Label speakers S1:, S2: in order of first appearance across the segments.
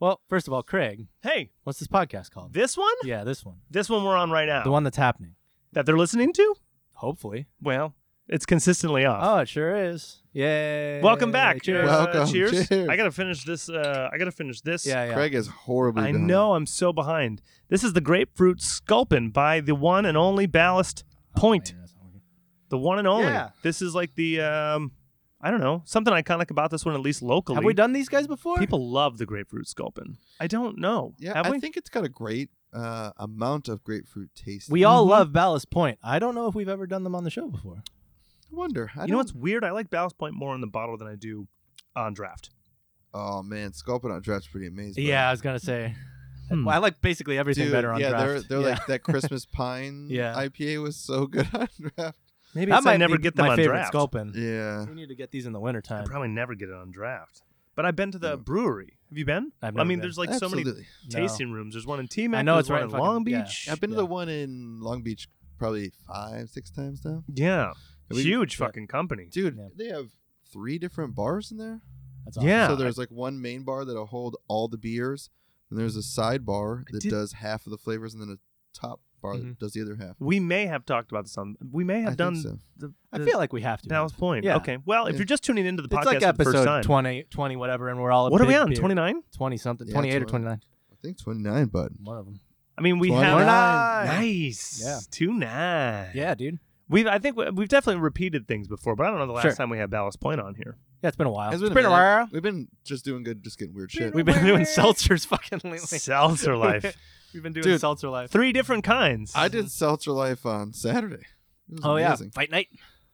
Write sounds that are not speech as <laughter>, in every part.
S1: Well, first of all, Craig,
S2: Hey,
S1: what's this podcast called?
S2: this Oh. one?
S1: yeah, this one.
S2: This one we're on right now.
S1: The one that's happening.
S2: that they're listening to?
S1: Hopefully.
S2: Well, it's consistently off.
S1: Oh, it sure is. Yay.
S2: Welcome back.
S1: Cheers.
S2: Uh,
S3: Welcome.
S2: cheers.
S3: Cheers.
S2: I got to finish this uh I got to finish this.
S1: yeah, yeah.
S3: Craig is horribly.
S2: I
S3: behind.
S2: know I'm so behind. This is the grapefruit sculpin by the one and only Ballast
S1: Oh,
S2: Point.
S1: man, that's not working.
S2: the one and only.
S1: Yeah.
S2: This is like the um I don't know, something iconic about this one at least locally.
S1: Have we done these guys before?
S2: People love the grapefruit sculpin. I don't know.
S3: Yeah,
S2: Have
S3: I
S2: we?
S3: think it's got a great uh, amount of grapefruit taste.
S1: We all
S2: Mhm.
S1: love Ballast Point. I don't know if we've ever done them on the show before.
S3: I wonder.
S2: you
S3: I
S2: know
S3: don't-
S2: what's weird? I like Ballast Point more on the bottle than I do on draft.
S3: Oh man, sculpin on draft's pretty amazing. bro.
S1: Yeah, I was gonna say.
S2: Hmm.
S1: Well, I like basically everything
S3: Dude,
S1: better on
S3: yeah,
S1: draft.
S3: they're they're
S1: Yeah.
S3: like that Christmas pine
S1: Yeah.
S3: IPA was so good <laughs> on draft.
S2: Maybe
S1: that
S2: it's I
S1: might
S2: never
S1: be
S2: get them
S1: my
S2: on
S1: favorite
S2: draft.
S1: Sculpin.
S3: Yeah,
S1: We need to get these in the
S2: I
S1: wintertime.
S2: probably never get it on draft. But I've been to the
S3: Yeah.
S2: brewery. Have you been?
S1: Mm. I've
S2: I
S1: never
S2: mean,
S1: been.
S2: there's like so
S3: absolutely.
S1: No.
S2: many tasting rooms. There's one in T-Mac.
S1: I know
S2: there's
S1: it's right
S2: one
S1: in
S2: in Long
S1: fucking- yeah.
S2: Beach.
S3: I've been
S1: Yeah.
S3: to the one in Long Beach probably five, six times now.
S2: Yeah,
S3: We-
S2: huge
S1: yeah.
S2: fucking company.
S3: Dude,
S1: Yeah.
S3: they have three different bars in there.
S1: That's awesome.
S2: Yeah.
S3: So there's like one main bar that'll hold all the beers, and there's a side bar that
S2: did-
S3: does half of the flavors, and then a top bar
S1: Mhm.
S3: that does the other half.
S2: We may have talked about this on. We may
S3: I
S2: have
S3: think
S2: done
S3: so.
S2: the,
S1: I
S2: the
S1: feel like we have to.
S2: Dallas Point.
S1: Yeah.
S2: Okay. Well, if
S3: Yeah.
S2: you're just tuning into the
S1: it's
S2: podcast
S1: like
S2: for the first
S1: episode
S2: time,
S1: 20, 20 whatever, and we're all a
S2: what are we
S1: big
S2: on?
S1: beer.
S2: Twenty nine.
S1: 20 something,
S3: Yeah,
S1: 28 or
S3: 20.
S1: 29.
S3: I think 29, bud.
S1: One of them.
S2: I mean, we
S3: 29.
S2: have
S1: 29.
S2: nice.
S1: Yeah.
S2: Two nine.
S1: Yeah, dude.
S2: We've. I think we- we've definitely repeated things before, but I don't know the last
S1: Sure.
S2: time we had Ballast Point
S1: <laughs>
S2: on here.
S1: Yeah, it's been a while.
S3: It's been a minute.
S1: while.
S3: We've been just doing good, just getting weird shit.
S1: We've been
S3: <laughs>
S1: doing seltzers fucking lately. <laughs>
S2: Seltzer life.
S1: We've been doing
S3: Dude.
S1: seltzer life.
S2: Three different kinds.
S3: I did Seltzer Life on Saturday. It was
S1: Oh yeah,
S3: amazing.
S1: fight night.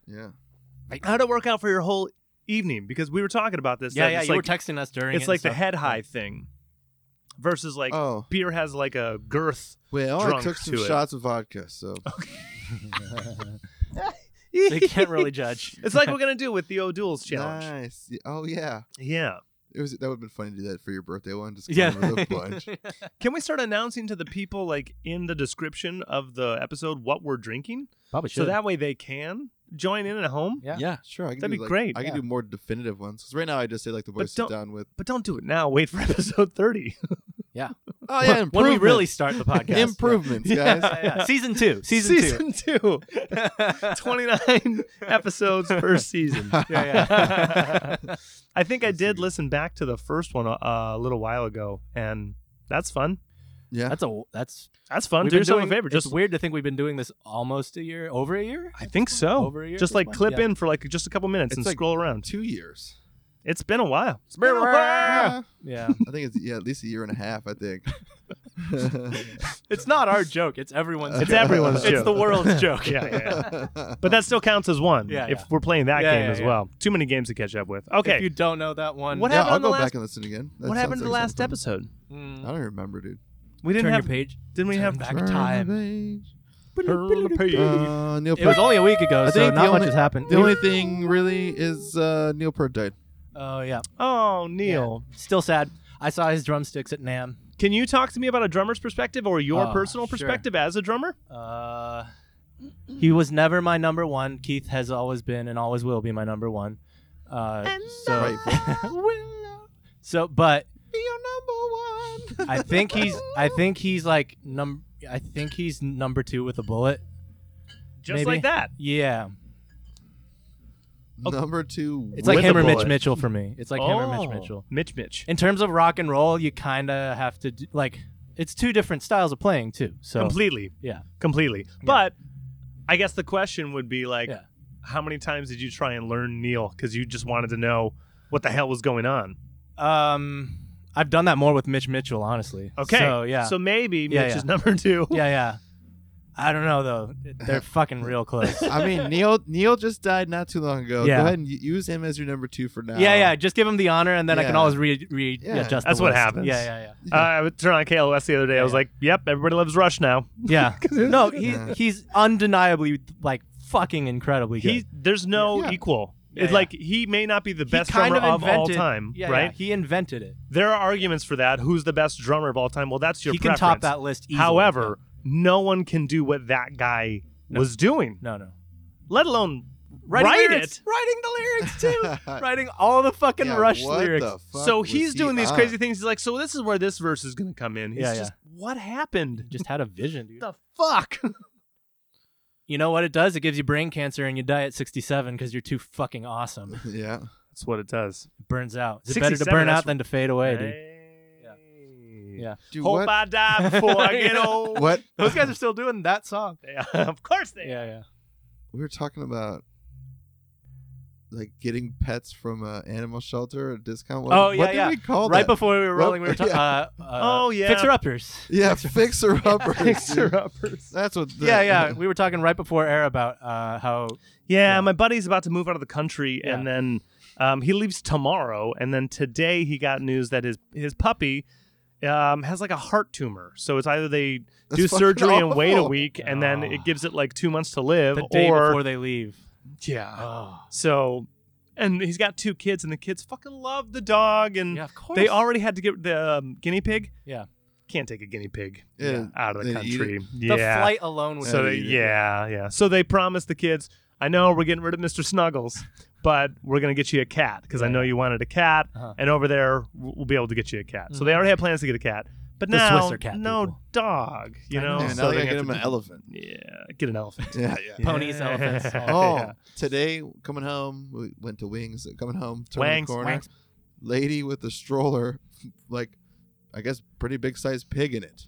S3: yeah.
S2: How'd it work out for your whole evening? Because we were talking about this.
S1: Yeah,
S2: that
S1: yeah.
S2: It's
S1: You were
S2: like,
S1: texting us during.
S2: it's
S1: it and
S2: like the
S1: stuff.
S2: head high thing, versus like
S3: oh
S2: beer has like a
S1: <laughs>
S2: girth.
S3: well, I
S2: drunk
S3: took some
S2: to it.
S3: shots of vodka, so
S1: <laughs> they can't really judge.
S2: <laughs> It's like we're gonna do with the O'Doul's challenge.
S3: nice. Yeah, Oh yeah,
S2: Yeah.
S3: it was. That would have been funny to do that for your birthday one. Just
S1: Yeah.
S3: yeah, with a bunch.
S2: Can we start announcing to the people like in the description of the episode what we're drinking,
S1: Probably
S2: so that way they can join in at home?
S1: Yeah.
S3: sure. I can
S2: That'd
S3: do,
S2: be
S3: like-
S2: great,
S3: I can
S1: yeah.
S3: do more definitive ones because right now I just say like the boys
S2: don't-
S3: sit down with.
S2: But don't do it now. Wait for <laughs> episode thirty.
S3: Oh <laughs> yeah, improvement.
S1: when we really start the <laughs> podcast.
S3: improvements,
S1: Yeah,
S3: guys.
S1: yeah, yeah. Season two.
S2: <laughs>
S1: Season,
S2: two.
S1: <laughs> two.
S2: 29 <laughs> episodes per
S1: <laughs>
S2: season.
S1: Yeah,
S2: I think I
S3: That's
S2: did
S3: good.
S2: listen back to the first one a, a little while ago, and that's fun.
S3: Yeah.
S1: that's a that's
S2: That's fun.
S1: we've
S2: Do
S1: been
S2: yourself
S1: doing-
S2: a favor. Just
S1: it's weird to think we've been doing this almost a year, over a year.
S2: I think so.
S1: Over a year. at
S2: just
S1: this
S2: like
S1: point?
S2: clip
S1: Yeah.
S2: in for like just a couple minutes
S3: It's
S2: and
S3: like-
S2: scroll around.
S3: Two years.
S2: It's been a while. It's
S1: been a while.
S3: Yeah.
S1: Yeah,
S3: I think it's yeah, at least a year and a half. I think. <laughs>
S1: it's not our joke. It's everyone's.
S2: It's
S1: joke.
S2: everyone's
S1: It's
S2: joke.
S1: the world's joke.
S2: <laughs> Yeah, yeah,
S1: <laughs>
S2: yeah. But that still counts as one
S1: Yeah,
S2: if
S1: yeah.
S2: we're playing that
S1: Yeah,
S2: game
S1: yeah,
S2: as
S1: yeah.
S2: well. Too many games to catch up with. Okay.
S1: If you don't know that one,
S2: What
S3: yeah,
S2: happened
S3: I'll
S2: on the
S3: go
S2: last-
S3: back and listen again. That
S2: what happened
S3: sounds
S2: to the
S3: like
S2: last
S3: something.
S2: episode?
S1: Mm.
S3: I don't remember, dude.
S2: We didn't
S1: Turn
S2: have.
S1: your page.
S2: Didn't we have?
S1: back time.
S2: <laughs> Turn the page.
S3: Uh, Neil
S1: It was only a week ago,
S3: I
S1: so
S3: think the
S1: not much
S3: only-
S1: has happened.
S3: The only thing really is uh, Neil Peart died.
S1: Oh yeah,
S2: <laughs> Oh, Neil.
S1: still sad. I saw his drumsticks at Nam.
S2: Can you talk to me about a drummer's perspective or your
S1: Uh,
S2: personal
S1: sure.
S2: perspective as a drummer?
S1: Uh, he was never my number one. Keith has always been and always will be my number one. Uh, so,
S3: <laughs>
S1: so, but
S3: Be your number <laughs> one.
S1: I think he's, I think he's like num, I think he's number two with a bullet.
S2: Just
S1: Maybe.
S2: like that.
S1: Yeah,
S3: number two.
S1: it's like
S2: With
S1: him
S2: a
S1: or Mitch
S2: bullet.
S1: Mitchell for me. It's like him or Mitch
S2: Oh,
S1: Mitchell.
S2: Mitch Mitch.
S1: In terms of rock and roll, you kind of have to do, like, it's two different styles of playing too. So
S2: Completely.
S1: yeah,
S2: Completely. But I guess the question would be like
S1: Yeah.
S2: how many times did you try and learn Neil cuz you just wanted to know what the hell was going on?
S1: um, I've done that more with Mitch Mitchell, honestly.
S2: Okay.
S1: so yeah,
S2: So maybe
S1: Yeah,
S2: Mitch
S1: yeah.
S2: is number 2.
S1: <laughs> Yeah, yeah. I don't know though.
S2: <laughs>
S1: They're fucking real close. yeah,
S3: <laughs> I mean, Neil. Neil just died not too long ago.
S1: Yeah.
S3: Go ahead and y- use him as your number two for now.
S1: yeah. Just give him the honor, and then I can
S3: Yeah.
S1: always re- re-
S3: Yeah.
S1: adjust.
S2: That's
S1: the
S2: what
S1: list.
S2: happens.
S1: Yeah, yeah,
S2: Uh, I would turn on KLS the other day. I was
S1: Yeah, yeah.
S2: like, "Yep, everybody loves Rush now." <laughs>
S1: yeah. yeah. no, he's
S3: Yeah.
S1: he's undeniably like fucking incredibly good.
S2: He there's no
S3: Yeah.
S2: equal.
S1: Yeah,
S2: it's
S1: yeah.
S2: like he may not be the
S1: He
S2: best
S1: kind
S2: drummer
S1: of
S2: of, all
S1: invented-
S2: time,
S1: yeah,
S2: right?
S1: yeah, He invented it.
S2: There are arguments for that. Who's the best drummer of all time? Well, that's your
S1: he
S2: preference.
S1: can top that list. Easily.
S2: However, no one can do what that guy was doing,
S1: no, no.
S2: let alone
S1: Writing
S2: Write
S1: lyrics,
S2: it?
S1: writing the lyrics
S2: <laughs>
S1: too,
S3: <laughs>
S1: writing all the fucking
S3: Yeah,
S1: Rush
S3: what
S1: lyrics.
S3: the fuck
S2: so
S3: was
S2: he's
S3: he
S2: doing these
S3: on?
S2: crazy things. He's like, so this is where this verse is gonna come in. He's
S1: Yeah, yeah.
S2: just, what happened?
S1: Just had a vision, dude.
S2: the fuck? <laughs>
S1: You know what it does? It gives you brain cancer and you die at 67 because you're too fucking awesome.
S3: Yeah.
S2: That's what it does.
S1: It burns out. It's better to
S2: 67,
S1: burn out
S2: that's-
S1: than to fade away, dude.
S2: Yeah.
S1: Yeah.
S3: Dude,
S2: Hope
S3: what?
S2: I die before I get old.
S3: what?
S1: Those guys are still doing that
S2: <laughs>
S1: song.
S2: Yeah, of course they.
S1: Yeah, yeah.
S3: We were talking about like getting pets from an animal shelter at a discount. What,
S1: Oh,
S3: what
S1: yeah,
S3: did
S1: yeah.
S3: we call
S1: Right
S3: that?
S1: before we were
S3: Well,
S1: rolling, we were talking.
S3: yeah.
S1: Uh, uh,
S2: Oh, yeah.
S1: Fixer uppers.
S3: yeah, fixer uppers. dude.
S2: uppers.
S3: That's what. The,
S1: Yeah, yeah. <laughs> We were talking right before air about uh, how
S2: Yeah,
S1: Yeah.
S2: my buddy's about to move out of the country, and then um, he leaves tomorrow. And then today he got news that his his puppy um, has like a heart tumor. So it's either they
S3: <laughs> That's
S2: do
S3: fucking
S2: surgery and wait a
S3: awful.
S2: week, and then
S1: Oh.
S2: it gives it like two months to live,
S1: the day
S2: or
S1: before they leave.
S2: yeah.
S1: Oh,
S2: So, and he's got two kids, and the kids fucking love the dog, and
S1: yeah, of course.
S2: they already had to get the um, guinea pig.
S1: Yeah.
S2: can't take a guinea pig
S3: Yeah.
S2: out of the
S3: They eat
S2: country.
S1: The
S2: yeah,
S1: flight alone was.
S2: so
S3: Yeah,
S2: they,
S3: you-
S2: yeah, yeah. So they promised the kids, I know we're getting rid of Mr. Snuggles, but we're gonna get you a cat because I know you wanted a cat,
S1: Uh-huh. Mm-hmm.
S2: and over there we'll we'll be able to get you a cat. So they already had plans to get a cat, but
S1: The
S2: now
S1: Swisser cat
S2: no
S1: people.
S2: dog. You
S1: I
S2: know,
S1: know.
S3: Yeah,
S1: Oh,
S3: now
S2: so
S3: they
S2: they
S3: gotta get
S2: have
S3: him
S2: to-
S3: an elephant.
S2: Yeah, get an elephant.
S3: Yeah, yeah.
S1: Ponies,
S3: <laughs>
S1: elephants, all
S3: Oh,
S2: yeah.
S3: today coming home, we went to Wings. Coming home, turned
S2: Wangs,
S3: the corner,
S2: wangs.
S3: lady with a stroller, like I guess pretty big sized pig in it,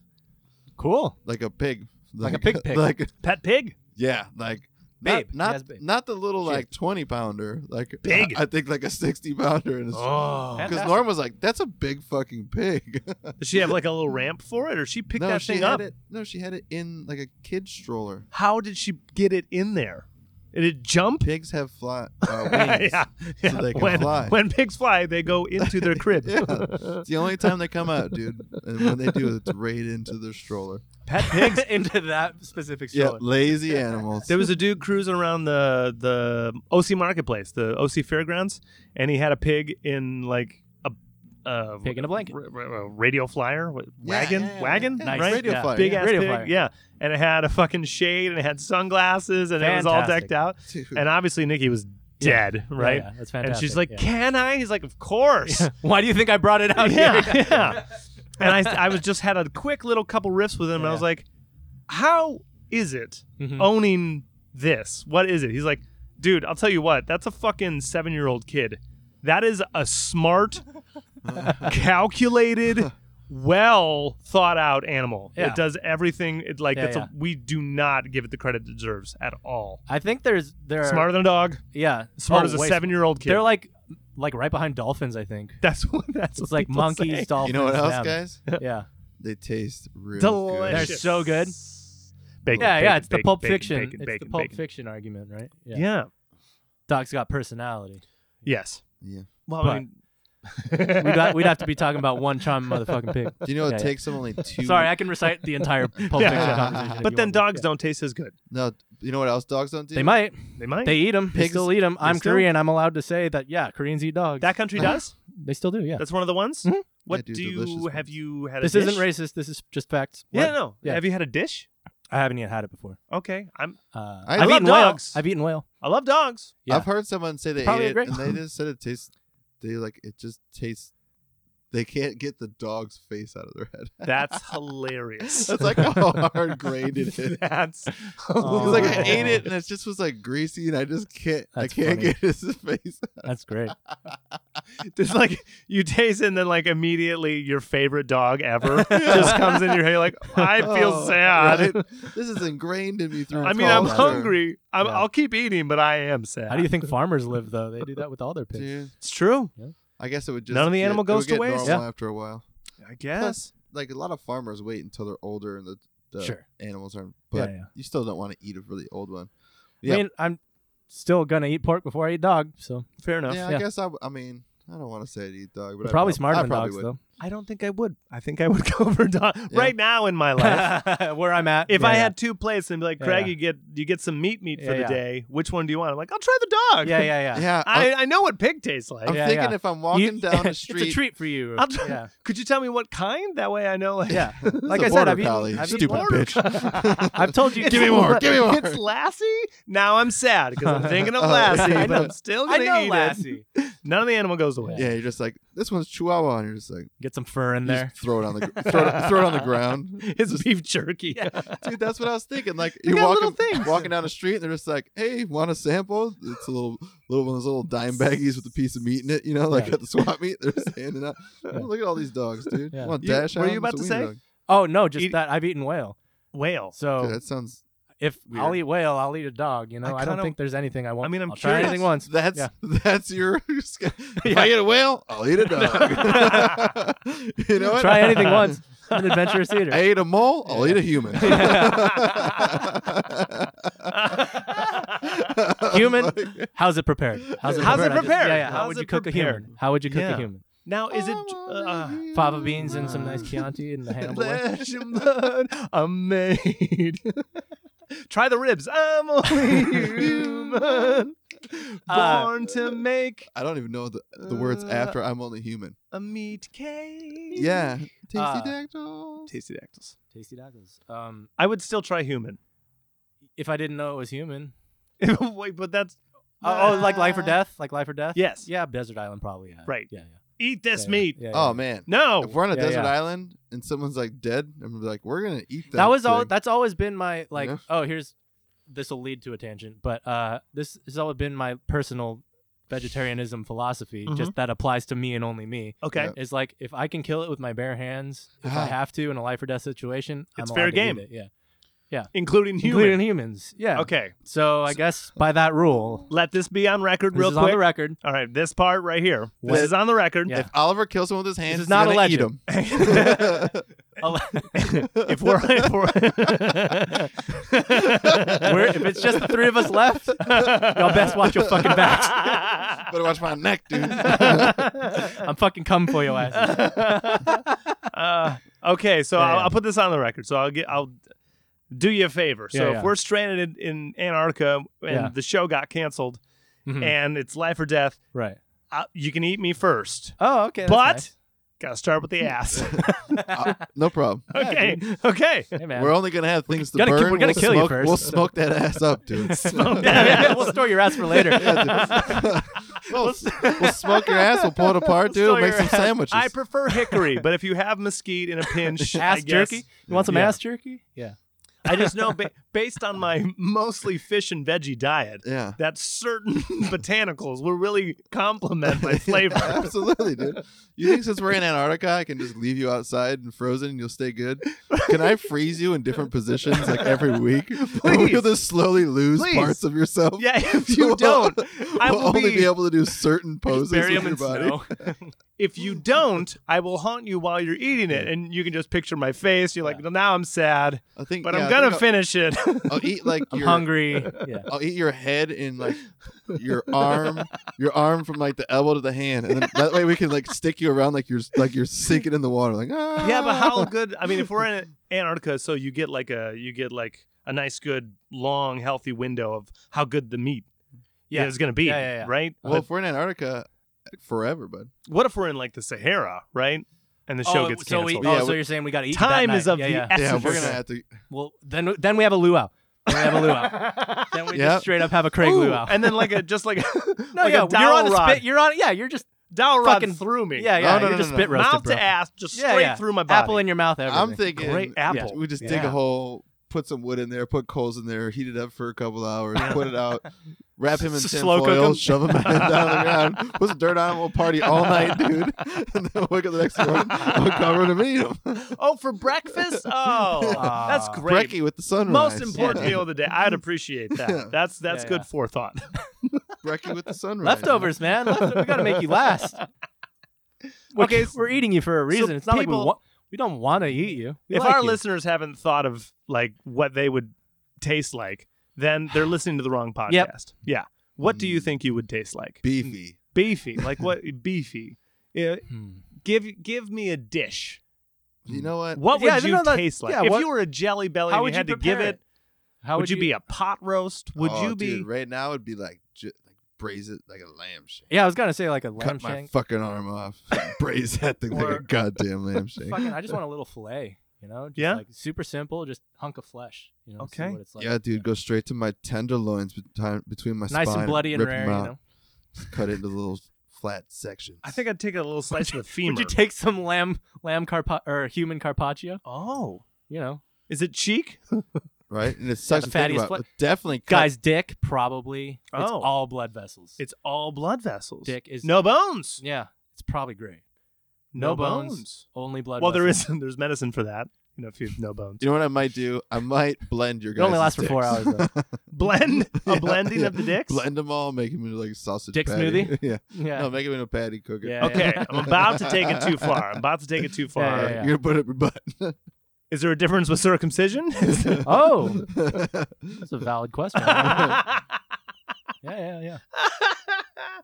S1: cool.
S3: like a pig,
S1: Like a pig pig.
S3: <laughs> like
S2: pet pig.
S3: yeah, like
S1: Babe. She
S3: not
S1: has
S3: not,
S1: babe.
S3: not the little
S1: She has-
S3: like twenty pounder, like
S2: Big.
S3: I, I think like a sixty pounder in because
S2: Oh,
S1: Fantastic.
S3: <laughs> Norm was like, "That's a big fucking pig."
S2: does she have like a little ramp for it, or she picked
S3: no,
S2: that
S3: she
S2: thing
S3: had
S2: up?
S3: it. No, she had it in like a kid stroller.
S2: How did she get it in there? Did it jump?
S3: Pigs have fly uh, <laughs> wings.
S2: <laughs> yeah, yeah.
S3: they can
S2: when,
S3: fly.
S2: when pigs fly, they go into their crib. <laughs>
S3: <laughs> Yeah. It's the only time they come out, dude. And when they do, it's right into their stroller.
S1: Pet pigs into that specific
S3: Yeah,
S1: stroller.
S3: lazy animals.
S2: There was a dude cruising around the the OC marketplace, the OC fairgrounds, and he had a pig in like a uh,
S1: Pig in a blanket.
S2: r- r- r- radio flyer what, wagon,
S3: yeah, yeah,
S2: wagon,
S3: yeah.
S1: Nice.
S2: right?
S3: Radio
S1: Yeah.
S3: flyer,
S2: Big
S3: yeah.
S2: ass
S1: Radio
S2: pig,
S1: flyer.
S2: yeah. And it had a fucking shade, and it had sunglasses, and it was all
S1: Fantastic.
S2: decked out.
S3: Dude.
S2: And obviously, Nikki was
S1: Yeah.
S2: dead, right?
S1: Yeah, yeah, that's
S2: And
S1: fantastic.
S2: she's like,
S1: yeah. Oh,
S2: "Can I?" He's like,
S1: <laughs>
S2: "Of course."
S1: Why do you think I brought it <laughs> out
S2: <laughs> yeah,
S1: here?
S2: yeah. And I, I was just had a quick little couple riffs with him. And I
S1: Yeah.
S2: was like, "How is it
S1: Mhm.
S2: owning this? What is it?" He's like, "Dude, I'll tell you what. That's a fucking seven-year-old kid. That is a
S1: <laughs>
S2: smart, calculated." Well thought out animal.
S1: Yeah.
S2: It does everything. It like
S1: Yeah,
S2: it's
S1: yeah.
S2: A, we do not give it the credit it deserves at all.
S1: I think there's there are,
S2: Smarter than a dog.
S1: Yeah,
S2: Smart
S1: Oh,
S2: as a
S1: way-
S2: seven year old kid.
S1: They're like like right behind dolphins. I think
S2: that's what that's
S1: it's
S2: what
S1: like
S2: people
S1: monkeys,
S2: say.
S1: dolphins.
S3: you know what else,
S1: them.
S3: guys?
S1: Yeah.
S3: They taste real good.
S2: Delicious.
S1: They're so good.
S2: Bacon,
S1: yeah, yeah,
S2: bacon,
S1: it's the
S2: bacon,
S1: Pulp
S2: bacon,
S1: Fiction.
S2: Bacon,
S1: it's
S2: bacon,
S1: the Pulp
S2: bacon.
S1: Fiction argument, right?
S2: Yeah.
S1: Doc's got personality.
S2: Yes.
S3: Yeah.
S2: Well,
S1: But-
S2: I mean, <laughs>
S1: We'd, ha- we'd have to be talking about one charming motherfucking pig.
S3: Do you know it
S1: Yeah, yeah.
S3: takes them only two?
S1: Sorry, I can recite the
S2: <laughs>
S1: entire Pulp
S2: Yeah.
S1: Fiction conversation. if
S2: but
S1: you
S2: then
S1: want me.
S2: dogs
S1: Yeah.
S2: don't taste as good.
S3: no, you know what else dogs don't do?
S1: They might.
S2: They might.
S1: They eat them. They
S3: Pigs-
S1: still eat them.
S2: they
S1: I'm
S2: still-
S1: Korean. I'm allowed to say that. Yeah, Koreans eat dogs.
S2: that country does.
S1: they still do. Yeah.
S2: That's one of the ones.
S1: Mhm.
S2: What
S3: They do
S2: do
S3: delicious
S2: you
S3: ones.
S2: have you had?
S1: This
S2: a dish?
S1: isn't racist. This is just facts.
S2: Yeah,
S1: What?
S2: no.
S1: Yeah.
S2: Have you had a dish?
S1: I haven't even had it before.
S2: Okay. I'm.
S1: Uh,
S3: I
S1: I've
S2: love
S1: eaten
S2: dogs.
S1: whale. I've eaten
S3: <laughs>
S1: whale.
S2: I love dogs.
S1: Yeah.
S3: I've heard someone say they
S1: Probably
S3: ate it,
S1: agree.
S3: and they
S2: <laughs>
S3: just said it tastes. They like it just tastes. They can't get the dog's face out of their head. <laughs>
S2: That's <laughs> hilarious.
S3: That's like
S2: <laughs>
S3: how hard graded it is. <laughs>
S2: That's.
S1: Oh.
S3: He's like, I
S1: Aw.
S3: ate it, and it just was like greasy, and I just can't. I
S1: That's
S3: can't
S1: funny.
S3: get <laughs>
S2: <laughs>
S3: his face.
S1: That's great.
S2: There's like you taste it and then like immediately your favorite dog <laughs> ever just comes in your head. You're like, I feel
S3: Oh,
S2: sad.
S3: right? This is ingrained in me through.
S2: I mean, I'm
S3: culture.
S2: hungry. I'm,
S1: Yeah.
S2: I'll keep eating, but I am sad.
S1: How do you think farmers live though? They do that with all their pigs.
S3: Dude,
S2: It's true.
S3: I guess it would just
S2: None of the
S3: get-
S2: animal
S3: it would
S2: goes to
S3: get
S2: waste.
S3: normal after a while.
S2: I guess.
S3: Like a lot of farmers wait until they're older and the, the
S1: Sure.
S3: animals aren't.
S1: Yeah,
S3: But
S1: yeah.
S3: you still don't want to eat a really old one.
S1: I
S3: Yeah.
S1: mean, I'm still gonna eat pork before I eat dog. So
S2: Fair
S1: <laughs>
S2: enough.
S3: yeah, I guess I. w- I mean, I don't want to say I'd eat dog, but
S1: We're
S3: I
S1: probably
S3: prob-
S1: smarter
S3: I
S1: than
S3: probably
S1: dogs
S3: would.
S1: though.
S2: I don't think I would.
S1: <laughs>
S2: I think I would <laughs> go for Don right now in my life.
S1: Where I'm at.
S2: If
S1: Yeah,
S2: I
S1: yeah.
S2: had two plates and be like,
S1: Yeah,
S2: Craig,
S1: yeah.
S2: you get you get some meat meat for
S1: Yeah,
S2: the
S1: yeah.
S2: day. Which one do you want? I'm like, I'll try the dog.
S1: Yeah, yeah, yeah.
S3: Yeah,
S2: <laughs>
S3: I,
S2: I, I know what pig tastes like.
S3: am
S1: yeah,
S3: thinking
S1: yeah.
S3: if I'm walking
S1: You- <laughs>
S3: down the
S1: It's a
S3: street,
S1: treat for you.
S2: <laughs> I'll
S1: <laughs>
S2: try-
S1: yeah.
S2: Could you tell me what kind? That way I know. Like, <laughs>
S1: Yeah.
S3: This is
S1: Like
S3: a
S1: I said,
S3: border
S1: I've eaten-
S3: collie, you
S1: I've eaten
S3: stupid
S1: border
S3: <laughs> bitch.
S1: I've told you.
S2: It's
S3: Give me more,
S2: La-
S3: give me more.
S2: It's Lassie. Now I'm sad because I'm thinking of
S3: Oh,
S2: Lassie,
S3: yeah, I
S2: but
S3: know.
S2: I'm still
S1: I
S2: gonna
S1: know
S2: eat it.
S1: Lassie.
S2: <laughs> None of the animal goes away.
S3: yeah, you're just like this one's Chihuahua, and you're just like
S1: <laughs> Get some fur in
S3: you
S1: there.
S3: just throw it on the
S1: <laughs>
S3: gr- throw, it, throw it on the
S2: <laughs>
S3: ground.
S2: It's beef jerky.
S3: Dude, that's what I was thinking. Like
S2: They
S3: you're
S2: got little
S3: walking,
S2: things.
S3: walking down the street, and they're just like, "Hey, want a sample?" It's a little, little one of those little dime baggies with a piece of meat in it. You know, like
S1: Yeah.
S3: at the swap meet, they're
S1: <laughs>
S3: just handing out. Oh, look at all these dogs, dude.
S1: Yeah.
S3: Want
S2: You-
S3: dash?
S2: were you
S3: Hound?
S2: about
S3: It's a
S2: to
S3: wiener
S2: say?
S3: dog.
S1: Oh no, just
S2: Eat-
S1: that I've eaten whale.
S2: <laughs> Whale.
S1: So
S3: Dude, that sounds.
S1: if
S3: weird.
S1: I'll eat whale, I'll eat a dog. You know,
S2: I
S1: I,
S2: kinda-
S1: don't think there's anything I won't.
S2: I mean, I'm
S1: I'll try anything
S2: curious. <laughs>
S1: once.
S3: That's that's your. <laughs>
S1: <laughs>
S3: if
S2: Yeah.
S3: I get a whale, I'll eat a dog. <laughs> you <laughs> know what?
S1: Try anything once. I'm an adventurous eater.
S3: I ate a mole. I'll eat
S1: <laughs>
S3: a human. <laughs>
S1: Human?
S3: Like,
S1: How's it prepared? How's it
S3: How's
S1: prepared?
S3: it
S1: I just-
S2: prepared?
S1: yeah, yeah.
S2: How's
S1: How would
S2: it
S1: you cook a
S2: prepared?
S1: human? How would you cook
S2: Yeah.
S1: a human?
S2: now is it
S3: I wanna
S2: uh,
S3: be
S1: Fava
S3: a
S1: beans and some nice
S3: man.
S1: Chianti
S2: <laughs>
S1: and the Hannibal. way?
S2: Flesh and blood, I'm made. Try the ribs. I'm only <laughs> human.
S1: Uh,
S2: Born to make
S3: I don't even know the, the words
S2: Uh,
S3: after I'm only human.
S2: a meat cake.
S3: Yeah. Tasty
S1: Uh,
S3: dactyl.
S2: Tasty dactyls.
S1: Tasty tacos. Um,
S2: I would still try human. <laughs>
S1: if I didn't know it was human.
S2: Wait, but that's
S1: Oh, oh, like
S2: <laughs>
S1: life or death? Like life or death?
S2: Uh, Yes.
S1: Yeah, Desert Island probably. Yeah.
S2: Right.
S1: Yeah. yeah.
S2: eat this
S1: Yeah, yeah,
S2: meat.
S1: yeah, yeah.
S3: Oh man. If
S2: No.
S3: we're on a
S1: Yeah,
S3: desert
S1: yeah.
S3: island and someone's like dead, I'm gonna be like, we're gonna eat that.
S1: that was all
S3: thing."
S1: that's always been my like
S3: Yeah.
S1: oh here's this will lead to a tangent but uh this has always been my personal vegetarianism philosophy
S2: Mm-hmm.
S1: just that applies to me and only me
S2: Okay.
S3: Yeah.
S1: is like if i can kill it with my bare hands if
S3: Ah.
S1: i have to in a life or death situation
S2: It's
S1: I'm
S2: fair
S1: allowed to eat
S2: game.
S1: it, yeah
S2: Including human.
S1: including humans yeah
S2: Okay.
S1: so i guess by that rule
S2: Let this be on record
S1: this
S2: real
S1: is
S2: quick.
S1: on the <laughs> record
S2: All right, this part right here. This
S3: What?
S2: is on the record.
S1: Yeah.
S3: If Oliver kills someone with his hands,
S1: is
S3: he's
S1: not a
S3: gonna eat
S1: legend. <laughs>
S3: <laughs> 'em.
S2: if we're, <laughs> if, we're
S1: We're- if it's just the three of us left y'all best watch your fucking <laughs> backs
S3: Better watch my neck, dude.
S1: i'm fucking coming for your ass
S2: <laughs> uh, okay, so
S1: Yeah,
S2: I'll,
S1: yeah.
S2: I'll put this on the record. So I'll get I'll do you a favor. So
S1: Yeah,
S2: if
S1: yeah.
S2: we're stranded in, in Antarctica and
S1: Yeah.
S2: the show got canceled
S1: Mhm.
S2: and it's life or death,
S1: right
S2: uh, you can eat me first,
S1: oh okay that's
S2: but
S1: nice.
S2: gotta
S1: <laughs>
S2: start with the ass.
S3: No problem.
S2: <laughs> okay, okay.
S1: hey man
S3: We're only gonna have things to
S1: gonna keep-
S3: burn.
S1: we're gonna
S3: we'll
S1: kill you
S3: smoke,
S1: first.
S3: We'll smoke that ass up, dude.
S1: <laughs>
S2: Smoke
S1: yeah,
S2: that
S3: <laughs>
S1: yeah, <laughs>
S2: ass.
S1: we'll store your ass for later.
S3: Yeah, dude. <laughs> we'll, we'll smoke your ass. We'll pull it apart, dude. We'll
S1: Store
S3: make
S1: your
S3: some
S1: ass.
S3: sandwiches.
S2: I prefer hickory, but if you have mesquite in a pinch,
S1: <laughs> <laughs>
S2: I
S1: ass
S2: guess-
S1: jerky? You want some
S2: Yeah.
S1: ass jerky? Yeah.
S2: I just know ba- based on my mostly fish and veggie diet
S3: yeah.
S2: that certain <laughs> botanicals will really complement
S3: <laughs>
S2: my flavor.
S3: Absolutely, dude. You think since we're in Antarctica, I can just leave you outside and frozen and you'll stay good? Can I freeze you in different positions like every week? <laughs> And
S2: Please.
S3: you'll just slowly lose
S2: Please.
S3: parts of yourself.
S2: yeah, if you don't, I
S3: will
S2: will
S3: only
S2: be-
S3: be, able to do certain poses
S1: bury
S3: with
S1: 'em
S3: your
S1: in
S3: body.
S1: snow.
S3: <laughs>
S2: if you don't, I will haunt you while you're eating it, and you can just picture my face. You're like,
S1: Yeah.
S2: well, now I'm sad,
S3: I think,
S2: but
S3: yeah,
S2: I'm
S3: I
S2: gonna
S3: think
S2: finish it.
S3: <laughs> I'll, I'll eat like
S1: I'm
S3: your, <laughs>
S1: hungry. Yeah.
S3: I'll eat your head and like your arm, your arm from like the elbow to the hand, and then that way we can like stick you around like you're like you're sinking in the water, like ah.
S2: yeah, but how good? I mean, if we're in Antarctica, so you get like a you get like a nice, good, long, healthy window of how good the meat
S1: Yeah.
S2: is gonna be,
S1: Yeah, yeah, yeah.
S2: right?
S3: Well, if we're in Antarctica, forever, bud.
S2: What if we're in like the Sahara, right? And the show
S1: oh,
S2: gets
S1: so,
S2: canceled.
S1: we,
S3: Yeah,
S1: oh, so
S3: we-
S1: you're saying we got to eat that
S2: Time
S1: night.
S2: is of
S1: yeah,
S2: the
S1: yeah.
S2: essence.
S3: Yeah, we're
S2: Essence.
S3: gonna have to
S1: Well, then then we have a luau. Then we have a
S2: <laughs>
S1: luau. <laughs> then we
S3: Yep.
S1: just straight up have a Craig
S2: Ooh,
S1: luau.
S2: and then like a just
S1: <laughs>
S2: like
S1: no,
S2: like
S1: yeah,
S2: a dowel
S1: you're on a
S2: rod.
S1: spit. You're on. Yeah, you're just.
S2: dowel rod
S1: fucking-
S2: through me. Oh,
S1: Yeah, yeah.
S3: no,
S1: you're
S3: no,
S1: just
S3: no,
S1: spit
S3: no.
S1: roasted,
S2: mouth
S1: bro.
S2: to ass, just
S1: Yeah,
S2: straight
S1: yeah.
S2: through my body.
S1: Apple in your mouth. Everything.
S3: I'm thinking
S2: Great apple.
S3: We just dig
S1: Yeah.
S3: a hole, put some wood in there, put coals in there, heat it up for a couple hours, put
S2: <laughs>
S3: it out, wrap him in
S2: S-
S3: tin
S2: slow cook
S3: foil,
S2: him.
S3: shove him <laughs> down
S2: <laughs>
S3: the ground, put some dirt on him, we'll party all night, dude. <laughs> and then wake up the next morning, we'll cover him and eat him.
S2: <laughs> Oh, for
S1: <laughs>
S2: breakfast? Oh,
S1: Ah.
S2: that's great.
S3: Brekkie with the sunrise.
S2: Most important
S1: Yeah.
S2: meal of the day. I'd appreciate that.
S3: Yeah.
S2: That's that's
S1: Yeah,
S2: good
S1: yeah.
S2: forethought.
S1: <laughs>
S3: Brekkie with the sunrise.
S1: Leftovers, man. Left- we got to
S3: <laughs>
S1: make you last.
S2: Okay,
S1: okay,
S2: so-
S1: we're eating you for a reason. it's not like
S2: people-
S1: we want. We don't want to eat you. We
S2: if
S1: like
S2: our
S1: you.
S2: listeners haven't thought of like what they would taste like, then they're listening to the wrong podcast.
S1: Yep.
S2: Yeah. What do you
S3: Mm.
S2: think you would taste like?
S3: Beefy.
S1: <laughs>
S2: Beefy. Like what beefy. Yeah,
S1: Hmm.
S2: Give give me a dish.
S3: You know what?
S2: What
S1: Uh, Yeah,
S2: would
S1: I
S2: you
S1: don't know that-
S2: taste like?
S1: yeah,
S2: if
S1: what-
S2: you were a jelly belly
S1: How
S2: and
S1: would
S2: you had
S1: you
S2: to give
S1: prepare
S2: it,
S1: it? How
S2: would, you, be a pot roast? Would
S3: Oh,
S2: you be
S3: dude, right now? It'd be like ju- like braise it like a lamb shank.
S1: Yeah, I was gonna say like a lamb
S3: Cut my
S1: shank.
S3: fucking arm off.
S1: <laughs>
S3: braise that thing like
S1: Or-
S3: a
S1: <laughs>
S3: goddamn lamb shank.
S1: Fucking, I just
S2: <laughs>
S1: want a little fillet. You know, just
S2: Yeah?
S1: like super simple, just hunk of flesh. You know, see
S2: Okay.
S1: what it's like.
S3: yeah, dude, go straight to my tenderloins between between my
S1: nice
S3: spine
S1: and bloody and
S3: rip 'em
S1: rare. You
S3: out,
S1: know,
S3: <laughs> Cut it into little flat sections.
S2: I think I'd take a little slice of the femur.
S1: would you take some lamb, lamb carpa- or human carpaccio?
S2: oh,
S1: You know,
S2: is it cheek?
S3: right, and it sucks
S1: the
S3: to think
S1: fattiest
S3: about.
S1: fla-
S3: but definitely, cut-
S1: guy's dick probably. It's
S2: Oh.
S1: all blood vessels.
S2: It's all blood vessels.
S1: dick is
S2: No bones.
S1: Yeah, it's probably great.
S2: No,
S1: No
S2: bones.
S1: bones. Only blood.
S2: Well, there
S1: vessels.
S2: is there's medicine for that. You know, if you have no
S1: <laughs>
S2: bones,
S3: You know what I might do? I might blend your.
S1: It only lasts
S3: guys'
S1: for four
S3: dicks.
S1: hours.
S3: <laughs>
S1: Though.
S2: blend a
S3: Yeah,
S2: blending
S3: yeah.
S2: of the dicks.
S3: Blend them all, make them into like a sausage.
S1: Dick
S3: patty.
S1: smoothie?
S3: <laughs> yeah.
S1: yeah.
S3: No, make them into a patty. Cook it.
S1: Yeah, yeah.
S2: <laughs> Okay, I'm about to take it too far. I'm about to take it too
S1: <laughs>
S2: far.
S1: Yeah, yeah, yeah.
S3: You're gonna put it <laughs> in your butt.
S2: Is there a difference
S1: <laughs>
S2: with circumcision?
S1: Oh,
S2: <laughs>
S1: that's a valid question. yeah,
S2: Isn't
S1: yeah, yeah.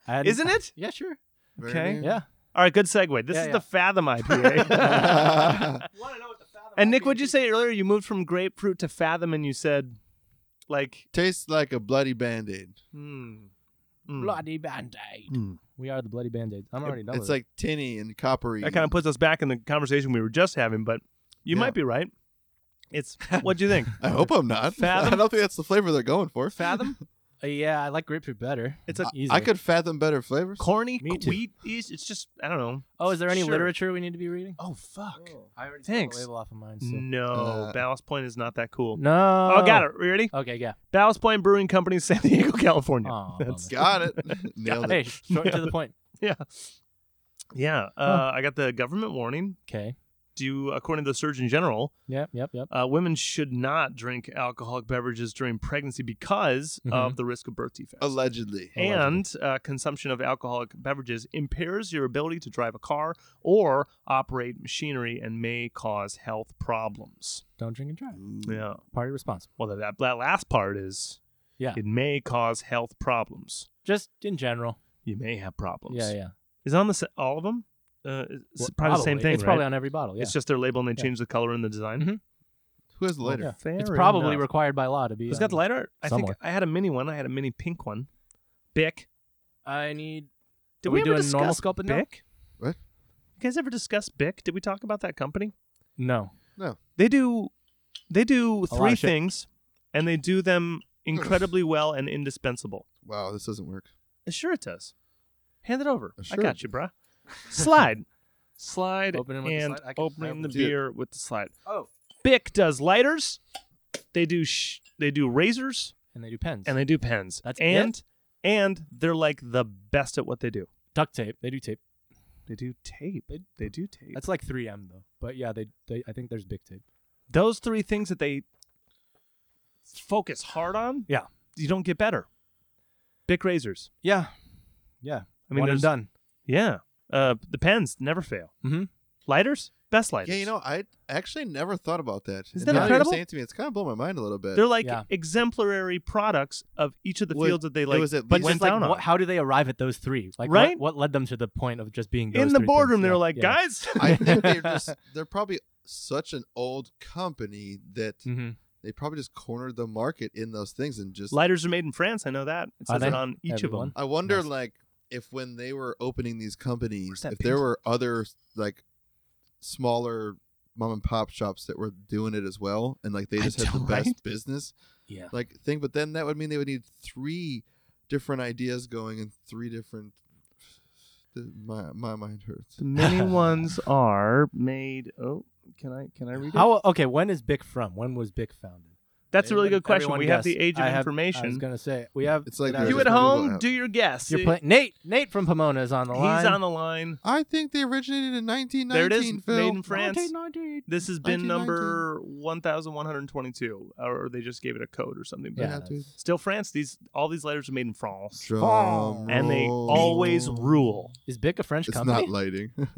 S1: I hadn't-
S2: it?
S1: Yeah, sure.
S2: Okay.
S1: Yeah.
S2: All right, good segue. This
S1: Yeah,
S2: is
S1: yeah.
S2: the
S1: <laughs>
S2: Fathom IPA. and Nick, what'd you say earlier? You moved from grapefruit to Fathom, and you said, like,
S3: Tastes like a bloody band aid.
S2: hmm, hmm,
S1: Bloody Band-Aid.
S2: hmm.
S1: We are the Bloody Band-Aids. I'm already done
S3: It's
S1: with
S3: like tinny and coppery.
S2: That kind of puts us back in the conversation we were just having, but you
S3: Yeah.
S2: might be right. It's what do you think?
S3: I hope I'm not. <laughs>
S2: Fathom?
S3: I don't think that's the flavor they're going for.
S2: Fathom?
S1: it. Uh, yeah, I like grapefruit better.
S2: It's a
S1: Easily.
S3: I could fathom better flavors.
S2: corny
S1: Me too.
S2: wheat. It's it's just I don't know.
S1: Oh, is there any
S2: Sure.
S1: literature we need to be reading?
S2: Oh fuck.
S1: I already
S2: took the Thanks. label
S1: label off of mine.
S2: No,
S3: Uh,
S2: Ballast Point is not that cool.
S1: No.
S2: Oh, got it. You ready?
S1: Okay,
S2: <laughs>
S1: yeah.
S2: Ballast Point Brewing Company, <laughs> San Diego, California.
S1: Aw,
S2: That's- <laughs>
S3: Got it. <laughs> Nailed
S1: Hey,
S3: it.
S1: short and to the point.
S2: yeah, uh, I got the government warning.
S1: Okay.
S2: Do according to the Surgeon General,
S1: Yep, yep, yep.
S2: uh, women should not drink alcoholic beverages during pregnancy because
S1: Mm-hmm.
S2: of the risk of birth defects.
S3: Allegedly.
S2: and uh, consumption of alcoholic beverages impairs your ability to drive a car or operate machinery and may cause health problems.
S1: Don't drink and drive.
S2: Mm. Yeah.
S1: Party responsible.
S2: Well, that, that last part is
S1: Yeah.
S2: it may cause health problems.
S1: Just in general.
S2: You may have problems.
S1: Yeah, yeah.
S2: Is it on the s- all of them? Uh, it's
S1: Well,
S2: probably the same
S1: probably.
S2: thing.
S1: It's
S2: right?
S1: probably on every bottle. Yeah.
S2: It's just their label and they
S1: Yeah.
S2: change the color and the design.
S1: Mhm.
S3: Who has the
S1: Well,
S3: lighter?
S1: yeah.
S2: Fair
S1: It's probably
S2: enough.
S1: required by law to be.
S2: Who's got the
S1: on-
S2: lighter? I
S1: somewhere.
S2: think I had a mini one. I had a mini pink one. Bic.
S1: I need.
S2: Did
S1: Are we
S2: ever
S1: doing normal
S2: discuss
S1: sculpin now?
S2: Bic?
S3: What?
S2: You guys ever discuss Bic? Did we talk about that company?
S1: No.
S2: They do they do
S1: lot
S2: three
S1: of shit.
S2: things and they do them incredibly well and indispensable.
S3: Wow, this doesn't work.
S2: Uh, Sure it does. Hand it over.
S3: Uh, sure
S2: I
S3: it
S2: got you, bruh. Slide. <laughs> slide
S1: Open it with the
S2: and
S1: slide. I can-
S2: opening the
S3: Dude.
S2: beer with the slide.
S1: Oh.
S2: Bic does lighters. They do sh- they do razors
S1: And they do pens.
S2: and they do pens.
S1: That's
S2: and and they're like the best at what they do.
S1: duct tape. They do tape.
S2: They do tape. They, do tape.
S1: That's like 3M though. But yeah, they. they I think there's big tape.
S2: Those three things that they focus hard on.
S1: Yeah.
S2: you don't get better. Bic razors.
S1: Yeah. Yeah.
S2: I
S1: One
S2: mean,
S1: and
S2: there's-
S1: done.
S2: Yeah, uh, the pens never fail.
S1: Mhm.
S2: Lighters, best lighters.
S3: Yeah, you know, I actually never thought about that.
S2: Isn't
S3: And
S2: that
S3: now
S2: incredible?
S3: You're saying to me, it's kind of blown my mind a little bit.
S2: they're like
S1: Yeah.
S2: exemplary products of each of the
S3: Well,
S2: fields that they
S3: it
S2: like.
S3: was at
S2: but
S3: least-
S1: It's
S2: went
S1: just like,
S2: down on.
S1: what, how do they arrive at those three? Like, what-
S2: Right?
S1: What, led them to the point of just being
S2: in
S1: those
S2: the
S1: three things?
S2: boardroom, they
S1: Yeah,
S2: were like,
S1: yeah.
S2: guys, <laughs>
S3: I think they're just they're probably such an old company that
S2: Mm.
S1: Mhm.
S3: they probably just cornered the market in those things and just
S2: lighters are made in France. I know that. It
S1: Are
S2: says
S1: they?
S2: it on each
S1: Everyone.
S2: of them.
S3: I wonder,
S1: Nice.
S3: like, if when they were opening these companies,
S2: that
S3: if there
S2: pink?
S3: were other like smaller mom and pop shops that were doing it as well, and like they
S2: I
S3: just had the
S2: know,
S3: best
S2: right?
S3: business
S1: Yeah.
S3: like thing. But then that would mean they would need three different ideas going in three different. My my mind hurts.
S2: The mini
S1: <laughs>
S2: ones are made. Oh, can I can I read it?
S1: How? Okay. When is Bic from? When was Bic founded?
S2: That's a really good question.
S1: Everyone
S2: We have
S1: guess.
S2: the age of
S1: I have- I was
S2: information.
S1: gonna say we have.
S3: It's like
S1: it has-
S2: You
S3: Just
S2: at
S3: Google
S2: home,
S3: it.
S2: do your guess.
S1: You're
S2: It-
S1: playing. Nate. Nate from Pomona is on the
S2: He's
S1: line.
S2: on the line.
S3: I think they originated in 1919.
S2: There it is,
S3: Phil.
S2: made in France.
S1: 1998.
S2: This has been
S3: 1919.
S2: number 1,122, or they just gave it a code or something. But
S1: Yeah.
S3: Yeah, dude.
S2: still France. These all these letters are made in France,
S3: Drum
S2: and they
S1: Oh.
S3: roll.
S2: always rule.
S1: Is Bic a French
S3: It's
S1: company?
S3: not lighting. <laughs>
S1: God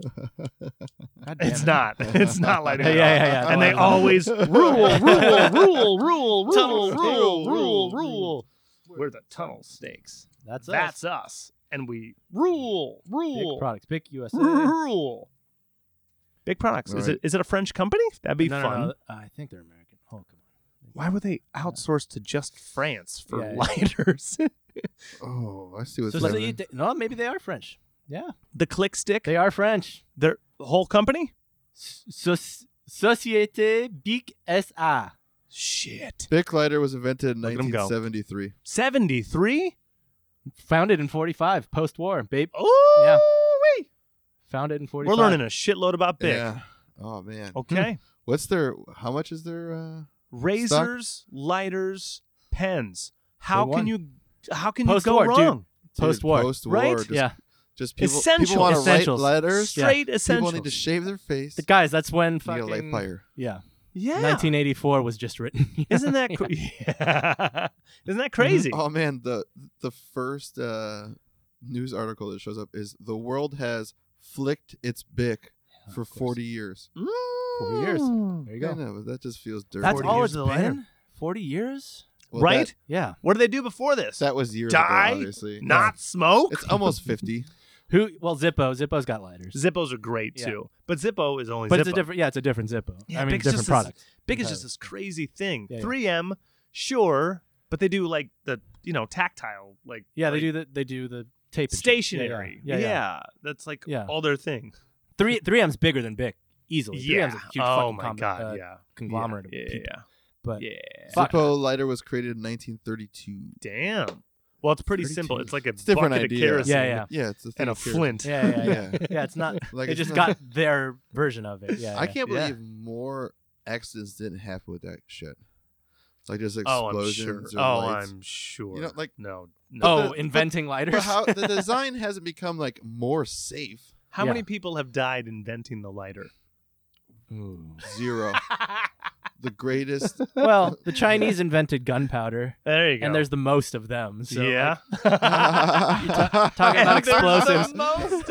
S1: damn
S2: It's
S1: it.
S2: not. <laughs> It's not lighting.
S1: Yeah,
S2: at all.
S1: yeah, yeah.
S2: And they
S1: No,
S2: <laughs> always rule, rule, rule, rule, rule,
S1: Tunnel
S2: rule,
S1: snakes.
S2: rule, rule. We're the tunnel snakes.
S1: That's us.
S2: That's us, and we rule,
S1: Bic
S2: rule,
S1: products. Bic USA.
S2: rule. Big products. Is
S3: Right.
S2: it is it a French company? That'd be
S1: no, no,
S2: fun.
S1: no, uh, I think they're American. Oh, come on.
S2: Why would they outsource to just France for
S1: Yeah, yeah.
S2: lighters? <laughs>
S3: Oh, I see what's
S1: So, so you,
S3: happening.
S1: d- no, maybe they are French. Yeah,
S2: the click stick?
S1: they are French.
S2: Their whole company?
S1: S- Soc- Société Bic SA.
S2: Shit.
S3: Bic lighter was invented in
S2: Look at 'em go.
S3: 1973.
S2: 73?
S1: Founded in 45, post-war, babe.
S2: Oh,
S1: Yeah.
S2: wee.
S1: Founded in 45.
S2: We're learning a shitload about Bic.
S3: Yeah. Oh man.
S2: Okay.
S3: What's their? How much is their? Uh,
S2: Razors, lighters, pens. How
S1: won.
S2: can you how can
S1: Post-war,
S2: you go
S1: dude.
S2: wrong?
S1: Post-war,
S3: Post war.
S2: right?
S3: Just,
S1: yeah,
S3: Just people.
S2: Essential.
S3: People want to write
S1: Essentials.
S3: letters.
S2: Straight essential.
S3: People need to shave their face.
S1: the guys. That's when
S3: You gotta light
S1: fucking
S3: fire.
S1: yeah,
S2: yeah.
S1: 1984 was just written. <laughs>
S2: Isn't that cra- <laughs> Isn't that crazy?
S1: Mm-hmm.
S3: Oh man, the the first uh, news article that shows up is the world has flicked its bick
S1: of
S3: for
S1: course.
S3: 40 years.
S1: Four years.
S2: Mm.
S1: There you
S3: I
S1: go.
S3: know, but that just feels dirty.
S1: That's
S2: 40
S1: all
S2: years
S1: it's
S2: of the letter.
S1: been. 40 years.
S3: Well,
S2: right?
S3: That,
S1: Yeah.
S2: what did they do before this?
S3: that was years
S2: Die?
S3: ago, obviously.
S2: Not smoke?
S3: It's almost 50.
S1: Who? Well, Zippo. Zippo's got lighters.
S2: Zippos are great
S1: Yeah.
S2: too, but Zippo is only
S1: But
S2: Zippo.
S1: it's a different. Yeah, it's a different Zippo.
S2: Yeah,
S1: I mean,
S2: Big's
S1: different
S2: just as-
S1: product.
S2: Big is
S1: entirely.
S2: just this crazy thing.
S1: Yeah, yeah.
S2: 3M, sure, but they do like the you know tactile like
S1: Yeah, they
S2: like
S1: do the they do the tape and shit.
S2: stationary.
S1: Yeah, yeah. yeah, yeah.
S2: that's like
S1: Yeah.
S2: all their thing.
S1: Three three M's bigger than Bic easily. Three
S2: yeah.
S1: M's a huge
S2: oh
S1: fucking
S2: my
S1: com-
S2: god.
S1: uh,
S2: yeah. Yeah,
S1: conglomerate.
S2: Yeah.
S1: of people.
S2: yeah.
S1: But
S2: yeah.
S1: <laughs> Fuck.
S3: Zippo lighter was created in 1932.
S2: Damn. Well, it's pretty
S3: 32.
S2: simple. It's like a
S3: It's a different
S2: bucket
S3: idea.
S2: of kerosene
S1: Yeah, yeah.
S3: Yeah, it's a thing
S2: and a
S3: of care.
S2: flint.
S1: yeah, yeah, yeah.
S3: <laughs> Yeah.
S1: yeah, it's not.
S3: Like,
S1: they
S3: it's
S1: just
S3: not-
S1: got their version of
S3: <laughs>
S1: it. Yeah,
S3: I
S1: yeah.
S3: can't
S2: Yeah.
S3: believe more accidents didn't happen with that shit. It's like just
S2: <laughs> Oh, I'm sure.
S3: explosions
S2: Oh,
S3: or lights.
S2: I'm sure.
S3: You know, like-
S2: no, no.
S1: Oh,
S3: the- but-
S1: inventing lighters.
S3: But how the design hasn't become like more safe.
S2: How
S1: Yeah.
S2: many people have died inventing the lighter?
S1: Ooh.
S3: Zero. the greatest.
S1: <laughs> well, the Chinese invented gunpowder,
S2: there you go.
S1: and there's the most of them. So
S2: yeah.
S1: like, <laughs> talking about
S3: <laughs>
S2: And <laughs> there's the
S1: explosives.
S2: most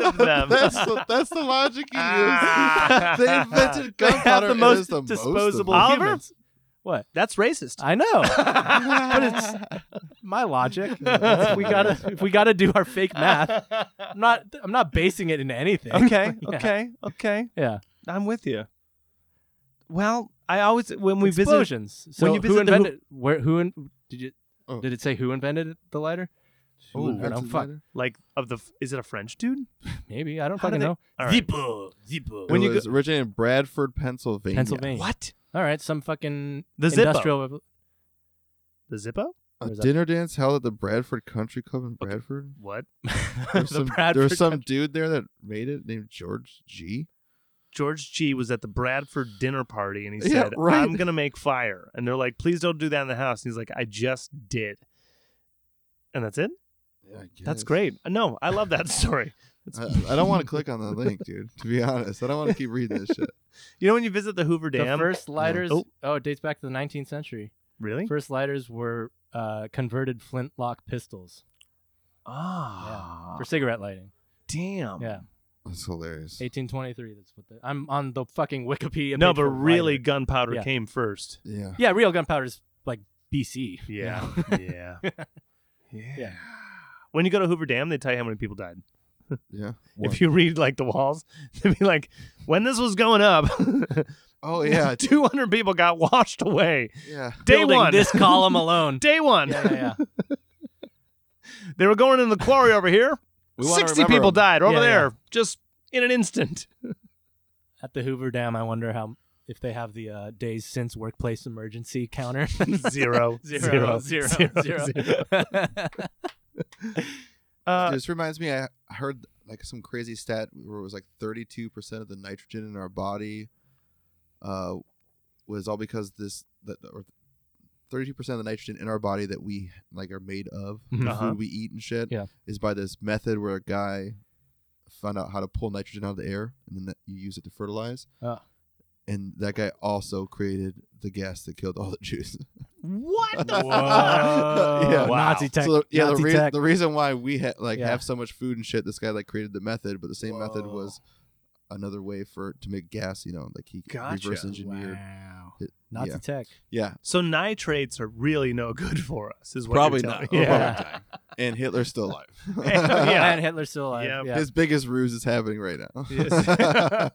S1: <laughs>
S2: of them. <laughs>
S3: that's the, that's the logic you
S2: Ah.
S3: use. they invented
S1: They have
S3: gunpowder.
S1: the
S3: and
S1: most
S3: it's the most of
S1: disposable
S3: them.
S2: Oliver?
S1: humans. What?
S2: That's racist.
S1: I
S2: <laughs>
S1: know.
S2: but
S1: My logic.
S2: <laughs> Yeah.
S1: If we gotta if we gotta do our fake math. I'm not I'm
S2: <laughs>
S1: not basing it into anything. <laughs>
S2: okay,
S1: Yeah.
S2: okay, okay.
S1: Yeah.
S2: I'm with you. Well, I always when we visit
S1: Explosions. So
S2: you
S1: who
S2: visit the
S1: invented where who in, did you
S3: Oh.
S1: did it say who invented the lighter?
S3: Who
S1: Ooh,
S3: invented
S1: I don't fuck-
S3: lighter?
S2: like of the is it a French dude?
S1: Maybe I don't
S2: How do
S1: fucking
S2: they-
S1: know.
S2: All right.
S1: Zippo, Zippo.
S3: It
S2: When you go-
S3: was originated in Bradford, Pennsylvania.
S1: Pennsylvania.
S2: What?
S1: All right, some fucking
S2: The Zippo.
S1: industrial. revo-
S2: The Zippo?
S3: A
S1: Where's that?
S3: dinner dance held at the Bradford Country Club in Bradford.
S2: <laughs> What?
S1: the
S3: There's some,
S1: Bradford
S3: there's some
S1: country-
S3: dude there that made it named George G.
S2: George G was at the Bradford dinner party and he
S3: Yeah,
S2: said,
S3: right.
S2: "I'm gonna make fire," and they're like, "Please don't do that in the house." And he's like, "I just did," and that's it. That's great. Uh, No, I love that <laughs> story. It's-
S3: I, I don't want to click on the link, dude. To be honest, I don't want to keep reading this shit.
S2: <laughs> you know when you visit the Hoover
S1: The
S2: Dam?
S1: first lighters.
S2: Oh.
S1: Oh. it dates back to the 19th century.
S2: really?
S1: First lighters were uh, converted flintlock pistols
S2: Ah,
S1: for cigarette lighting.
S2: damn.
S1: Yeah,
S3: That's hilarious.
S1: 1823. That's what the, I'm on the fucking Wikipedia.
S2: No,
S1: page
S2: but
S1: for
S2: really,
S1: lighter.
S2: gunpowder
S1: Yeah.
S2: came
S3: <laughs>
S2: first.
S3: Yeah.
S1: Yeah, real gunpowder's like BC. you
S2: Yeah.
S1: know? <laughs>
S2: yeah. Yeah. When you go to Hoover Dam, they tell you how many people died.
S3: Yeah.
S2: If you read like the walls, <laughs> they'd be like, when this was going up, <laughs>
S3: oh yeah,
S2: 200 people got washed away.
S3: yeah.
S2: <laughs> Day
S1: Building
S2: one.
S1: This column
S2: <laughs>
S1: alone.
S2: Day one.
S1: yeah, yeah, yeah.
S2: They were going in the quarry over here.
S3: <laughs> We wanna
S2: 60
S3: remember
S2: people
S3: 'em.
S2: died over
S1: Yeah,
S2: there just in an
S3: <laughs>
S2: instant. <laughs>
S1: At the Hoover Dam, I wonder how if they have the uh, days since workplace emergency counter. <laughs>
S2: Zero.
S1: Zero, zero,
S2: <laughs>
S1: zero.
S2: Uh,
S3: This reminds me. I heard like some crazy stat where it was like 32 percent of the nitrogen in our body, uh, was all because this that or 32 percent of the nitrogen in our body that we like are made of the
S2: Uh-huh.
S3: food we eat and shit
S1: Mm-hmm. Yeah.
S3: is by this method where a guy found out how to pull nitrogen out of the air and then that you use it to fertilize.
S1: Ah.
S3: And that guy also created the gas that killed all the Jews.
S2: what the
S1: Whoa.
S3: <laughs> Yeah.
S2: Wow.
S1: Nazi tech.
S3: so the- yeah,
S1: Oh,
S3: the,
S1: Nazi
S3: rea-
S1: tech.
S3: the reason why we ha- like
S1: Yeah.
S3: have so much food and shit, this guy like created the method, but the same method
S2: Whoa.
S3: was another way for to make gas. You know, like he
S2: Gotcha.
S3: reverse engineered. It-
S1: Nazi
S3: yeah.
S1: tech.
S3: Yeah,
S2: So nitrates are really no good for us, is what
S3: probably
S2: you're telling
S3: not.
S2: me.
S1: Yeah.
S3: Over time. and Hitler's still alive.
S1: <laughs>
S2: <laughs> Yeah.
S1: and Hitler's still alive.
S2: Yeah.
S1: Yeah.
S3: <laughs> His biggest ruse is happening right now. <laughs>
S2: Yes.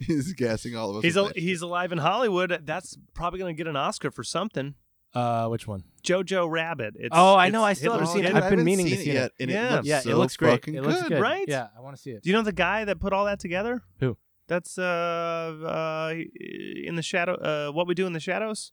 S3: he's gassing all of us.
S2: he's
S3: with
S2: al-
S3: that
S2: he's alive in Hollywood. That's probably going to get an Oscar for something.
S1: Uh, which one?
S2: Jojo Rabbit. It's,
S1: Oh, I
S2: it's
S1: know, I still
S2: Hitler's
S1: haven't seen it.
S3: shit.
S2: kid.
S1: I've been
S3: haven't
S1: meaning to see it.
S3: yet, and
S2: Yeah.
S3: it looks
S1: yeah, it
S3: so
S1: looks great.
S3: fucking
S1: It looks
S3: good.
S1: good,
S2: right?
S1: Yeah, I want to see it.
S2: Do you know the guy that put all that together?
S1: Who?
S2: That's uh, uh in the shadow. Uh, what we do in the shadows.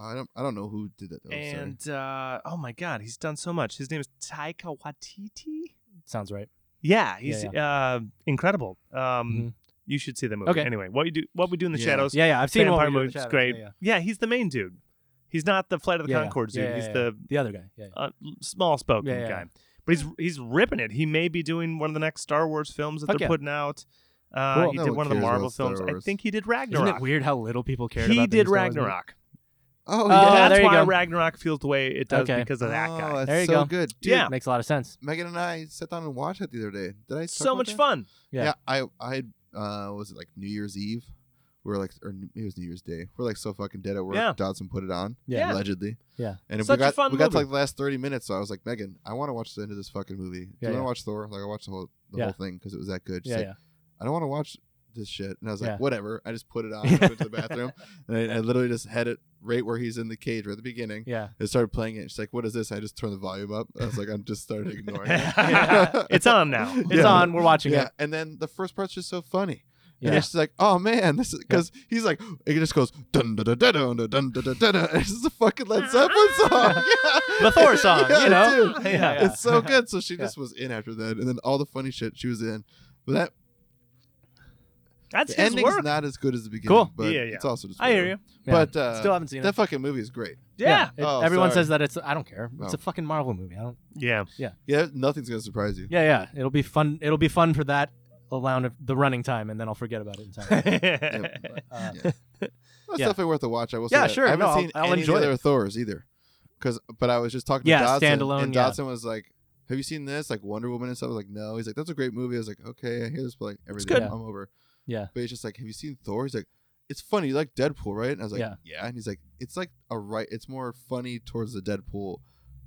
S3: I don't I don't know who did
S1: Oh,
S3: that. though, sorry.
S2: and uh, oh my God, he's done so much. His name is Taika Waititi.
S1: Sounds right.
S2: Yeah, he's
S1: Yeah,
S2: Uh, incredible. Um,
S1: Mhm.
S2: you should see the movie.
S1: Okay.
S2: Anyway, what you do, what we do in the
S3: Yeah.
S2: shadows.
S1: Yeah, yeah. I've seen
S2: vampire
S1: one
S2: movie. It's great.
S1: Yeah, yeah.
S2: he's the main dude. He's not the Flight of the
S1: Yeah, yeah.
S2: Concords dude.
S1: Yeah,
S2: he's
S1: yeah,
S2: the
S1: The other guy. Yeah, yeah.
S2: uh, l- small spoken
S1: Yeah, yeah.
S2: guy. But he's he's ripping it. He may be doing one of the next Star Wars films that
S1: Fuck
S2: they're
S1: yeah.
S2: putting out. Uh,
S1: Cool.
S2: He
S3: No
S2: did
S3: one
S2: one of the
S3: cares
S2: Marvel
S3: about Star
S2: films. I
S3: Wars.
S2: think he did
S1: Isn't it
S2: Ragnarok.
S1: weird how little people cared
S2: He
S1: about? the
S2: did
S1: new Star Wars movie?
S2: Ragnarok.
S3: Oh,
S1: Oh,
S3: yeah.
S2: That's
S1: there you
S2: why
S1: go.
S2: Ragnarok feels the way it does
S1: Okay.
S2: because of that guy.
S3: Oh, that's
S1: There you
S3: so
S1: go.
S3: good. Dude,
S2: Yeah.
S1: Makes a lot of sense.
S3: Megan and I sat down and watched that the other day. Did I? talk
S2: so
S3: about
S2: much
S3: that?
S2: fun.
S1: Yeah.
S3: Yeah. I I uh, was it like New Year's Eve? We were like, or n- it was New Year's Day. We're like so fucking dead at work.
S2: Yeah.
S3: Dodson put it on,
S1: Yeah.
S3: allegedly.
S1: Yeah.
S3: And if
S2: Such a
S3: we got
S2: fun
S3: we got
S2: movie.
S3: to like the last thirty minutes, so I was like, Megan, I want to watch the end of this fucking movie. Do
S1: Yeah,
S3: you want
S1: yeah.
S3: to watch Thor? Like I watched the whole the
S1: Yeah.
S3: whole thing because it was that good. She's
S1: Yeah,
S3: like,
S1: yeah.
S3: I don't want to watch this shit. And I was like,
S1: Yeah.
S3: whatever. I just put
S1: <laughs>
S3: it on. I went to the bathroom, and I, I literally just had it right where he's in the cage, right at the beginning.
S1: Yeah.
S3: It started playing it. She's like, "What is this?" I just turned the volume up. I was like, "I'm just started
S1: <laughs>
S3: ignoring it." <laughs>
S2: it's on now. It's
S1: It's
S3: Yeah.
S1: on. We're watching
S3: Yeah,
S1: it.
S3: and then the first part's just so funny.
S1: Yeah.
S3: And it's just like, oh man, this is because he's like, it just goes dun dun dun dun dun dun dun dun dun. dun, dun. This is a fucking Led Zeppelin
S1: <laughs>
S3: song, <laughs> yeah.
S1: The Thor song,
S3: <laughs> Yeah,
S1: you know. <laughs>
S3: dude.
S1: Yeah, <laughs> yeah.
S3: It's so good. So she just was in after that, and then all the funny shit she was in. But that
S2: That's
S3: the
S2: his
S3: ending's
S2: work.
S3: not as good as the beginning.
S1: Cool.
S3: but
S2: Yeah, yeah.
S3: it's also just.
S2: I hear
S3: whatever.
S2: you.
S1: Yeah.
S3: But uh,
S1: Still haven't seen
S3: that
S1: it.
S3: fucking movie is great.
S2: Yeah.
S1: It-
S3: Oh,
S1: everyone
S3: sorry.
S1: says that it's. I don't care. It's
S3: Oh.
S1: a fucking Marvel movie. I don't.
S3: <laughs>
S2: Yeah.
S3: Yeah, nothing's gonna surprise you.
S1: Yeah, yeah. It'll be fun. It'll be fun for that amount of the running time, and then I'll forget about it entirely.
S2: <laughs>
S1: Uh,
S3: Yeah. <laughs> That's
S1: Yeah.
S3: definitely worth a watch. I will.
S1: Yeah,
S3: say that.
S1: sure.
S3: I haven't
S1: No, I'll-
S3: seen
S1: I'll
S3: any
S1: enjoy
S3: of the
S1: it.
S3: other Thors either, because but I was just talking
S1: Yeah,
S3: to Dodson,
S1: standalone,
S3: and
S1: yeah.
S3: Dodson was like, "Have you seen this? Like Wonder Woman and stuff." I was like, "No." He's like, "That's a great movie." I was like, "Okay, I hear this, but like everything,
S1: good.
S3: I'm over."
S1: Yeah.
S3: But he's just like, "Have you seen Thor?" He's like, "It's funny. You like Deadpool, right?" And I was like,
S1: Yeah.
S3: "Yeah." And he's like, "It's like a right. It's more funny towards the Deadpool.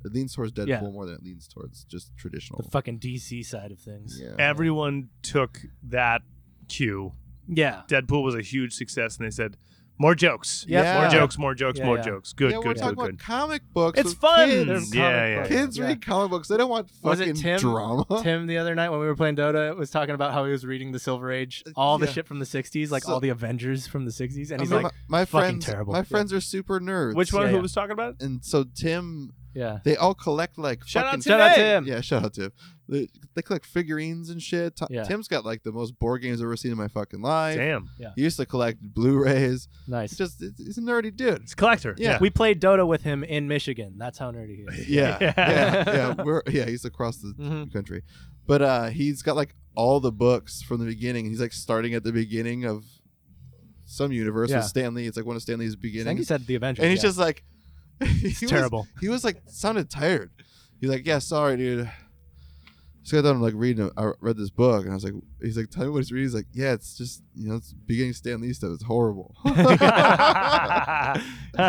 S3: It leans towards Deadpool
S1: Yeah.
S3: more than it leans towards just traditional."
S1: the fucking DC side of things.
S3: yeah.
S2: Everyone took that cue.
S1: Yeah.
S2: Deadpool was a huge success, and they said, "More jokes,
S1: Yeah.
S2: more
S3: Yeah.
S2: jokes, more jokes,
S1: Yeah,
S2: more
S1: yeah.
S2: jokes." Good,
S3: yeah, we're
S2: good,
S3: talking
S2: good,
S3: about
S2: good.
S3: comic books.
S2: It's
S3: with
S2: fun.
S3: Kids,
S2: Yeah, yeah, yeah.
S3: Kids
S1: yeah.
S3: read comic books. They don't want
S1: Was it
S3: fucking
S1: Tim?
S3: drama.
S1: Tim the other night when we were playing Dota was talking about how he was reading the Silver Age,
S3: Uh,
S1: all the
S3: yeah.
S1: shit from the '60s, like
S3: So-
S1: all the Avengers from the '60s, and
S3: <laughs> I
S1: he's
S3: mean,
S1: like,
S3: my, my
S1: "Fucking
S3: friends,
S1: terrible."
S3: My
S1: Yeah.
S3: friends are super nerds.
S2: Which one?
S1: Yeah,
S2: who
S1: yeah.
S2: was talking about? it?
S3: And so Tim,
S1: "Yeah,
S3: they all collect like
S2: Shout out
S3: fucking.
S1: shout out
S2: Hey!
S1: to him."
S3: Yeah, shout out Tim. They, they collect figurines and shit. Ti-
S1: Yeah.
S3: Tim's got like the most board games I've ever seen in my fucking life.
S2: Damn,
S3: He used to collect Blu-rays. It's
S1: Nice.
S3: just it's, it's a nerdy dude.
S1: <laughs>
S2: it's a collector.
S3: Yeah.
S1: We played Dota with him in Michigan. That's how nerdy he is.
S3: Yeah,
S2: <laughs> Yeah.
S3: yeah,
S1: <laughs>
S3: yeah. We're yeah. He's across the
S2: Mm-hmm.
S1: Mhm.
S3: country, but uh, he's got like all the books from the beginning. He's like starting at the beginning of some universe
S1: Yeah.
S3: with Stanley. It's like one of Stanley's
S1: I think he
S3: beginnings,
S1: said the Avengers.
S3: and he's
S1: yeah.
S3: just like. <laughs> He's <laughs>
S1: terrible.
S3: he was like sounded tired. He's like, yeah, sorry, dude. So I thought I'm like reading. A, I read this book, and I was like, he's like, tell me what he's reading. He's like, yeah, it's just you know, it's beginning Stan Lee stuff.
S1: <laughs>
S3: It's horrible. <laughs> yeah,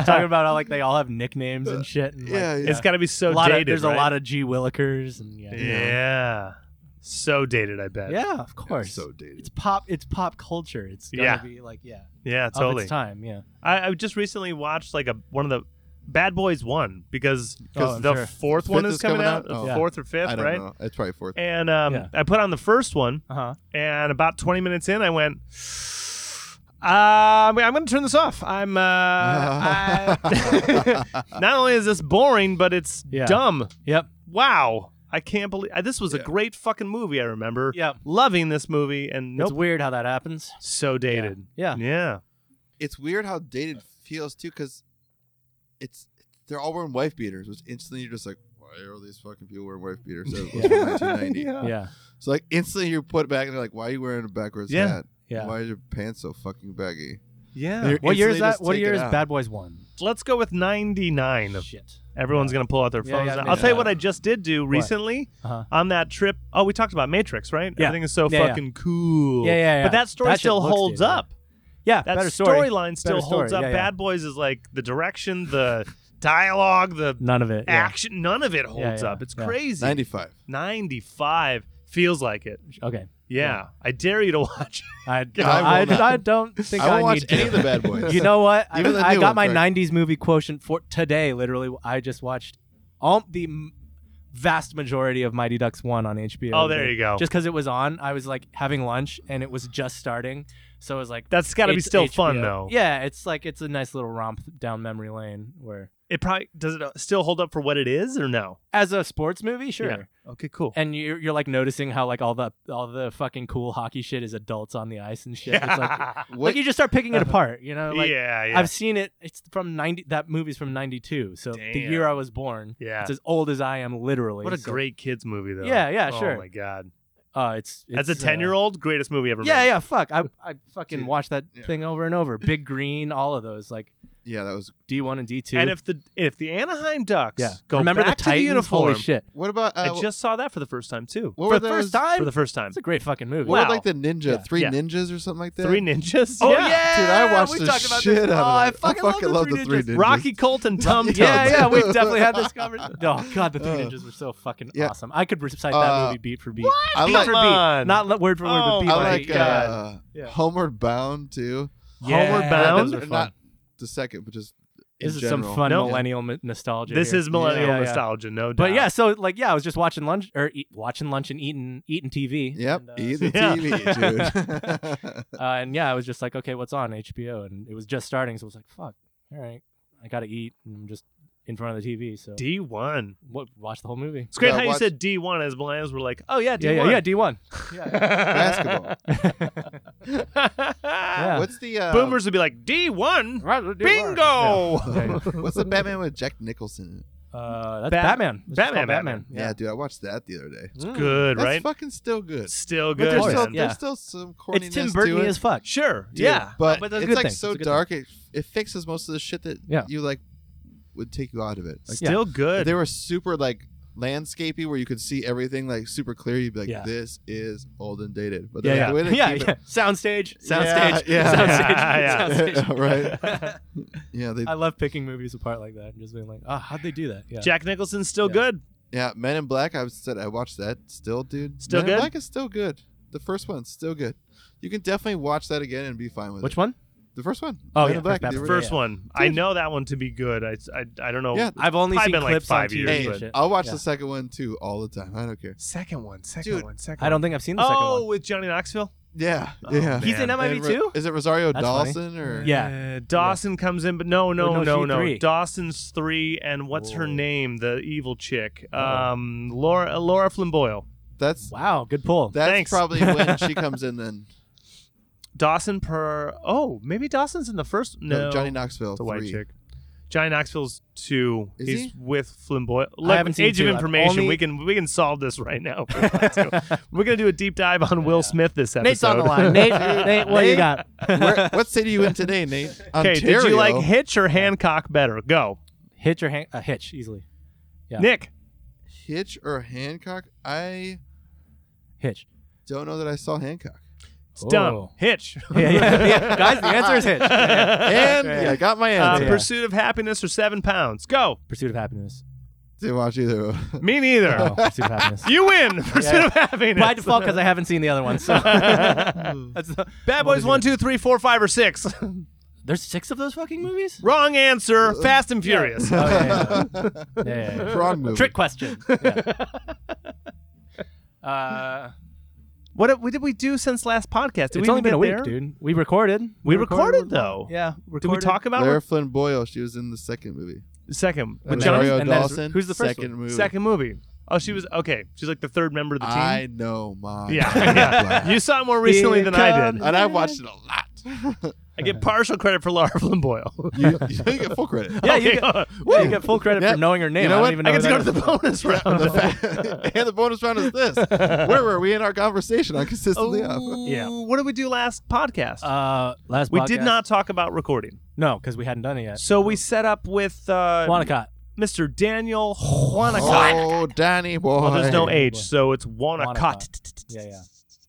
S1: talking about how like they all have nicknames and shit. And, like,
S3: yeah.
S2: It's got to be so
S1: a lot of,
S2: dated.
S1: there's
S2: right?
S1: a lot of G Willikers and yeah,
S2: Yeah. so dated. I bet.
S1: yeah, of course.
S3: so dated.
S1: it's pop. It's pop culture. It's gotta
S2: Yeah.
S1: be like yeah,
S2: yeah,
S1: of
S2: totally.
S1: its time. Yeah,
S2: I, I just recently watched like a one of the Bad Boys one because
S1: Oh,
S2: because
S1: I'm
S2: the
S1: sure.
S2: fourth one
S3: Fifth
S2: is
S3: is
S2: coming,
S3: coming
S2: out,
S3: out? Oh.
S2: the
S1: Yeah.
S2: fourth or fifth,
S3: I don't
S2: right?
S3: know. It's probably fourth.
S2: And um,
S1: Yeah.
S2: I put on the first one,
S1: uh huh.
S2: and about 20 minutes in, I went. Uh, I'm going to turn this off.
S3: <laughs>
S2: I'm. Uh, I- <laughs> not only is this boring, but it's
S1: Yeah.
S2: dumb.
S1: Yep.
S2: Wow, I can't believe I, this was a
S3: Yeah.
S2: great fucking movie. I remember
S1: Yep.
S2: loving this movie, and
S1: It's
S2: nope,
S1: weird how that happens.
S2: so dated.
S1: Yeah.
S2: yeah,
S3: It's weird how dated feels too, because it's they're all wearing wife beaters, which instantly you're just like, why are all these fucking people wearing wife beaters? That
S1: <laughs>
S3: was
S1: Yeah.
S3: 1990.
S1: Yeah. Yeah.
S3: So like instantly you're put back and they're like, why are you wearing a backwards
S2: Yeah.
S3: hat?
S1: yeah.
S3: Why is your pants so fucking baggy?
S2: yeah.
S3: They're-
S1: What year is that?
S3: instantly just
S1: What
S3: take
S1: year
S3: it
S1: is
S3: out.
S1: Bad Boys One?
S2: Let's go with 99.
S1: Shit.
S2: Everyone's
S1: Yeah.
S2: gonna pull out their
S1: Yeah,
S2: phones.
S1: yeah,
S2: now.
S1: maybe.
S2: I'll tell you
S3: Yeah.
S2: what I just did do recently
S1: Uh-huh.
S2: on that trip. Oh, we talked about Matrix, right?
S1: Yeah.
S2: Everything is so
S1: Yeah, yeah.
S2: fucking cool.
S1: Yeah, yeah, yeah.
S2: But that story
S1: That shit
S2: still
S1: looks
S2: holds
S1: dated, yeah.
S2: up.
S1: Yeah.
S2: That
S1: better story.
S2: storyline still
S1: Better story,
S2: holds up.
S1: yeah, yeah.
S2: Bad Boys is like the direction, the dialogue, the
S1: None of it. Yeah.
S2: action, none of it holds
S1: yeah,
S2: up. It's
S1: yeah.
S2: crazy.
S3: 95.
S2: 95 feels like it.
S1: Okay.
S2: Yeah.
S1: Yeah.
S2: I dare you to <laughs> watch.
S1: I
S3: I
S1: I,
S3: will not.
S1: I don't think
S3: I
S1: I,
S3: won't watch
S1: need
S3: any
S1: to.
S3: of the Bad
S1: <laughs>
S3: Boys.
S1: You know what? I,
S3: Even the
S1: I
S3: new
S1: got
S3: ones
S1: my
S3: are-
S1: '90s movie quotient for today. Literally, I just watched all the m- vast majority of Mighty Ducks one on HBO.
S2: Oh, there you go.
S1: Just because it was on, I was like having lunch and it was just starting, so it was like
S2: That's got to be
S1: it's
S2: still
S1: HBO.
S2: fun though.
S1: Yeah, it's like it's a nice little romp down memory lane. Where
S2: It probably does it uh, still hold up for what it is or no?
S1: as a sports movie, sure.
S2: Yeah. Okay, <laughs> cool.
S1: And you're, you're like noticing how like all the all the fucking cool hockey shit is adults on the ice and shit. It's like,
S3: <laughs>
S1: <laughs>
S3: What,
S1: like you just start picking it apart, you know? Like
S2: Uh-huh. yeah, yeah.
S1: I've seen it. It's from ninety. That movie's from ninety two. So the
S2: Damn.
S1: year I was born.
S2: yeah.
S1: It's as old as I am, literally.
S2: what a
S1: so-
S2: great kids movie though.
S1: Yeah, yeah, sure.
S2: Oh my god.
S1: Uh, it's,
S2: As a
S1: it's, uh,
S2: 10-year-old, greatest movie ever
S1: yeah,
S2: made.
S1: yeah. Fuck, I
S2: <laughs>
S1: I fucking
S3: Dude,
S1: watched that
S3: yeah.
S1: thing over and over. Big Green, all of those, like
S3: yeah, that was.
S1: D one and D two.
S2: And if the if the Anaheim Ducks
S1: yeah,
S2: go
S1: remember
S2: back
S1: the
S2: to the
S1: Titans?
S2: uniform.
S1: Holy shit!
S3: What about. Uh,
S2: I just saw that for the first time too.
S3: what
S1: For
S3: were
S1: the
S3: those,
S1: first time,
S2: For the first time.
S1: it's a great fucking movie.
S3: What
S2: Wow.
S3: about like the ninja?
S1: Yeah.
S3: Three
S2: Yeah.
S3: ninjas or something like that?
S2: Three ninjas?
S1: Oh yeah,
S2: yeah.
S3: Dude, I watched
S1: we
S3: the
S1: talked about
S3: shit
S1: this.
S3: out of
S1: oh, I
S3: that. I
S1: fucking,
S3: fucking
S1: love
S3: love
S1: the
S3: the Three Ninjas.
S2: Rocky Colt
S3: <laughs>
S2: and Tum Tum.
S1: Yeah,
S3: Tums.
S1: yeah, we've definitely had this conversation. Oh god, the Three
S3: Uh,
S1: Ninjas were so fucking
S3: yeah.
S1: awesome. I could recite that
S3: Uh,
S1: movie beat for beat.
S3: I
S1: Beat
S3: like,
S1: for beat,
S2: Come on.
S1: not le- word for word, but
S2: Oh
S1: beat
S3: I
S2: my
S1: by
S3: like
S1: beat.
S2: God.
S3: uh,
S2: Yeah.
S3: Homeward Bound too.
S1: Yeah.
S2: Homeward
S1: Those
S2: Bound?
S1: are fun.
S3: Not the second, but just. in
S1: This is some
S3: general.
S1: fun
S2: Nope.
S1: millennial mi- nostalgia.
S2: This
S1: here.
S2: is millennial
S1: Yeah, yeah.
S2: nostalgia, no doubt.
S1: But yeah, so like yeah, I was just watching lunch or eat, watching lunch and eating eating TV.
S3: Yep.
S1: And, uh,
S3: Eat the
S2: yeah.
S3: TV, dude.
S1: <laughs> uh, and yeah, I was just like, okay, what's on HBO? And it was just starting, so I was like, fuck, all right, I gotta eat, and I'm just in front of the TV, so
S2: D one.
S1: what, watch the whole movie.
S2: It's great
S3: Yeah,
S2: how you
S3: watch-
S2: said D one as millennials were like, oh yeah, D
S1: Yeah,
S2: one,
S1: yeah, yeah, D one.
S3: Basketball.
S1: <laughs>
S2: <laughs>
S1: Yeah.
S3: <laughs> What's the uh,
S2: Boomers would be like D one, bingo.
S1: Yeah.
S3: What's the Batman with Jack Nicholson? in it?
S1: Uh, that's
S2: Bat-
S1: Batman. It's just
S2: Batman,
S1: called Batman.
S3: Yeah. dude, I watched that the other day.
S1: Yeah. Mm.
S2: Good,
S3: That's
S2: right?
S3: fucking still good.
S2: Still
S3: But
S2: good.
S3: there's
S1: course.
S3: still,
S2: man.
S1: Yeah.
S3: there's still some corniness
S1: It's Tim
S3: to
S1: Burton
S3: it.
S1: as fuck.
S2: Sure.
S3: dude,
S2: yeah.
S3: But,
S1: but that's a
S3: it's
S1: good
S3: like
S1: thing.
S3: so
S1: It's a good
S3: dark. It, it fixes most of the shit that
S1: Yeah.
S3: you like would take you out of it. Like,
S2: Still
S3: if
S2: good.
S3: they were super like landscapey where you could see everything like super clear. You'd be like,
S1: Yeah.
S3: this is old and dated. But
S1: Yeah,
S3: then
S1: yeah,
S3: the way
S1: <laughs>
S3: they
S1: yeah,
S3: keep
S1: yeah. Soundstage,
S3: Yeah,
S1: soundstage,
S3: yeah.
S2: Yeah,
S1: soundstage,
S3: <laughs> yeah.
S1: soundstage. <laughs>
S3: Right. it, yeah, they,
S1: I love picking movies apart like that and just being like, oh, how'd they do that? Yeah.
S2: Jack Nicholson's still
S1: Yeah.
S2: good.
S3: yeah. Men in Black. I said I watched that. Still, dude.
S2: Still
S3: Men
S2: good?
S3: in Black is still good. The first one's still good. You can definitely watch that again and be fine with
S1: Which
S3: it.
S1: one?
S3: The first one.
S1: Oh,
S3: Men
S1: yeah,
S3: in Black.
S1: first
S3: the
S1: Batman.
S2: First
S1: Yeah.
S2: one. I know that one to be good. I I, I don't know.
S3: Yeah.
S1: I've only
S2: Probably
S1: seen
S2: been like
S1: clips
S2: five
S1: on TV.
S2: years,
S1: and
S2: but-
S1: shit.
S3: I'll watch
S1: Yeah.
S3: the second one too all the time. I don't care.
S2: Second one, second
S3: Dude,
S2: one, second
S1: I don't think I've seen the second
S2: Oh,
S1: one.
S2: with Johnny Knoxville?
S3: Yeah,
S2: Oh,
S3: yeah.
S2: man.
S1: He's in
S3: And
S1: MIB
S3: Ro-
S1: too.
S3: Is it Rosario
S1: That's funny.
S3: Dawson or
S1: Yeah.
S2: Uh, Dawson comes in, but no, no,
S1: no,
S2: no,
S1: she
S2: no.
S1: three.
S2: Dawson's three, and what's her
S1: Whoa.
S2: name? The evil chick,
S1: Oh.
S2: um, Laura uh, Laura Flynn Boyle.
S3: that's
S1: Wow, good pull.
S3: that's
S2: Thanks.
S3: probably
S2: <laughs>
S3: when she comes in. Then
S2: Dawson per. Oh, maybe Dawson's in the first. No,
S3: no, Johnny Knoxville
S2: It's a white
S3: three.
S2: chick. Johnny Knoxville's two.
S3: Is
S2: He's
S3: he?
S2: with Flynn Boyle.
S1: I haven't seen
S2: Age
S1: two.
S2: of
S1: I've
S2: information.
S1: only-
S2: We can we can solve this right now. We're gonna do a deep dive on Will Smith this episode.
S1: Nate's on the line. Nate, Nate, what do you got? <laughs>
S3: Where, what city you in today, Nate?
S2: <laughs> <laughs> Okay,
S3: Ontario.
S2: did you like Hitch or Hancock better? Go,
S1: Hitch or hang- uh, hitch easily. Yeah.
S2: Nick.
S3: Hitch or Hancock? I
S1: Hitch.
S3: don't know that I
S2: <laughs>
S3: saw Hancock.
S2: It's dumb.
S1: Oh. <laughs>
S2: Hitch.
S1: <laughs>
S2: Uh,
S1: Yeah, yeah, yeah. Guys, the answer <laughs> is hitch. Yeah.
S3: And
S1: Yeah.
S3: yeah, I got my
S2: Uh,
S3: answer.
S1: Yeah.
S2: Pursuit of Happiness or Seven Pounds? Go.
S1: Pursuit of happiness.
S3: Didn't watch either. of them.
S2: Me neither.
S1: Oh, <laughs> Pursuit of happiness.
S2: <laughs> You win. Pursuit
S1: Yeah.
S2: of Happiness.
S1: By default,
S2: <laughs>
S1: because I haven't seen the other one. So <laughs> that's the-
S2: Bad Boys one, two, three, four, five, or six.
S1: <laughs> There's six of those fucking movies.
S2: Wrong answer.
S1: Uh,
S2: Fast
S1: <laughs>
S2: and Furious.
S1: Oh, yeah, yeah, yeah. Yeah, yeah, yeah.
S3: <laughs>
S2: <laughs>
S3: Wrong movie.
S1: Trick question. <laughs> Yeah. Uh,
S2: What, what did we do since last podcast?
S1: it's
S2: Did we
S1: only
S2: even
S1: been a
S2: get
S1: week,
S2: there?
S1: dude. We recorded.
S2: We recorded though.
S1: Yeah.
S2: Did we
S1: recorded.
S2: talk about
S3: Lara Flynn Boyle. She was in the second movie.
S2: second? With
S1: And then-
S2: Johnny,
S3: Rosario
S1: and then-
S3: Dawson.
S1: who's the first
S3: second movie?
S2: second movie. Oh, she was okay. She's like the third member of the team.
S3: I know
S1: <laughs>
S3: my.
S2: yeah, <laughs>
S3: <laughs>
S2: yeah. you saw it more recently than I did.
S3: and I watched it a lot.
S2: I get partial credit for Laura <laughs> Flynn Boyle.
S3: you, you get full credit.
S1: <laughs> Yeah, you
S2: Okay. <laughs>
S1: get- Yeah, you get full credit
S3: Yeah.
S1: for knowing her name.
S3: You know
S1: I don't
S3: what?
S1: even know
S2: I get to
S1: who
S2: go
S1: that
S2: to the
S1: is.
S2: bonus round.
S1: <laughs>
S3: The fact- <laughs> and the bonus round is this. Where were we in our conversation on consistently up?
S2: Oh,
S1: Yeah.
S2: What did we do last podcast?
S1: Uh, last
S2: we
S1: podcast-
S2: did not talk about recording.
S1: No, because we hadn't done it yet.
S2: So we set up with uh,
S1: Wanacott.
S2: Mr.
S1: <sighs>
S2: Daniel Wanacott.
S3: Oh, Danny boy.
S2: Well, there's no H,
S1: boy.
S2: so it's Wanacott.
S1: Wanacott. Yeah, yeah.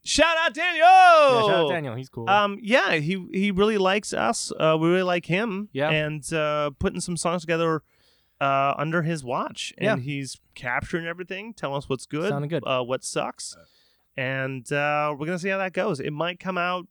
S2: Shout out Daniel.
S1: Yeah, shout out Daniel. He's cool.
S2: Um, yeah, he he really likes us. Uh, we really like him.
S1: Yeah.
S2: and uh, putting some songs together uh, under his watch, and he's capturing everything, telling us what's good,
S1: Sounding good.
S2: Uh, what sucks, and uh, we're gonna see how that goes. It might come out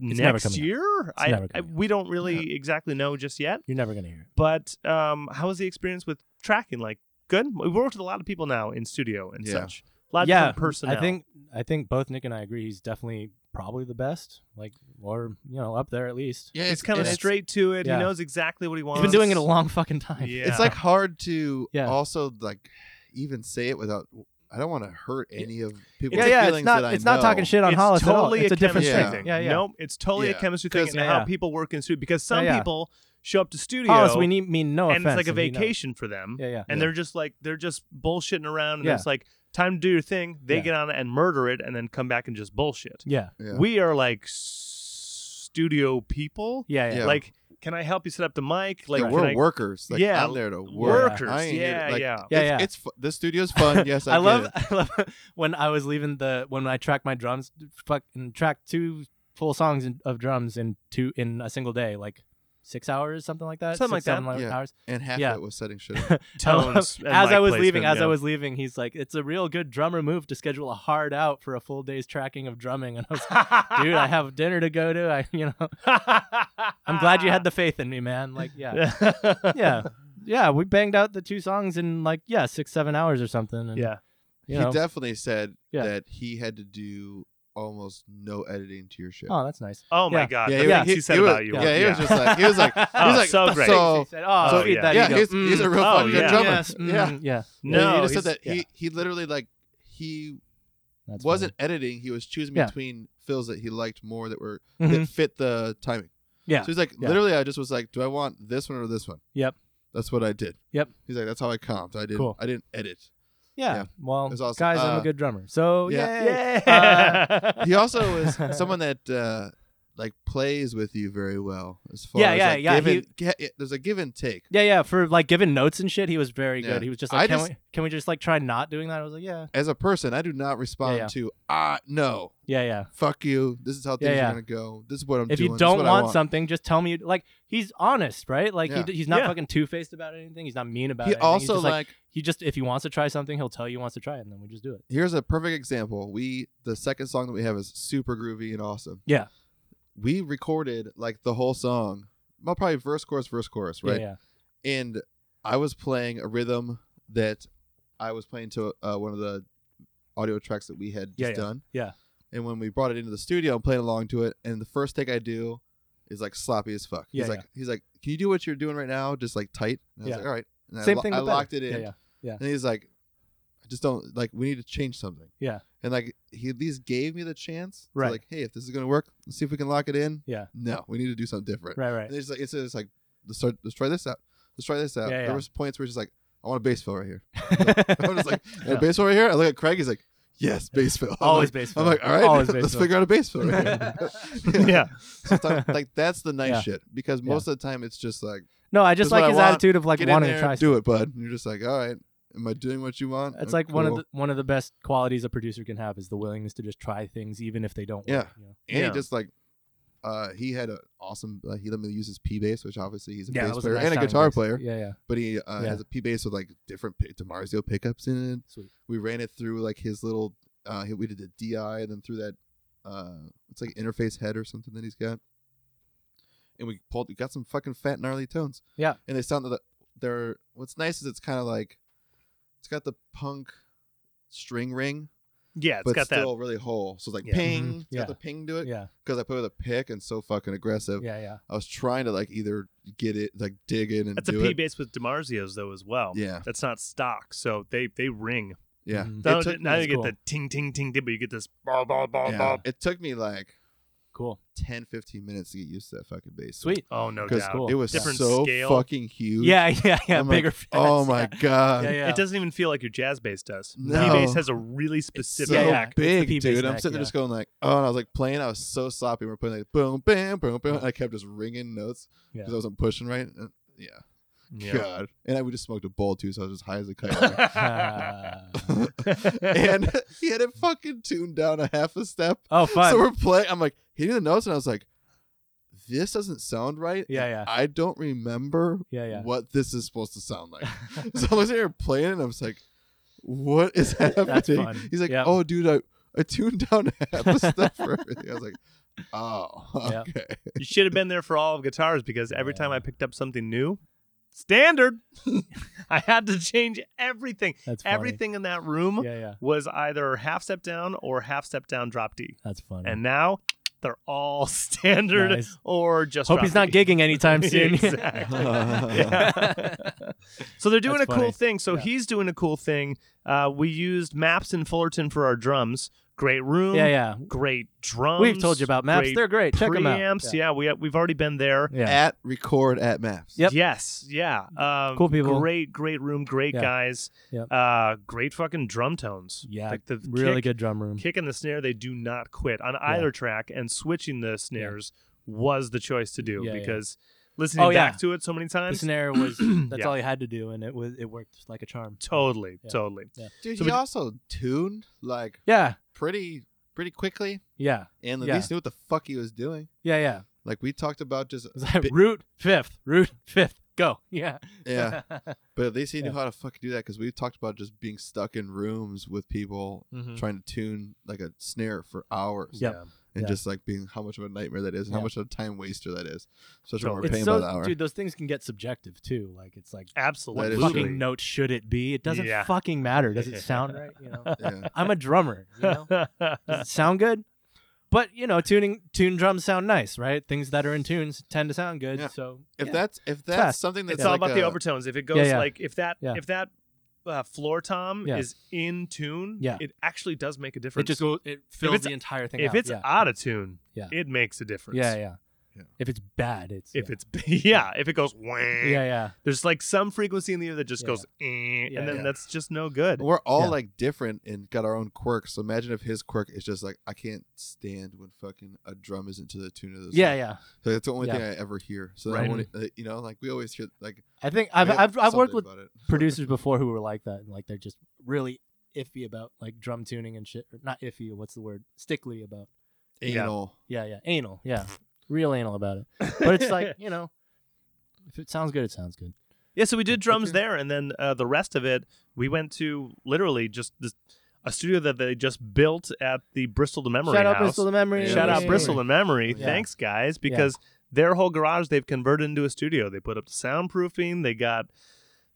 S1: It's never
S2: next
S1: coming out.
S2: year. I,
S1: never
S2: I
S1: coming out.
S2: we don't really exactly know just yet.
S1: You're never gonna hear it.
S2: But um, how was the experience with tracking? Like, good. We've worked with a lot of people now in studio and
S3: Yeah.
S2: such. A lot of
S1: yeah,
S2: different personnel.
S1: I think I think both Nick and I agree. He's definitely probably the best, like or you know up there at least.
S3: Yeah,
S2: it's kind of
S3: it's-
S2: straight to it.
S1: yeah.
S2: He knows exactly what he wants.
S1: He's been doing it a long fucking time.
S2: Yeah.
S3: It's like hard to
S1: Yeah.
S3: also like even say it without. I don't want to hurt any of people's
S1: yeah, yeah.
S3: feelings
S1: It's not
S3: that I
S1: it's not talking
S3: know.
S1: shit on
S2: it's
S1: Hollis at all.
S2: totally
S1: It's a, different
S3: chemistry
S1: thing.
S2: chemistry
S3: Yeah.
S2: thing.
S1: Yeah, yeah.
S2: No, it's totally
S3: Yeah.
S2: a chemistry thing
S1: Because-
S2: and
S1: yeah.
S2: how people work in studio. Because some
S1: Yeah, yeah.
S2: people show up to studio
S1: Hollis, we need mean no
S2: and
S1: offense.
S2: it's like a
S1: and he knows.
S2: vacation for them.
S1: Yeah, yeah.
S2: And
S3: Yeah.
S2: they're just like they're just bullshitting around and
S1: Yeah.
S2: it's like time to do your thing. They
S1: Yeah.
S2: get on it and murder it and then come back and just bullshit.
S1: Yeah.
S3: Yeah.
S2: We are like s- studio people.
S1: Yeah, yeah.
S3: Yeah.
S2: Like, can I help you set up the mic? Like,
S3: Yeah,
S2: can
S3: we're
S2: I-
S3: workers. Like,
S2: Yeah,
S3: I'm there to work.
S2: workers.
S3: I ain't here to-
S2: yeah,
S3: like,
S2: yeah.
S1: Yeah,
S3: it's,
S1: yeah.
S3: It's fu- the studio's
S2: <laughs>
S3: fun. Yes,
S1: I
S3: I, get
S1: love <laughs>
S3: it.
S1: I love when I was leaving the when I tracked my drums fucking tracked two full songs in, of drums in two in a single day like six hours something like that
S2: Something like
S1: six, seven
S3: that. Yeah.
S1: hours
S3: And half
S1: Yeah.
S3: of it was setting shit up.
S2: Tones. and
S1: as
S2: mic
S1: I was leaving
S2: placement,
S1: as I
S2: yeah.
S1: was leaving he's like it's a real good drummer move to schedule a hard out for a full day's tracking of drumming and I was like dude
S2: <laughs>
S1: I have dinner to go to I you know <laughs> I'm glad you had
S2: <laughs>
S1: the faith in me man like yeah yeah yeah we banged out the two songs in like yeah six seven hours or something and,
S2: yeah.
S1: <laughs> you know
S3: He definitely said
S1: Yeah.
S3: that he had to do almost no editing to your shit.
S1: oh that's nice
S2: Oh my
S1: Yeah.
S2: god.
S3: yeah,
S2: the
S3: he,
S2: things
S3: he,
S2: he said
S3: he was-
S2: about you.
S3: Yeah,
S2: were-
S3: he was just like he
S1: <laughs>
S3: was like he was
S2: <laughs> Oh,
S3: like
S2: so great.
S1: He
S3: So
S1: said, "Oh,
S2: So,
S1: feed
S2: yeah.
S1: that
S3: yeah,
S1: ego."
S3: he's,
S1: Mm.
S3: he's a real
S2: Oh,
S3: fucking
S2: yeah.
S3: good drummer.
S1: Yes, mm,
S3: Yeah.
S1: yeah.
S3: Yeah,
S2: No,
S3: he just said
S2: he's-
S3: that he he literally like he
S1: That's
S3: wasn't editing. He was choosing
S1: Yeah.
S3: between fills that he liked more that were
S1: funny. Mhm.
S3: that fit the timing.
S1: Yeah.
S3: So he's like,
S1: Yeah.
S3: literally, I just was like, do I want this one or this one?
S1: Yep.
S3: That's what I did.
S1: Yep.
S3: He's like, that's how I comped. I didn't.
S1: Cool.
S3: I didn't
S1: <laughs>
S3: edit.
S1: yeah.
S3: yeah.
S1: Well,
S3: It's awesome.
S1: guys, I'm a
S3: Uh,
S1: good drummer. So
S3: yeah.
S1: yay.
S2: <laughs>
S1: <laughs>
S2: Yeah.
S3: He also is someone that uh, like plays with you very well as far
S1: Yeah,
S3: as
S1: yeah,
S3: like,
S1: yeah,
S3: give
S1: he-
S3: and- ge- yeah, there's a give and take.
S1: Yeah, yeah. For like giving notes and shit, he was very
S3: Yeah.
S1: good. He was just
S3: I
S1: like, can,
S3: just-
S1: we, can we just like try not doing that? I was like, yeah,
S3: As a person, I do not respond
S1: yeah.
S3: to ah no,
S1: yeah, yeah.
S3: fuck you. This is how
S1: Yeah,
S3: things
S1: yeah.
S3: are gonna go. This is what I'm
S1: If
S3: doing.
S1: you
S3: This is
S1: don't
S3: what
S1: want,
S3: I want
S1: something, just tell me. Like he's honest, right? Like
S3: Yeah.
S1: he, he's not
S2: Yeah.
S1: fucking two faced about anything. He's not mean about
S3: He
S1: it. he's
S3: also
S1: just,
S3: like,
S1: he just if he wants to try something, he'll tell you he wants to try it, and then we just do it.
S3: here's a perfect example. We the second song that we have is super groovy and awesome.
S1: Yeah.
S3: We recorded like the whole song. Well, probably verse, chorus, verse, chorus,
S1: Yeah,
S3: right?
S1: yeah.
S3: and I was playing a rhythm that I was playing to uh, one of the audio tracks that we had
S1: Yeah,
S3: just
S1: yeah,
S3: done.
S1: yeah.
S3: And when we brought it into the studio, I'm playing along to it, and the first take I do is like sloppy as fuck.
S1: Yeah,
S3: he's like, he's like, can you do what you're doing right now, just like tight? And I was
S1: Yeah.
S3: like, all right. And
S1: Same
S3: I, lo-
S1: thing.
S3: I
S1: With better.
S3: locked it in,
S1: Yeah, yeah.
S3: and he's like, I just don't like. We need to change something.
S1: Yeah.
S3: And like he at least gave me the chance. to,
S1: Right.
S3: like, hey, if this is gonna work, let's see if we can lock it in.
S1: Yeah.
S3: No, we need to do something different.
S1: Right, right.
S3: And it's like it's just like let's start let's try this out. Let's try this out.
S1: Yeah, yeah.
S3: There was points where it's just like, I want a bass fill
S1: <laughs>
S3: right here. <laughs> <laughs> I was like, "And a bass fill right here. I look at Craig, he's like, Yes, bass fill. <laughs> I'm
S1: always
S3: like-
S1: bass.
S3: I'm
S1: fill.
S3: like, all right,
S1: Always bass
S3: let's
S1: fill.
S3: figure out a bass fill
S1: <laughs>
S3: right here.
S2: <laughs>
S3: <laughs>
S2: yeah.
S3: Sometimes, like that's the nice
S1: Yeah.
S3: shit. Because
S1: Yeah.
S3: most of the time it's just like
S1: <laughs> No, I just
S3: That's what
S1: like
S3: I
S1: his
S3: want.
S1: attitude of like
S3: get in
S1: wanting
S3: there,
S1: to try.
S3: do it, bud. And you're just like, All right, am I doing what you want?
S1: It's
S3: Uh,
S1: like one of
S3: cool.
S1: the one of the best qualities a producer can have is the willingness to just try things even if they don't. Work,
S3: Yeah.
S1: you know?
S3: and
S2: Yeah.
S3: he just like uh, he had an awesome. Uh, he let me use his P bass, which obviously he's a
S1: yeah, that
S3: bass
S1: was
S3: player
S1: nice
S3: and a
S1: sounding
S3: guitar
S1: bass.
S3: player.
S1: Yeah, yeah,
S3: but he uh,
S1: Yeah.
S3: has a P bass with like different pi- Demarzio pickups in it.
S1: sweet.
S3: We ran it through like his little. Uh, he- we did the DI and then through that. Uh, it's like interface head or something that he's got. And we pulled. We got some fucking fat gnarly tones.
S1: Yeah.
S3: And they sound that they're. What's nice is it's kind of like, it's got the punk string ring,
S2: Yeah, it's
S3: but
S2: got
S3: still really whole. So it's like
S2: Yeah.
S3: ping.
S1: Mhm.
S3: It's got
S1: Yeah.
S3: the ping to it
S1: Yeah,
S3: because I played with a pick and so fucking aggressive.
S1: yeah, yeah.
S3: I was trying to like either get it like dig in and
S2: that. That's a
S3: do
S2: P
S3: it.
S2: bass with Demarzios though as well.
S3: Yeah.
S2: That's not stock, so they they ring.
S3: Yeah.
S1: Mhm.
S3: It
S2: Now,
S3: took-
S2: now you
S1: that's
S2: get
S1: cool.
S2: the ting ting ting, ting, but you get this ball ball ball
S3: yeah.
S2: ball.
S3: It took me like
S1: Cool,
S3: 10 15 minutes to get used to that fucking bass
S1: sweet.
S2: Oh no
S3: because
S2: doubt.
S1: cool.
S3: it was
S2: Different
S3: so
S2: scale.
S3: fucking huge
S1: Yeah, <laughs> yeah, yeah.
S3: I'm like,
S1: bigger.
S3: oh
S1: fans,
S3: my
S1: yeah.
S3: god
S1: Yeah, yeah.
S2: It doesn't even feel like your jazz bass does. P
S3: No.
S2: bass has a really
S3: so
S2: specific.
S1: Yeah, yeah. It's the
S3: big
S1: P-bass
S3: dude i'm
S1: neck,
S3: sitting
S1: yeah.
S3: there just going like oh and i was like playing i was so sloppy we were playing like boom bam boom boom and i kept just ringing notes
S1: Yeah.
S3: because i wasn't pushing right Uh, yeah.
S2: Yeah.
S3: god and I, we just smoked a bowl too so i was as high as a kite
S1: <laughs>
S3: <laughs>
S2: <laughs>
S1: Uh,
S3: and <laughs> he had it fucking tuned down a half a step
S1: <laughs> oh, fun.
S3: so we're playing i'm like hitting the notes and i was like this doesn't sound right.
S1: Yeah,
S3: and
S1: yeah.
S3: I don't remember
S1: Yeah, yeah.
S3: what this is supposed to
S1: <laughs>
S3: sound like. so I was here playing, and I was like, "What
S1: <laughs>
S3: is happening?"
S1: fun.
S3: He's like,
S1: Yep.
S3: "Oh, dude, I, I tuned down half
S1: <laughs>
S3: the stuff for everything." I was like, "Oh,
S1: Yep.
S3: okay."
S2: You should have been there for all of guitars because every time
S1: Yeah.
S2: I picked up something new, standard, <laughs> I had to change everything.
S1: That's funny.
S2: Everything in that room
S1: Yeah, yeah.
S2: was either half step down or half step down drop D.
S1: That's funny. <laughs>
S2: And now they're all <laughs> standard
S1: Nice.
S2: or just.
S1: hope
S2: drop
S1: he's not
S2: D.
S1: gigging
S2: <laughs>
S1: anytime soon. <laughs>
S2: exactly. Yeah. So they're doing
S1: That's
S2: a
S1: funny.
S2: cool thing. So
S1: Yeah.
S2: he's doing a cool thing. Uh, we used Maps in Fullerton for our drums. Great room.
S1: yeah, yeah.
S2: Great drums.
S1: We've told you about maps.
S2: great
S1: They're great. Check them out.
S2: preamps. Yeah, we we've already been there.
S1: Yeah.
S3: At record at maps.
S1: Yep.
S2: Yes. Yeah. Um,
S1: Cool people.
S2: Great, great room. Great
S1: Yeah.
S2: guys.
S1: Yep.
S2: Uh, great fucking drum tones.
S1: Yeah,
S2: Like the
S1: really
S2: kick,
S1: good drum room.
S2: Kick and the snare, they do not quit on either track. And switching the snares was the choice to do
S1: Yeah, yeah.
S2: because listening
S1: Oh,
S2: back
S1: yeah.
S2: to it so many
S1: The
S2: times.
S1: snare
S2: <clears throat>
S1: was that's
S2: Yeah.
S1: all he had to do, and it was it worked like a charm.
S2: Totally.
S1: Yeah.
S2: Totally.
S3: Dude,
S2: So
S3: he
S2: we-
S3: also tuned like
S1: Yeah,
S3: pretty pretty quickly,
S1: yeah,
S3: and at
S1: Yeah.
S3: least knew what the fuck he was doing.
S1: yeah, yeah. It
S3: Like we talked about, just
S1: was like
S3: Bi-
S1: root fifth, root fifth, go. <laughs> Yeah,
S3: yeah. But at least he knew
S1: Yeah.
S3: how to fucking do that because we talked about just being stuck in rooms with people
S2: Mm-hmm.
S1: Mhm.
S3: trying to tune like a snare for hours.
S1: <laughs> Yep.
S3: and
S1: Yeah.
S3: just like being how much of a nightmare that is and
S1: Yeah.
S3: how much of a time waster that is, especially when we're
S2: Totally.
S3: paying
S1: It's
S3: by the
S1: so,
S3: hour.
S1: dude, those things can get subjective too. Like it's like
S3: That
S2: Absolutely.
S3: is
S1: what
S3: true.
S1: fucking note should it be? It doesn't
S2: Yeah.
S1: fucking matter. Does
S2: <laughs>
S1: it sound right? You know, <laughs>
S3: yeah.
S1: I'm a drummer. You know, does it sound good? But you know, tuning tune drums sound nice, right? Things that are in tunes tend to sound good.
S3: Yeah.
S1: So
S3: If
S1: yeah.
S3: that's if that's
S1: fast.
S3: something that's
S2: it's all
S3: like
S2: about the
S3: a-
S2: overtones. If it goes
S1: yeah.
S2: like if that
S1: Yeah.
S2: if that uh, floor tom
S1: Yeah.
S2: is in tune,
S1: Yeah.
S2: it actually does make a
S1: it
S2: difference.
S1: just goes, it fills
S2: it's-
S1: the entire thing.
S2: if
S1: out.
S2: it's
S1: yeah.
S2: out of tune,
S1: Yeah.
S2: it makes a difference.
S1: Yeah, yeah,
S3: Yeah.
S1: If it's bad, it's
S2: If
S1: yeah.
S2: it's <laughs> yeah, if it goes wah,
S3: Eh.
S1: yeah, yeah,
S2: there's like some frequency in the air that just
S1: Yeah,
S2: goes eh,
S1: Yeah,
S2: and then
S1: yeah.
S2: that's just no good.
S3: we're all
S1: Yeah.
S3: like different and got our own quirks. So imagine if his quirk is just like I can't stand when fucking a drum isn't to the tune of this.
S1: yeah,
S3: song."
S1: yeah.
S3: So that's the only
S1: Yeah.
S3: thing I ever hear. So
S2: Right.
S3: I want uh, you know, like we always hear like
S1: I think
S3: I
S1: I've
S3: got
S1: I've, I've worked
S3: something
S1: with
S3: about it.
S1: producers before who were like that, and like they're just really iffy about like drum tuning and shit. Or not iffy. What's the word? Stickly about.
S2: Yeah.
S3: anal.
S1: Yeah, yeah. Anal. Yeah, real anal about it. But it's <laughs> like you know, if it sounds good, it sounds good.
S2: yeah. So we did drums
S3: Okay.
S2: there, and then uh, the rest of it we went to literally just this, a studio that they just built at the Bristol to Memory
S1: Shout out
S2: House.
S1: Bristol the Memory.
S3: Yeah,
S2: Shout out
S3: yeah.
S2: Bristol and Memory.
S1: Yeah.
S2: Thanks, guys, because their whole garage they've converted into a studio. They put up soundproofing. They got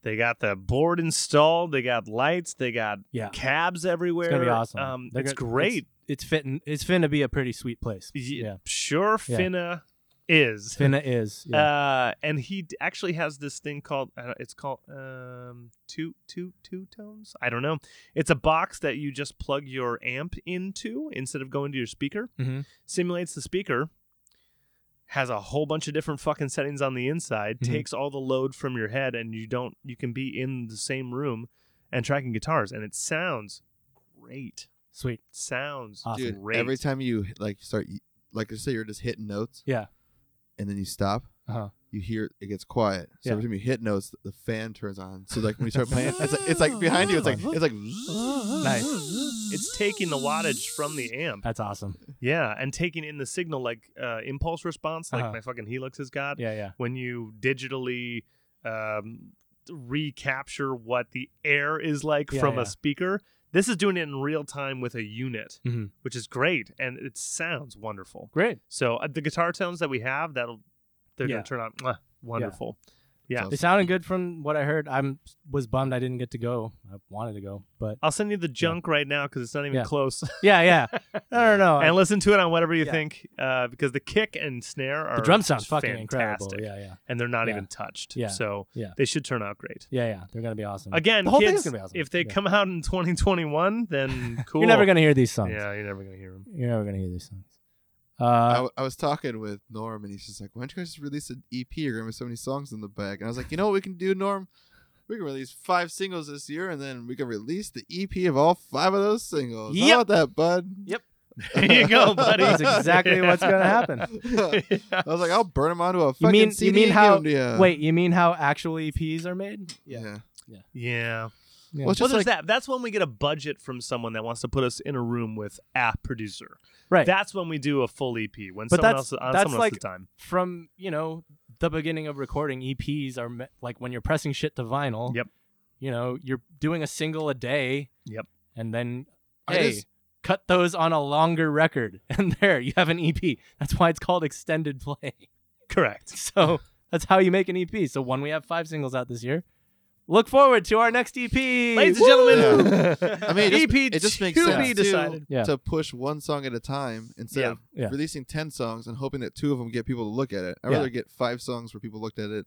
S2: they got the board installed. They got lights. They got
S1: Yeah.
S2: cabs everywhere.
S1: It's gonna be awesome.
S2: Um,
S1: They're
S2: it's
S1: gonna-
S2: great.
S1: It's, it's fitting. It's finna be a pretty sweet place.
S2: Ye- <laughs>
S1: Yeah,
S2: Sure,
S1: Yeah.
S2: Finna is.
S1: finna is. Yeah.
S2: Uh, and he d- actually has this thing called uh, it's called um two two two tones. I don't know. It's a box that you just plug your amp into instead of going to your speaker.
S1: Mhm.
S2: Simulates the speaker. Has a whole bunch of different fucking settings on the inside.
S1: Mhm.
S2: Takes all the load from your head, and you don't. You can be in the same room and tracking guitars, and it sounds great.
S1: sweet.
S2: Sounds
S1: Awesome.
S3: Dude,
S2: great.
S3: every time you like start like let's say you're just hitting notes.
S1: Yeah.
S3: And then you stop.
S1: Uh-huh.
S3: You hear it gets quiet. So
S1: Yeah.
S3: every time you hit notes, the fan turns on. So like when you start playing, it's like, it's like behind you. It's like it's like
S1: Nice.
S2: it's taking the wattage from the
S1: <laughs>
S2: amp.
S1: That's awesome.
S2: Yeah, and taking in the signal like uh, impulse response, like
S1: Uh-huh.
S2: my fucking Helix has got.
S1: Yeah, yeah.
S2: When you digitally um, recapture what the air is like
S1: Yeah,
S2: from
S1: yeah.
S2: a speaker, this is doing it in real time with a unit,
S1: Mhm.
S2: which is great, and it sounds wonderful.
S1: Great.
S2: So uh, the guitar tones that we have, that'll they're
S1: Yeah.
S2: gonna turn on. Mwah, wonderful. Yeah.
S1: They sounded good from what I heard. I'm was bummed I didn't get to go. I wanted to go, but <laughs>
S2: I'll send you the junk right now because it's not even
S1: Yeah.
S2: close,
S1: yeah, yeah. I don't know.
S2: and listen to it on whatever you
S1: Yeah.
S2: think, uh, because the kick and snare are
S1: the drum sounds
S2: just
S1: fucking incredible.
S2: fantastic.
S1: Yeah, yeah,
S2: and they're not
S1: Yeah.
S2: even touched.
S1: Yeah.
S2: So
S1: Yeah.
S2: they should turn out great.
S1: yeah, yeah. They're gonna be awesome.
S2: Again,
S1: The whole
S2: kids,
S1: thing's gonna be awesome.
S2: if they
S1: Yeah.
S2: come out in 2021,
S1: <laughs>
S2: then cool.
S1: You're never gonna hear these songs.
S2: Yeah, you're never
S1: <laughs>
S2: gonna hear them.
S1: You're never gonna hear these songs.
S3: I,
S1: Uh,
S3: w- I was talking with Norm, and he's just like, "Why don't you guys just release an EP? You're gonna have so many songs in the bag." And I was like, "You know what we can do, Norm? We can release five singles this year, and then we can release the EP of all five of those singles.
S1: Yep.
S3: How about that, bud?" <laughs>
S1: Yep.
S2: <laughs> There you go, buddy.
S1: that's
S2: <laughs>
S1: exactly what's gonna happen.
S3: I was like, "I'll burn them onto a fucking
S1: You mean
S3: CD
S1: you mean
S3: and
S1: how? E
S3: give 'em to ya."
S1: Wait, you mean how actual EPs are made?
S3: Yeah.
S2: yeah.
S1: Yeah.
S3: Well, it's
S2: well,
S3: just
S2: there's
S3: like,
S2: that. That's when we get a budget from someone that wants to put us in a room with a producer.
S1: Right.
S2: That's when we do a full EP. When
S1: But
S2: someone
S1: that's-
S2: else on
S1: that's
S2: someone
S1: like-
S2: else's time.
S1: From, you know, the beginning of recording EPs are me- like when you're pressing shit to vinyl.
S2: Yep.
S1: You know, you're doing a single a day.
S2: Yep.
S1: And then,
S3: I
S1: hey,
S3: just-
S1: cut those on a longer record. <laughs> And there, you have an EP. That's why it's called extended play. <laughs>
S2: Correct.
S1: So that's how you make an EP. So one, we have five singles out this year. Look forward to our next E EP,
S2: Ladies and gentlemen.
S3: <laughs> I mean, it just,
S2: EP
S3: it just makes
S2: to
S3: sense
S2: be
S3: too,
S2: decided.
S1: Yeah.
S3: to push one song at a time instead
S2: Yeah.
S3: of
S1: Yeah.
S3: releasing ten songs and hoping that two of them get people to look at it. I'd
S1: Yeah.
S3: rather get five songs where people looked at it.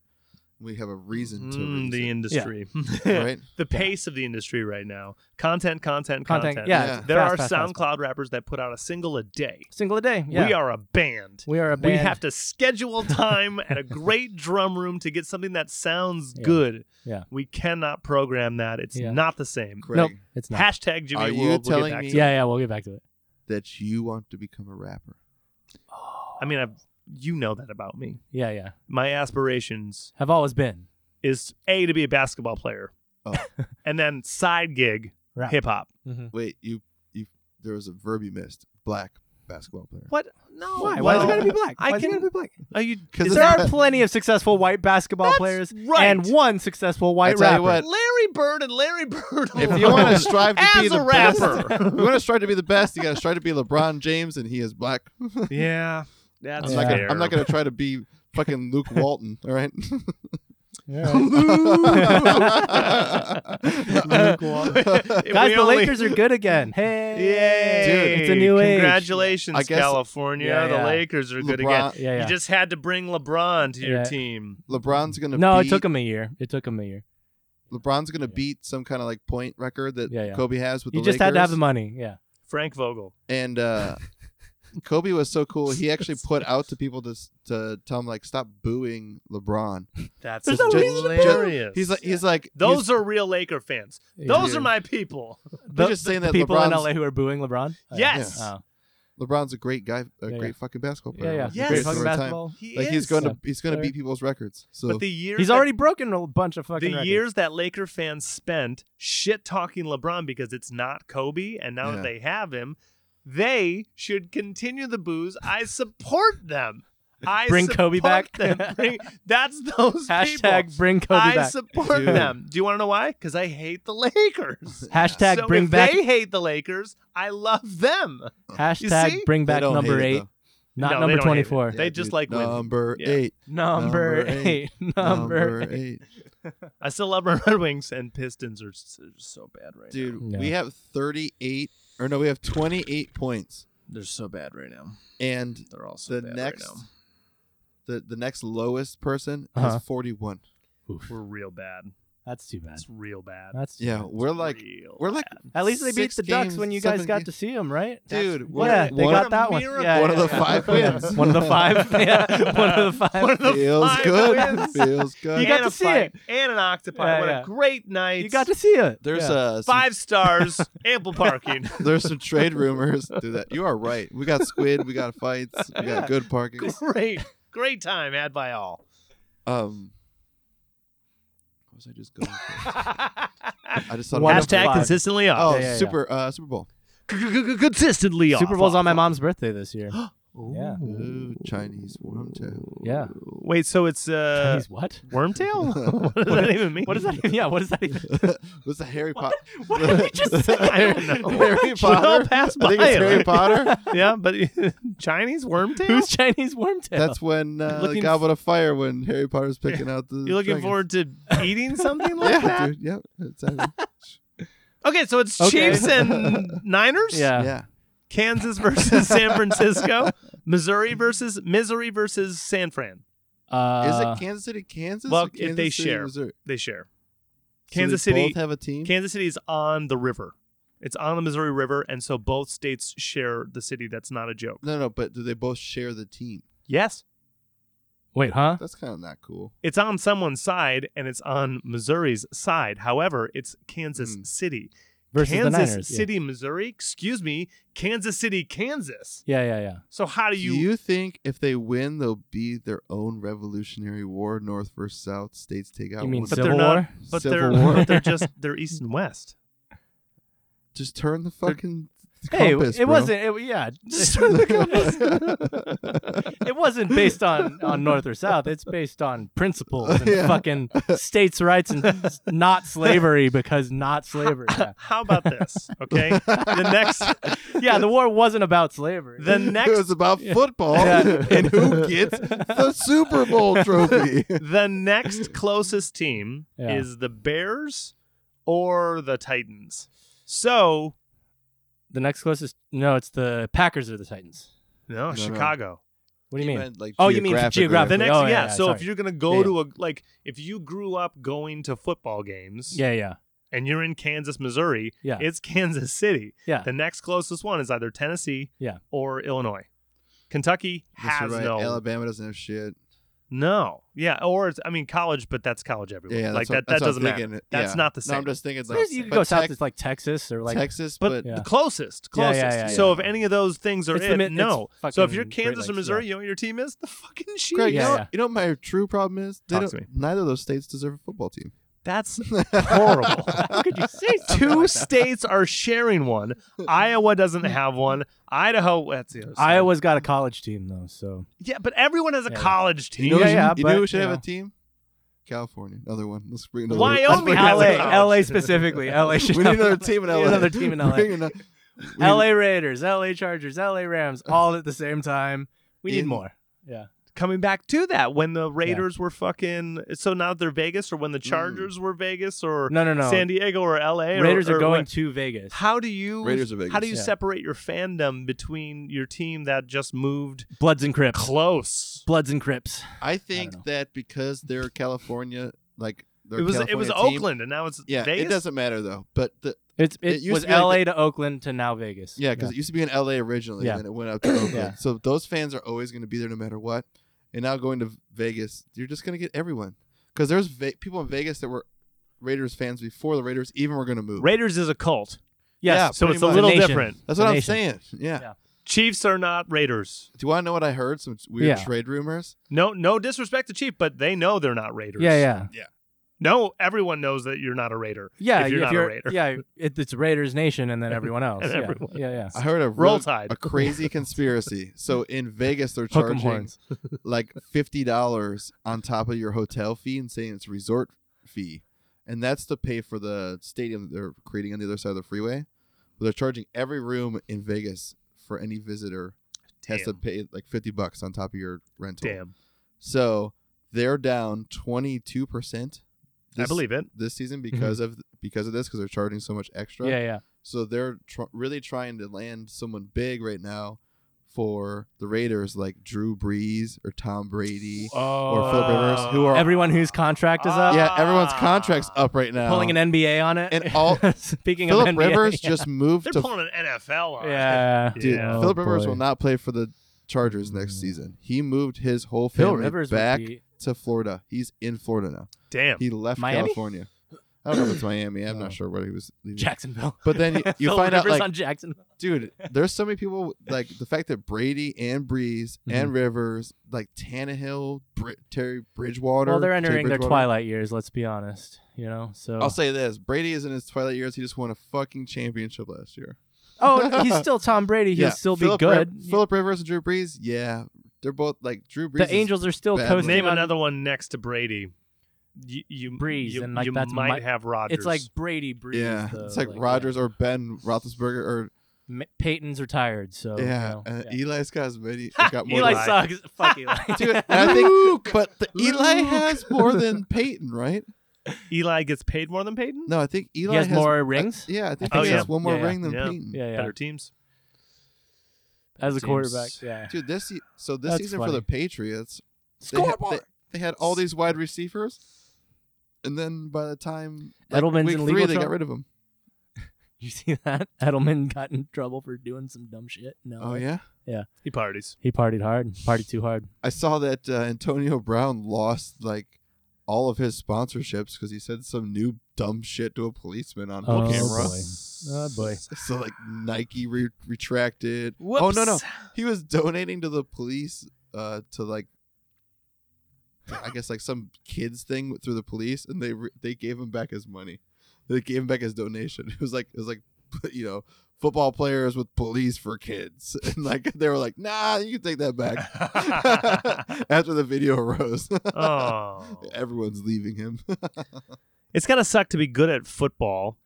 S3: We have a reason to
S2: Mm, the
S3: release
S2: industry. <laughs>
S3: it, right?
S2: the pace of the industry right now. Content, content, content.
S1: Content, yeah.
S3: Yeah.
S1: it's
S2: There
S1: fast,
S2: are
S1: fast, fast,
S2: SoundCloud
S1: fast.
S2: rappers that put out a single a day.
S1: Single a day. Yeah.
S2: We are a band.
S1: We are a
S2: We
S1: band.
S2: have
S1: <laughs>
S2: to schedule time at a great drum room to get something that sounds
S1: Yeah.
S2: good.
S1: Yeah.
S2: We cannot program that. It's
S1: Yeah.
S2: not the same.
S3: Craig,
S1: Nope, it's not.
S2: Hashtag Jimmy
S3: Are you
S2: World. we'll get
S3: telling
S2: back
S3: me-
S2: to
S1: yeah, yeah, we'll get back to it.
S3: that you want to become a rapper.
S2: that. I mean, I've, you know that about me.
S1: Yeah, yeah.
S2: My aspirations
S1: Have always been.
S2: is A, to be a basketball player,
S3: Oh.
S2: <laughs> and then side gig,
S1: Rap.
S2: hip hop.
S1: Mm-hmm.
S3: Wait, you, you, there was a verb you missed. Black basketball
S2: <laughs>
S3: player.
S2: What? No.
S1: Why?
S3: Why
S1: Why is
S3: is
S1: it
S3: it
S1: gotta
S3: gotta
S1: be black?
S2: I
S1: Why is it
S2: can-
S1: gotta be black?
S2: Are you,
S3: Because
S2: is
S1: There
S2: that-
S1: are
S2: <laughs>
S1: plenty of successful white basketball
S2: That's
S1: players
S2: right.
S1: and one successful white
S3: I tell
S2: <laughs>
S3: you
S1: rapper.
S3: what,
S2: Larry Bird and Larry Bird.
S3: if you want to strive to
S2: as
S3: <laughs> be
S2: a
S3: the
S2: rapper.
S3: best, you want to strive to be the best. You got to strive to be LeBron James, and he is black.
S2: yeah, <laughs> that's
S3: I'm, not gonna,
S2: fair.
S3: I'm not gonna try to be fucking
S2: <laughs>
S3: Luke Walton. All right. <laughs>
S2: <laughs>
S1: Luke
S2: If we
S1: <laughs> Guys, the
S2: only-
S1: Lakers are good again. Hey.
S2: Yay!
S1: Dude, it's a new age.
S2: Congratulations,
S3: I guess-
S2: California.
S1: Yeah, yeah.
S2: The Lakers are good again.
S3: LeBron,
S1: Yeah, yeah.
S2: You just had to bring LeBron to your
S1: Yeah.
S2: team.
S3: LeBron's gonna
S1: no,
S3: beat-
S1: it took him a year. It took him a year.
S3: LeBron's gonna
S1: Yeah.
S3: beat some kind of like point record that
S1: Yeah, yeah.
S3: Kobe has with
S1: You
S3: the
S1: just had to have the
S3: Lakers.
S1: money. Yeah.
S2: Frank Vogel.
S3: and
S1: <laughs>
S3: uh, Kobe was so cool. He actually put out to people to s- to tell him like stop booing LeBron.
S2: That's
S1: There's
S3: no reason to boo.
S2: hilarious.
S3: He's like he's like
S2: Those
S3: he's,
S2: are real Laker fans. Those are my people.
S1: The-
S3: just saying
S1: the
S3: that
S1: people in
S3: LeBron's-
S1: LA who are booing LeBron. Oh, yeah.
S2: Yes.
S1: Oh.
S3: LeBron's a great guy, a
S1: Yeah,
S3: great
S1: yeah.
S3: fucking basketball
S1: Yeah,
S3: player.
S1: yeah.
S3: He's
S2: Yes.
S3: great
S2: Fucking
S3: for a time.
S2: He
S3: Like
S2: is.
S3: he's going
S1: Yeah.
S3: to he's going to
S1: Player.
S3: beat people's records. So
S2: But the years
S1: He's
S2: that-
S1: already broken a bunch of fucking
S2: the
S1: records.
S2: years that Laker fans spent shit talking LeBron because it's not Kobe, and now
S3: Yeah.
S2: that they have him, they should continue the booze. I support them. I
S1: Bring Kobe back. <laughs>
S2: support them. Bring- that's those
S1: Hashtag
S2: people.
S1: bring Kobe
S2: I
S1: back.
S2: support
S3: Dude.
S2: them. Do you want to know why? Because I hate the Lakers.
S1: <laughs> Hashtag
S2: so
S1: bring
S2: if
S1: back.
S2: They hate the Lakers. I love them. see?
S1: Hashtag bring
S3: They
S1: back
S3: don't
S1: number
S3: hate it,
S1: eight,
S3: though.
S1: not
S2: No,
S1: number
S2: they don't hate it.
S1: twenty four.
S2: Yeah. They just
S3: dude.
S2: like winning.
S3: number
S2: Yeah.
S3: eight.
S1: Number
S3: Number
S1: eight. <laughs> Number eight.
S3: eight.
S2: I still love my <laughs> Red Wings, and Pistons are s- are just so bad right now.
S3: Dude,
S1: No.
S3: we have 38 or no, we have 28 points.
S2: They're so bad right now.
S3: And
S2: They're all so
S3: the
S2: bad right
S3: next
S2: now.
S3: the the next lowest person
S1: Uh-huh.
S3: is 41.
S2: We're real bad.
S1: That's too bad.
S2: That's real bad.
S1: That's too
S3: Yeah,
S1: bad.
S3: we're like
S2: Real
S3: we're like
S1: At least they beat
S3: six
S1: the Ducks
S3: games,
S1: when you guys
S3: seven
S1: got
S3: games.
S1: to see them, right?
S3: dude, we're
S1: Yeah, they
S3: one-
S1: got that one.
S2: miracle.
S1: Yeah,
S3: One
S1: yeah,
S3: of the
S1: yeah.
S3: five wins.
S1: <laughs> One of the five. <laughs> Yeah, one of the five.
S2: <laughs> One of the
S3: <laughs> feels
S2: five
S3: good.
S2: wins.
S3: <laughs> feels good.
S1: You got
S2: And
S1: to
S2: a
S1: see
S2: fight, and an octopi.
S1: Yeah,
S2: what
S1: yeah.
S2: a great night!
S1: you got to see it.
S3: there's
S1: yeah.
S3: uh, some,
S1: <laughs>
S2: five stars, ample parking.
S3: there's
S2: <laughs>
S3: some trade rumors. Do that. You are right. We got squid. We got fights. We
S2: Yeah.
S3: got good parking.
S2: great, great time had by all.
S3: Um, what was I just going? For? I just
S1: <laughs>
S3: thought
S1: One
S3: about
S1: of five.
S2: Hashtag consistently
S3: Oh,
S2: up.
S1: Yeah, yeah, yeah.
S3: Super uh, Super Bowl.
S2: Consistently up.
S1: Super Bowl's on my mom's birthday this
S3: <gasps>
S1: year. Yeah.
S3: Ooh, Chinese wormtail.
S1: Yeah.
S2: Wait, so it's uh,
S1: Chinese what? <laughs>
S2: wormtail? <laughs> what does that even mean?
S1: What does that? Even, <laughs> yeah. What does
S3: <laughs>
S1: that even?
S3: What's the Harry Potter?
S2: <laughs> What did we
S3: <laughs>
S2: just say? I don't know. <laughs>
S3: Harry
S1: <laughs>
S2: It all
S3: Potter.
S2: passed by.
S3: I think it's Harry Potter.
S2: <laughs> yeah, but Chinese
S1: <laughs>
S2: wormtail.
S1: Who's Chinese wormtail?
S3: That's when uh, the
S2: Looking
S3: Goblet of Fire when Harry Potter's picking out the.
S2: You're looking
S3: dragons.
S2: forward to
S1: <laughs>
S2: eating something like
S3: Yeah,
S2: that?
S3: dude. Yep. Exactly.
S2: Okay, so it's
S1: Okay. <laughs>
S2: Chiefs and Niners?
S1: yeah.
S3: yeah.
S2: Kansas versus San Francisco. Missouri versus Missouri versus San Fran.
S3: Is
S1: Uh,
S3: it Kansas City, Kansas?
S2: well,
S3: or
S2: if
S3: Kansas
S2: they
S3: City,
S2: share.
S3: Missouri?
S2: They share.
S3: So
S2: Kansas
S3: they
S2: City
S3: both have a team.
S2: Kansas City is on the river. It's on the Missouri River, and so both states share the city. That's not a joke.
S3: no, no, but do they both share the team?
S2: Yes.
S1: Wait, huh?
S3: That's kind of not cool.
S2: It's on someone's side and it's on Missouri's side. However, it's Kansas
S3: Mm.
S2: City.
S1: versus
S2: Kansas
S1: the Niners. Yeah.
S2: City, Missouri. Excuse me, Kansas City, Kansas.
S1: Yeah, yeah, yeah.
S2: So how do
S3: Do
S2: you?
S3: you think if they win, they'll be their own Revolutionary War, North versus South, states take out
S1: You mean
S3: one?
S2: But
S1: Civil
S2: they're not-
S1: War?
S2: but
S3: Civil
S2: they're
S3: War.
S2: but they're just they're east and west.
S3: Just turn the fucking
S1: Hey,
S3: compass,
S1: it
S3: bro.
S1: wasn't. It,
S3: <laughs>
S1: yeah, <laughs>
S3: Just turn the compass.
S1: it wasn't based on on north or south. It's based on principles and
S3: <laughs> Yeah.
S1: fucking states' rights and
S3: <laughs>
S1: s- not slavery because not slavery. Yeah.
S2: How about this? Okay, <laughs> the next
S3: <laughs>
S1: Yeah, the war wasn't about slavery.
S2: the
S3: it
S2: next
S3: was about
S1: <laughs>
S3: football
S1: Yeah.
S3: <laughs> and
S1: <laughs>
S3: who gets the Super Bowl trophy.
S2: the next closest team
S1: Yeah.
S2: is the Bears or the Titans. So
S1: the next closest. No, it's the Packers or the Titans.
S2: no,
S3: no.
S2: Chicago.
S1: What do you mean?
S3: meant, like,
S1: Oh, you mean
S2: The
S1: geographically.
S2: next,
S1: Oh,
S2: yeah.
S1: yeah, yeah,
S2: so if
S1: sorry.
S2: you're gonna go
S1: Yeah.
S2: to a like, if you grew up going to football games,
S1: Yeah, yeah,
S2: and you're in Kansas, Missouri,
S1: yeah,
S2: it's Kansas City.
S1: yeah.
S2: The next closest one is either Tennessee,
S1: Yeah.
S2: or Illinois. Kentucky
S3: That's
S2: has
S3: right.
S2: no,
S3: Alabama doesn't have shit.
S2: no, yeah, or it's, I mean college, but that's college everywhere.
S3: Yeah, yeah,
S2: like
S3: that's what-
S2: that, that
S3: that's what I'm
S2: doesn't matter.
S3: thinking.
S2: That's
S3: Yeah.
S2: not the
S3: No,
S2: same.
S3: I'm just thinking it's
S1: There's-
S3: like
S1: you can
S3: but
S1: go south
S3: Tex-
S1: to like Texas or like
S3: Texas,
S2: but
S3: but
S1: Yeah.
S2: the closest,
S1: Yeah, yeah,
S2: closest.
S1: yeah,
S2: so
S3: yeah.
S2: if any of those things are
S1: It's
S2: it,
S1: the mid- it's
S2: no. So if you're
S1: fucking
S2: Kansas
S1: Great
S2: or
S1: Lakes,
S2: Missouri,
S1: yeah.
S2: you know what your team is the fucking Chiefs.
S3: Greg,
S1: Yeah,
S3: you, know,
S1: yeah.
S3: you know what my true problem is? They
S2: Talk to
S3: don't,
S2: me.
S3: neither of those states deserve a football team. <laughs>
S2: That's horrible.
S1: how could you say something
S2: Two
S1: like that?
S2: states are sharing one. Iowa
S1: <laughs>
S2: doesn't have one. Idaho, that's the other side.
S1: Iowa's
S2: <laughs>
S1: got a college team though, so
S2: Yeah, but everyone has a
S1: Yeah.
S2: college team.
S3: You
S1: Yeah,
S3: know, who should-
S1: yeah,
S3: you
S1: but,
S3: know who should
S1: you
S3: have
S1: know.
S3: a team? California, another one. Let's bring another.
S2: Wyoming
S1: <laughs>
S3: let's bring
S2: has
S3: another
S2: a
S1: LA,
S3: team.
S2: college.
S1: LA specifically,
S2: <laughs>
S1: LA should
S3: We need
S1: have
S3: another team in
S1: Oh, we need
S3: LA.
S1: Another team in LA.
S3: Bring ano- we need-
S1: LA Raiders, LA Chargers, LA Rams, all at the same time. We need
S3: In-
S1: more.
S2: Coming back to that, when the Raiders were fucking, so now they're Vegas, or when the
S3: Mm.
S2: Chargers were Vegas, or
S1: No, no, no.
S2: San Diego, or L.A. or-
S1: Raiders
S2: or
S1: are going
S2: what?
S1: to Vegas.
S2: How do you?
S3: Raiders are Vegas.
S2: How do you
S1: yeah.
S2: separate your fandom between your team that just moved
S1: Bloods and Crips.
S2: close?
S1: Bloods and Crips.
S3: I
S1: know.
S3: think that because they're California, like they're
S2: It was it
S3: California
S2: was
S3: team-
S2: Oakland, and now it's
S3: Yeah,
S2: Vegas.
S3: it doesn't matter though. But the
S1: It's
S3: It
S1: it,
S3: used
S1: was
S3: to be like
S1: LA to Oakland to now Vegas.
S3: yeah, because it used to be in LA originally,
S1: Yeah.
S3: and then it went <coughs> up to Oakland.
S1: Yeah.
S3: So those fans are always going to be there no matter what. And now going to Vegas, you're just going to get everyone because there's ve- people in Vegas that were Raiders fans before the Raiders even were going to move.
S2: Raiders is a cult,
S1: Yes.
S3: Yeah,
S2: so
S1: pretty
S2: it's a
S1: much.
S2: little
S1: nation.
S2: different.
S3: That's
S1: The
S3: what I'm
S1: nation.
S3: saying. Yeah.
S1: Yeah.
S2: Chiefs are not Raiders.
S3: Do you want to know what I heard? Some weird
S1: Yeah.
S3: trade rumors.
S2: No, no disrespect to Chief, but they know they're not Raiders.
S1: Yeah, yeah.
S2: No, everyone knows that you're not a Raider.
S1: Yeah,
S2: if you're not a Raider.
S1: yeah, it, it's Raiders Nation and then
S2: <laughs>
S1: everyone else. yeah.
S2: everyone
S1: yeah, yeah.
S3: I heard a
S2: Roll
S3: real-
S2: Tide.
S3: a crazy conspiracy. So in Vegas, they're
S1: Hook 'em
S3: charging
S1: horns.
S3: like fifty dollars on top of your hotel fee and saying it's resort fee, and that's to pay for the stadium that they're creating on the other side of the freeway. But they're charging every room in Vegas for any visitor has to
S2: Damn.
S3: pay like fifty bucks on top of your rental.
S2: Damn,
S3: So they're down twenty two percent.
S2: I believe it.
S3: this season because of because of this because they're charging so much extra.
S1: Yeah, yeah.
S3: So they're tr- really trying to land someone big right now for the Raiders, like Drew Brees or Tom Brady.
S1: Oh,
S3: Philip Rivers,
S2: Uh,
S3: who are-
S1: everyone whose contract is up,
S3: Yeah, everyone's contract's up right now.
S1: Ah. pulling an NBA on it.
S3: And all-
S1: <laughs> speaking
S3: Philip
S1: of NBA,
S2: <laughs>
S1: <laughs>
S3: Rivers
S1: yeah.
S3: just moved
S2: They're
S3: to
S2: pulling an NFL on.
S1: yeah.
S3: dude.
S2: Yeah. Oh,
S3: Philip Rivers
S1: Oh, boy.
S3: will not play for the Chargers next
S1: Mm.
S3: season. He moved his whole
S1: Phil
S3: family
S1: Rivers would
S3: back
S1: be-
S3: to Florida. He's in Florida now.
S2: Damn.
S3: He left
S1: Miami?
S3: California. I don't know if it's Miami. I'm
S1: Oh.
S3: not sure where he was. Leaving.
S1: Jacksonville. <laughs>
S3: But then <laughs> you, you
S1: Phil
S3: find out
S1: Rivers
S3: like
S1: on Jacksonville.
S3: dude, there's so many people like the fact that Brady and Breeze and
S1: Mm-hmm.
S3: Rivers, like Tannehill, Bri- Terry Bridgewater.
S1: Well, they're
S3: Teddy
S1: entering their
S3: Bridgewater.
S1: twilight years. Let's be honest. You know, so
S3: I'll say this: Brady is in his twilight years. He just won a fucking championship last year.
S1: <laughs> oh,
S3: <laughs>
S1: he's still Tom Brady. He'll
S3: Yeah,
S1: still
S3: Philip
S1: be
S3: Riv-
S1: good.
S3: Philip Rivers and Drew Brees, yeah, they're both like Drew Brees. is-
S1: the Angels are still
S3: bad
S1: coasting.
S2: Name
S1: on-
S2: another one next to Brady. You, you
S1: Breeze,
S2: you,
S1: and, like,
S2: you
S1: that's
S2: might
S1: my-
S2: have Rodgers.
S1: It's like Brady Breeze.
S3: Yeah,
S1: though,
S3: it's like,
S1: yeah.
S3: Rodgers or Ben Roethlisberger or
S1: M- Peyton's retired, so you
S3: yeah,
S1: know,
S3: uh,
S1: Oh, yeah.
S3: Eli's got as
S1: <laughs>
S3: many. he's got more.
S1: Eli
S2: <laughs>
S3: than-
S1: sucks. Fuck Eli.
S3: Dude, and I
S2: Luke!
S3: think, but the, Eli
S2: Luke!
S3: has more than Peyton, right?
S2: Eli gets paid more than Peyton.
S3: No, I think Eli uh,
S1: he has, more
S3: I-
S1: rings
S3: yeah, I think
S1: I
S3: he
S2: think
S3: has
S2: so.
S3: one more
S1: Yeah, yeah.
S3: ring than
S2: Yeah.
S3: Peyton.
S1: Yeah, yeah.
S2: Better teams.
S1: as a
S2: teams.
S1: quarterback. Yeah.
S3: Dude, this se- so this
S1: That's
S3: season for
S1: funny.
S3: the Patriots, they, had,
S1: Scoreboard.
S3: they, they had all these wide receivers, and then by the time
S1: Edelman's
S3: week
S1: in
S3: three,
S1: legal
S3: they got
S1: trouble?
S3: rid of him.
S1: You <laughs> see that? Edelman got in trouble for doing some dumb shit. No.
S3: Oh yeah,
S2: He
S3: <laughs>
S2: parties. <laughs>
S1: He partied hard. Partied too hard.
S3: I saw that uh, Antonio Brown lost like all of his sponsorships because he said some new dumb shit to a policeman on
S1: Oh,
S3: camera.
S1: boy. Oh, boy.
S3: <laughs> So like Nike re- retracted. Oh no no, he was donating to the police uh, to like I guess like some kids thing through the police, and they re- they gave him back his money. They gave him back his donation. <laughs> It was like it was like you know football players with police for kids, <laughs> and like they were like, nah, you can take that back. <laughs> After the video arose,
S2: oh.
S3: <laughs> everyone's leaving him.
S2: It's kind of sucked to be good at football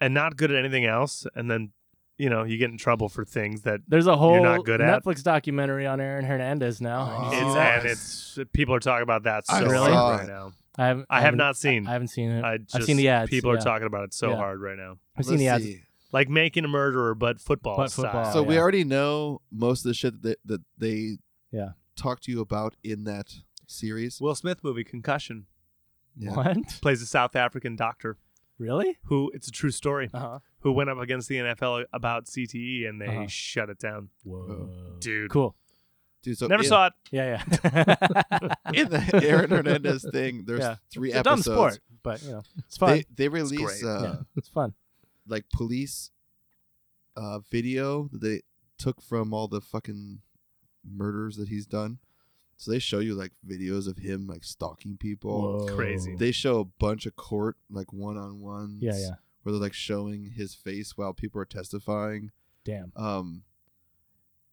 S2: and not good at anything else, and then you know you get in trouble for things that
S1: There's a whole
S2: not good at-
S1: Netflix documentary on Aaron Hernandez now.
S3: Oh.
S1: Did you see
S2: it's,
S1: that?
S2: and it's people are talking about that so
S3: I
S2: hard
S1: really?
S2: right now.
S1: I, haven't,
S2: I have
S1: haven't-
S2: not seen.
S1: I haven't seen it.
S2: I
S1: I've seen the ads.
S2: People are
S1: yeah.
S2: talking about it so
S1: Yeah.
S2: hard right now,
S1: I've seen the
S3: Let's
S1: ads.
S3: see.
S2: like making a murderer, but football.
S1: But football.
S2: style.
S3: So we
S1: yeah.
S3: already know most of the shit that that they
S1: Yeah.
S3: talk to you about in that series.
S2: Will Smith movie Concussion
S3: Yeah.
S1: What?
S2: plays a South African doctor
S1: Really?
S2: who it's a true story
S1: Uh-huh.
S2: who went up against the NFL about CTE and they
S1: Uh-huh.
S2: shut it down.
S1: Whoa.
S2: Dude.
S1: Cool.
S3: Dude, so
S2: Never
S3: in,
S2: saw it.
S1: <laughs> Yeah, yeah.
S3: <laughs> in the Aaron Hernandez thing. There's
S1: Yeah.
S3: three
S1: it's a dumb
S3: episodes.
S1: sport, but you know, it's fun.
S3: They they release
S2: great.
S3: uh,
S1: yeah, it's fun.
S3: like police uh, video that they took from all the fucking murders that he's done. So they show you like videos of him like stalking people.
S2: crazy.
S3: They show a bunch of court like one on one.
S1: Yeah, yeah.
S3: Where they're like showing his face while people are testifying.
S1: Damn.
S3: um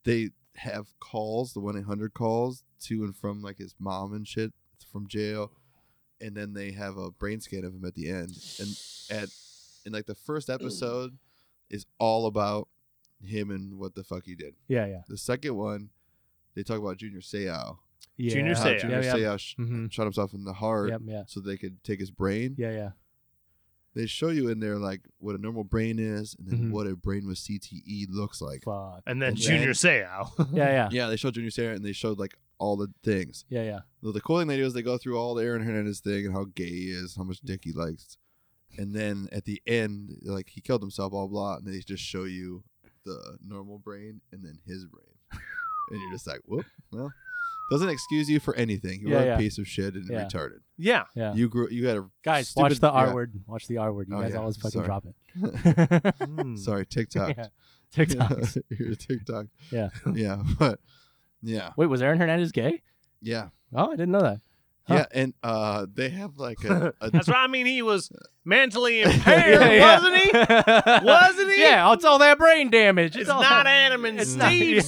S3: they have calls the 1-800 calls to and from like his mom and shit from jail and then they have a brain scan of him at the end and at and like the first episode is all about him and what the fuck he did
S1: Yeah, yeah.
S3: the second one they talk about junior seau
S1: yeah.
S2: Junior
S3: how
S2: Seau.
S3: junior
S1: Yeah, yeah.
S3: seau sh-
S1: Mhm.
S3: shot himself in the heart
S1: Yep, yeah.
S3: so they could take his brain
S1: Yeah, yeah.
S3: they show you in there like what a normal brain is and then
S1: Mhm.
S3: what a brain with cte looks like
S1: Fuck.
S2: And then
S3: And
S2: Junior
S3: then-
S2: Seau.
S1: <laughs> Yeah, yeah.
S3: yeah they showed junior seau and they showed like all the things
S1: Yeah, yeah.
S3: the, the cool thing they do is they go through all the Aaron Hernandez thing and how gay he is, how much dick he likes, and then at the end, like he killed himself, blah blah, and they just show you the normal brain and then his brain,
S1: <laughs>
S3: and you're just like, whoop, well, doesn't excuse you for anything. You
S1: Yeah,
S3: are
S1: yeah.
S3: a piece of shit and
S1: Yeah.
S3: retarded.
S2: <laughs> <laughs> yeah.
S1: Yeah.
S3: You grew, you had a
S1: Guys,
S3: stupid,
S1: watch the R
S3: yeah.
S1: word. Watch the R word. You
S3: Oh,
S1: guys
S3: yeah.
S1: always fucking
S3: Sorry.
S1: drop
S3: <laughs>
S1: it. <laughs>
S2: Mm.
S3: Sorry, TikTok.
S1: yeah. TikToks.
S3: <laughs> you're a TikTok.
S1: Yeah.
S3: <laughs> yeah, but yeah,
S1: <laughs> Wait, was Aaron Hernandez gay?
S3: yeah,
S1: Oh, I didn't know that. Huh.
S3: yeah, and uh, they have like a, a <laughs>
S2: That's right. I mean, he was
S1: <laughs>
S2: mentally
S3: Yeah,
S2: impaired, wasn't he?
S1: he?
S2: Wasn't he?
S1: Yeah, it's all that brain damage.
S2: It's
S1: all- <laughs>
S3: <laughs>
S2: not Adam and
S1: It's not-
S2: Steve.
S1: yeah.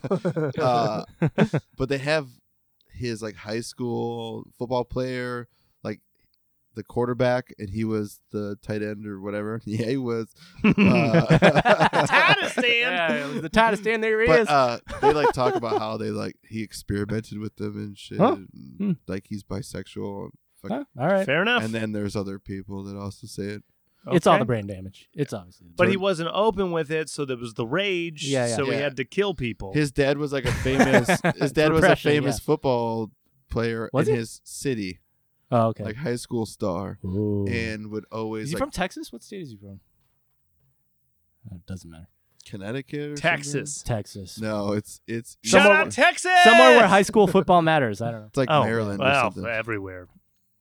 S1: <laughs>
S2: Something's wrong.
S3: uh, but they have his like high school football player, like the quarterback, and he was the tight end or whatever. <laughs> Yeah, he was.
S2: <laughs>
S3: Uh,
S2: Tatistan.
S1: Yeah, it was the tightest stand there is.
S3: but uh, they like talk about how they like he experimented with them and shit.
S1: Huh?
S3: and,
S1: Hmm.
S3: Like he's bisexual. Fuck.
S1: Huh, all right.
S2: Fair enough.
S3: And then there's other people that also say it.
S1: It's all
S2: Okay.
S1: the brain damage. It's obviously. the
S2: But
S1: brain-
S2: he wasn't open with it, so there was the rage.
S1: Yeah, yeah.
S2: So we
S3: Yeah.
S2: had to kill people.
S3: His dad was like
S1: <laughs>
S3: a famous. his dad was a
S1: Repression,
S3: famous football player
S1: Was
S3: in
S1: he?
S3: his city,
S1: Oh, okay.
S3: like high school star,
S1: Ooh.
S3: and would always
S1: is he
S3: like
S1: from Texas? What state is he from? Uh, It doesn't matter.
S3: Connecticut, or
S2: Texas.
S1: Texas.
S3: something? No, it's it's
S2: Shout
S1: Somewhere-
S2: out Texas.
S1: Somewhere where high school football matters.
S3: <laughs>
S1: I don't know.
S3: It's like
S2: Oh,
S3: Maryland or
S2: Well,
S3: something.
S2: everywhere.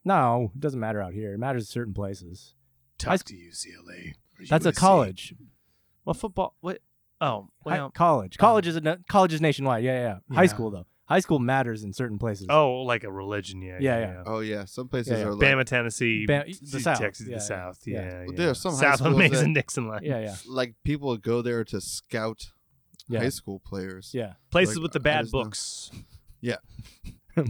S1: No, it doesn't matter out here. It matters in certain places. Tuck
S2: to UCLA.
S1: That's a college.
S2: Well, football. What? Oh,
S1: Hi-
S2: well.
S1: college. College is a, college is nationwide. Yeah, yeah, yeah. High
S2: Yeah.
S1: school though. High school matters in certain places.
S2: Oh, like a religion. Yeah.
S1: Yeah, yeah.
S3: Oh yeah, some places
S1: Yeah, yeah.
S3: are like
S2: Bama, Tennessee.
S1: Bam-
S2: t-
S1: the South.
S2: Texas,
S1: Yeah,
S2: the
S1: yeah,
S2: South.
S1: yeah.
S2: Yeah. yeah.
S3: But there are some high
S2: South of
S3: schools that-
S2: Mason Dixon line.
S1: yeah, yeah,
S3: like people go there to scout
S1: yeah,
S3: high school players. <laughs>
S1: yeah.
S2: Places
S3: Like,
S2: with the
S3: I
S2: bad
S3: just know.
S2: books.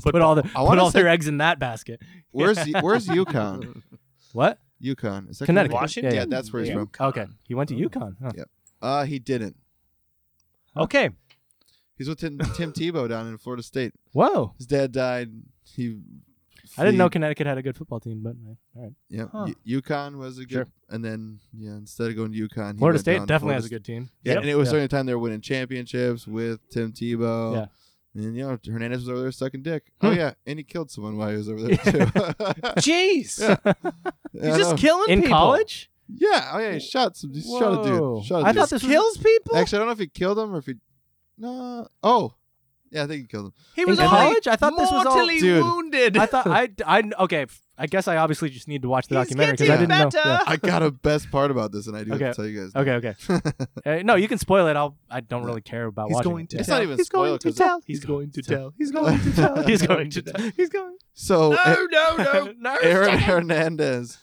S1: put all the
S3: I
S1: put
S3: wanna
S1: all
S3: say-
S1: their eggs in that basket.
S3: Where's
S1: <laughs>
S3: where's Yukon?
S1: What?
S3: Yukon. Is that
S1: Connecticut.
S2: Washington?
S3: Yeah, that's where he's from.
S1: Okay,
S3: <laughs>
S1: he went to
S3: Oh.
S1: UConn. Huh.
S3: Yeah. Uh he didn't.
S2: Okay.
S3: He's with Tim,
S1: <laughs>
S3: Tim Tebow down in Florida State.
S1: Whoa,
S3: His dad died. He
S1: I didn't know
S3: fleed-
S1: Connecticut had a good football team, but uh, all right.
S3: Yeah,
S1: Huh.
S3: U- Yukon was a good,
S1: Sure.
S3: and then yeah, instead of going to Yukon, he
S1: Florida
S3: went
S1: State
S3: down to
S1: definitely
S3: Florida
S1: has a
S3: State.
S1: good team.
S3: Yeah,
S2: Yep.
S3: and it was
S1: Yeah.
S3: during the time they were winning championships with Tim Tebow.
S1: Yeah.
S3: And you know Hernandez was over there sucking dick.
S1: <laughs> Hmm.
S3: Oh yeah, and he killed someone while he was over there
S1: <laughs>
S3: too. <laughs>
S2: Jeez.
S3: Yeah.
S2: He's
S3: Yeah, I know.
S2: just killing
S1: In
S2: people.
S1: college?
S3: Yeah. Oh yeah, he shot some. He shot a
S1: Whoa.
S3: dude. Shot a
S1: I
S3: dude.
S1: thought this was-
S2: Kills people?
S3: Actually, I don't know if he killed him or if he. No. Oh, Yeah, I think he killed him.
S1: He was
S3: In
S1: all
S3: college?
S1: I thought this was all.
S2: mortally
S3: Dude.
S2: wounded.
S1: I thought I, I okay. f- I guess I obviously just need to watch the
S2: He's
S1: documentary because
S2: getting
S1: I didn't
S2: better.
S1: know.
S3: I got a best part about this, and I do
S1: Okay.
S3: have to tell you guys.
S1: Yeah. Okay, okay.
S3: Okay.
S1: Uh, no, you can spoil it. I'll. I don't really care about
S2: <laughs> He's
S1: watching.
S2: going
S1: it.
S2: to
S3: It's
S2: tell.
S3: not even
S2: He's going
S3: spoiled
S2: to
S3: 'cause-
S2: tell.
S1: He's
S2: He's going
S1: going
S2: to
S3: <laughs>
S1: to
S2: tell. He's going to tell. <laughs>
S1: He's going to tell.
S2: He's going.
S3: <laughs> so
S2: No, no,
S3: <laughs>
S2: no,
S1: no,
S3: Oh, eh, Aaron Hernandez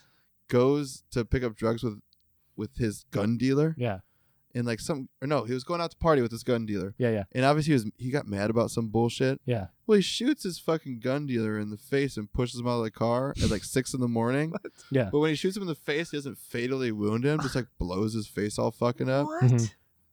S3: goes to pick up drugs with with his gun dealer
S1: Yeah,
S3: and like some or no, he was going out to party with his gun dealer.
S1: yeah, yeah,
S3: And obviously he was he got mad about some bullshit.
S1: yeah.
S3: Well, he shoots his fucking gun dealer in the face and pushes him out of the car at like six in the <laughs> morning.
S1: Yeah.
S3: But when he shoots him in the face, he doesn't fatally wound him, <sighs> just like blows his face all fucking up.
S1: Mhm.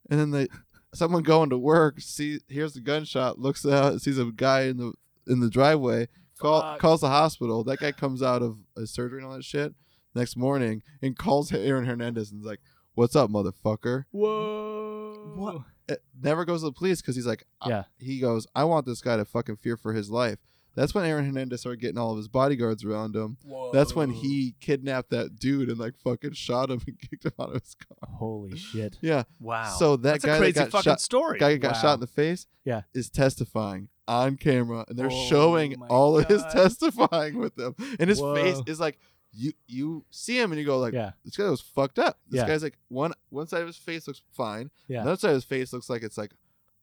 S3: And then they someone going to work see hears the gunshot, looks out, sees a guy in the in the driveway, call,
S2: Uh,
S1: Fuck.
S3: calls the hospital. That guy comes out of a surgery and all that shit next morning and calls <laughs> Aaron Hernandez and's like, "What's up, motherfucker?"
S1: Whoa.
S2: What?
S3: Uh, never goes to the police because he's like, I-
S1: Yeah.
S3: He goes, "I want this guy to fucking fear for his life." That's when Aaron Hernandez started getting all of his bodyguards around him. That's when he kidnapped that dude and like fucking shot him and <laughs> kicked him out of his car.
S1: Holy shit.
S3: Yeah.
S2: Wow.
S3: So that
S2: that's
S3: guy
S2: a crazy
S3: that got
S2: fucking
S3: shot,
S2: story.
S3: guy that got
S1: Wow.
S3: shot in the face
S1: Yeah.
S3: is testifying on camera and they're
S1: Oh
S3: showing
S1: my
S3: all of his
S1: God.
S3: <laughs> testifying with them and his
S1: Whoa.
S3: face is like you you see him and you go like
S1: Yeah.
S3: this guy was fucked up this
S1: Yeah.
S3: guy's like one one side of his face looks fine
S1: Yeah.
S3: the other side of his face looks like it's like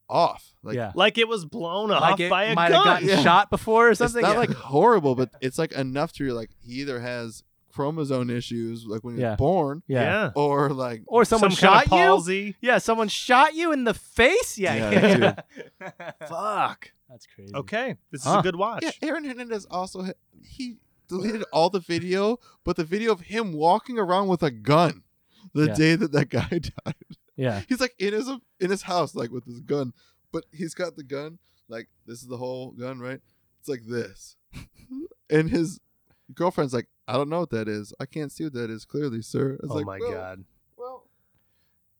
S3: off like
S1: yeah.
S2: like it was blown off
S1: Like it
S2: by a
S1: might
S2: gun.
S1: have gotten
S3: Yeah.
S1: shot before or
S3: it's
S1: something.
S3: not
S1: Yeah.
S3: like horrible but it's like enough to you're like he either has chromosome issues like when he
S1: Yeah.
S3: was born
S1: yeah.
S3: or like
S1: Or someone
S2: Some
S1: shot
S2: kind of
S1: you.
S2: palsy.
S1: Yeah, someone shot you in the face. Yeah,
S3: Yeah,
S1: <laughs> Fuck. That's crazy.
S2: Okay, this is
S1: Huh.
S2: a good watch.
S3: Yeah, Aaron Hernandez also ha- he deleted all the video, but the video of him walking around with a gun the
S1: Yeah.
S3: day that that guy <laughs> died.
S1: Yeah.
S3: He's like in his in his house like with his gun, but he's got the gun like this is the whole gun, right? It's like
S2: <laughs>
S3: this, and his girlfriend's like, I don't know what that is. I can't see what that is clearly, sir. It's
S2: Oh
S3: like,
S2: my
S3: well,
S2: god,
S3: Well,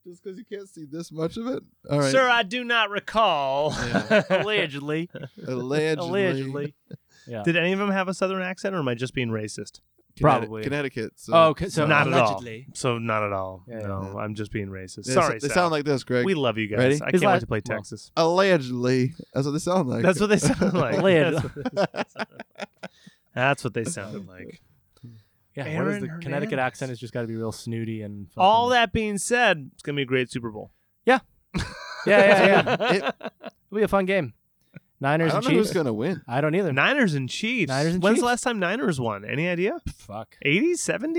S3: just because you can't see this much of it, all right,
S2: sir! I do
S1: <laughs>
S2: not recall.
S3: Yeah.
S1: Allegedly.
S3: Allegedly,
S1: Allegedly. Yeah.
S2: Did any of them have a southern accent, or am I just being racist?
S3: Connecti-
S1: Probably.
S3: Connecticut. So
S1: Oh, okay, so
S2: Not at all.
S1: allegedly.
S2: So not at all.
S1: Yeah,
S2: no,
S3: yeah.
S2: I'm just being racist.
S3: They-
S2: Sorry,
S3: they
S2: Sal.
S3: sound like this, Greg.
S2: we love you guys.
S3: Ready?
S2: I
S1: His
S2: can't wait
S1: last-
S2: to play
S1: well. <laughs>
S2: Texas. <laughs>
S3: Allegedly, that's what they sound like.
S2: That's what they <laughs> sound like.
S1: Alleged-
S2: That's what-
S1: <laughs>
S2: That's what they sounded like.
S1: Yeah, what is
S2: Aaron
S1: the Connecticut
S2: Hernandez.
S1: accent? It's just got to be real snooty and fucking-
S2: All that being said, it's gonna be a great Super Bowl.
S1: Yeah, yeah,
S2: <laughs>
S1: yeah.
S3: It-
S1: It'll be a fun game.
S3: I
S1: Niners
S3: don't
S1: and
S3: know who's
S1: Chiefs.
S3: gonna win.
S1: I don't either.
S2: Niners and Chiefs.
S1: Niners and
S2: When's
S1: Chiefs.
S2: the last time Niners won? Any idea?
S1: Fuck.
S2: 80s,
S1: I
S2: 70s?
S1: don't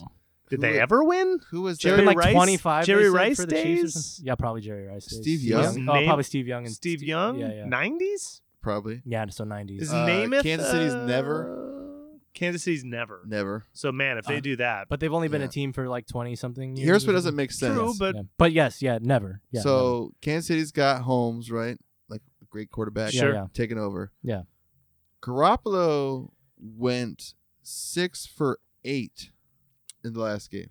S1: know.
S2: Did
S3: Who
S2: they
S3: was-
S2: ever win?
S3: Who was
S1: They're
S2: Jerry
S3: Jerry?
S1: like
S2: Rice-
S1: 25 they
S2: Jerry
S1: said,
S2: Rice
S1: for the Chiefs or
S2: days?
S1: something. Yeah, probably Jerry Rice. days.
S3: Steve Young?
S1: Oh,
S2: Name-
S1: probably Steve Young and
S2: Steve
S1: Ste-
S2: Young?
S1: Yeah, yeah.
S2: 90s?
S3: probably
S1: Yeah, so 90s.
S2: Is
S3: Uh,
S2: Namath?
S3: Kansas City's
S2: uh, Kansas City's never.
S3: never.
S2: So, man, if they
S1: Uh,
S2: do that.
S1: But they've only been
S3: Yeah.
S1: a team for like 20 something years.
S3: Here's what
S1: or
S3: doesn't
S1: something.
S3: make sense.
S2: True, but
S1: Yeah. But yes, yeah, never. Yeah,
S3: so Kansas City's got Holmes, right? Like a great quarterback,
S1: Yeah, Sure. yeah.
S3: taking over.
S1: Yeah.
S3: Garoppolo went six for eight in the last game.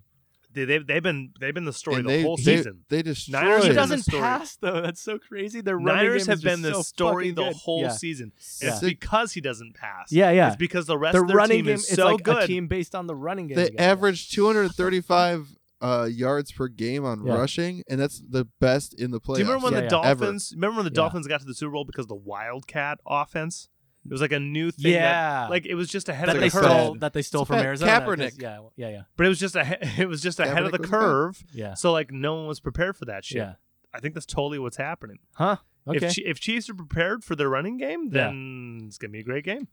S2: they, they've, they've been they've been the story
S3: and
S2: the
S3: they,
S2: whole
S3: they,
S2: season.
S3: They destroyed.
S2: Niners
S1: never.
S2: He
S1: He
S2: It doesn't
S1: doesn't
S2: story.
S1: pass
S2: pass,
S1: though. That's so crazy. The
S2: Niners have been the story the whole
S1: yeah.
S2: season. And
S3: Yeah.
S2: It's because he doesn't pass.
S1: Yeah, yeah.
S2: It's because the rest
S1: The
S2: of their
S1: running
S2: team
S1: game
S2: is
S1: it's
S2: so
S1: like
S2: good.
S1: a team based on the running game.
S3: They
S1: together.
S3: averaged
S2: <laughs>
S3: 235 uh, yards per game on
S1: Yeah.
S3: rushing, and that's the best in the playoffs.
S2: Do you remember when
S1: Yeah,
S2: the
S3: yeah. Ever.
S2: Dolphins? Remember when the
S1: Yeah.
S2: Dolphins got to the Super Bowl because of the Wildcat offense? It was like a new thing. That,
S1: Yeah.
S2: like it was just ahead
S1: that
S2: of
S1: they
S2: the
S3: It's like
S2: curve,
S3: a
S1: stole
S3: fad.
S1: that they stole
S3: It's a
S1: from
S3: fad.
S1: Arizona. 'cause-
S3: Kaepernick.
S1: Yeah, well, yeah, yeah.
S2: but it was just ahead, <laughs> it was just ahead of
S3: Kaepernick
S2: the
S3: was a
S2: curve.
S1: Yeah.
S2: So like no one was prepared for that shit.
S1: Yeah.
S2: I think that's totally what's happening.
S1: Huh? Okay.
S2: If, Chi- if Chiefs are prepared for their running game,
S1: Yeah.
S2: then it's gonna be a great game.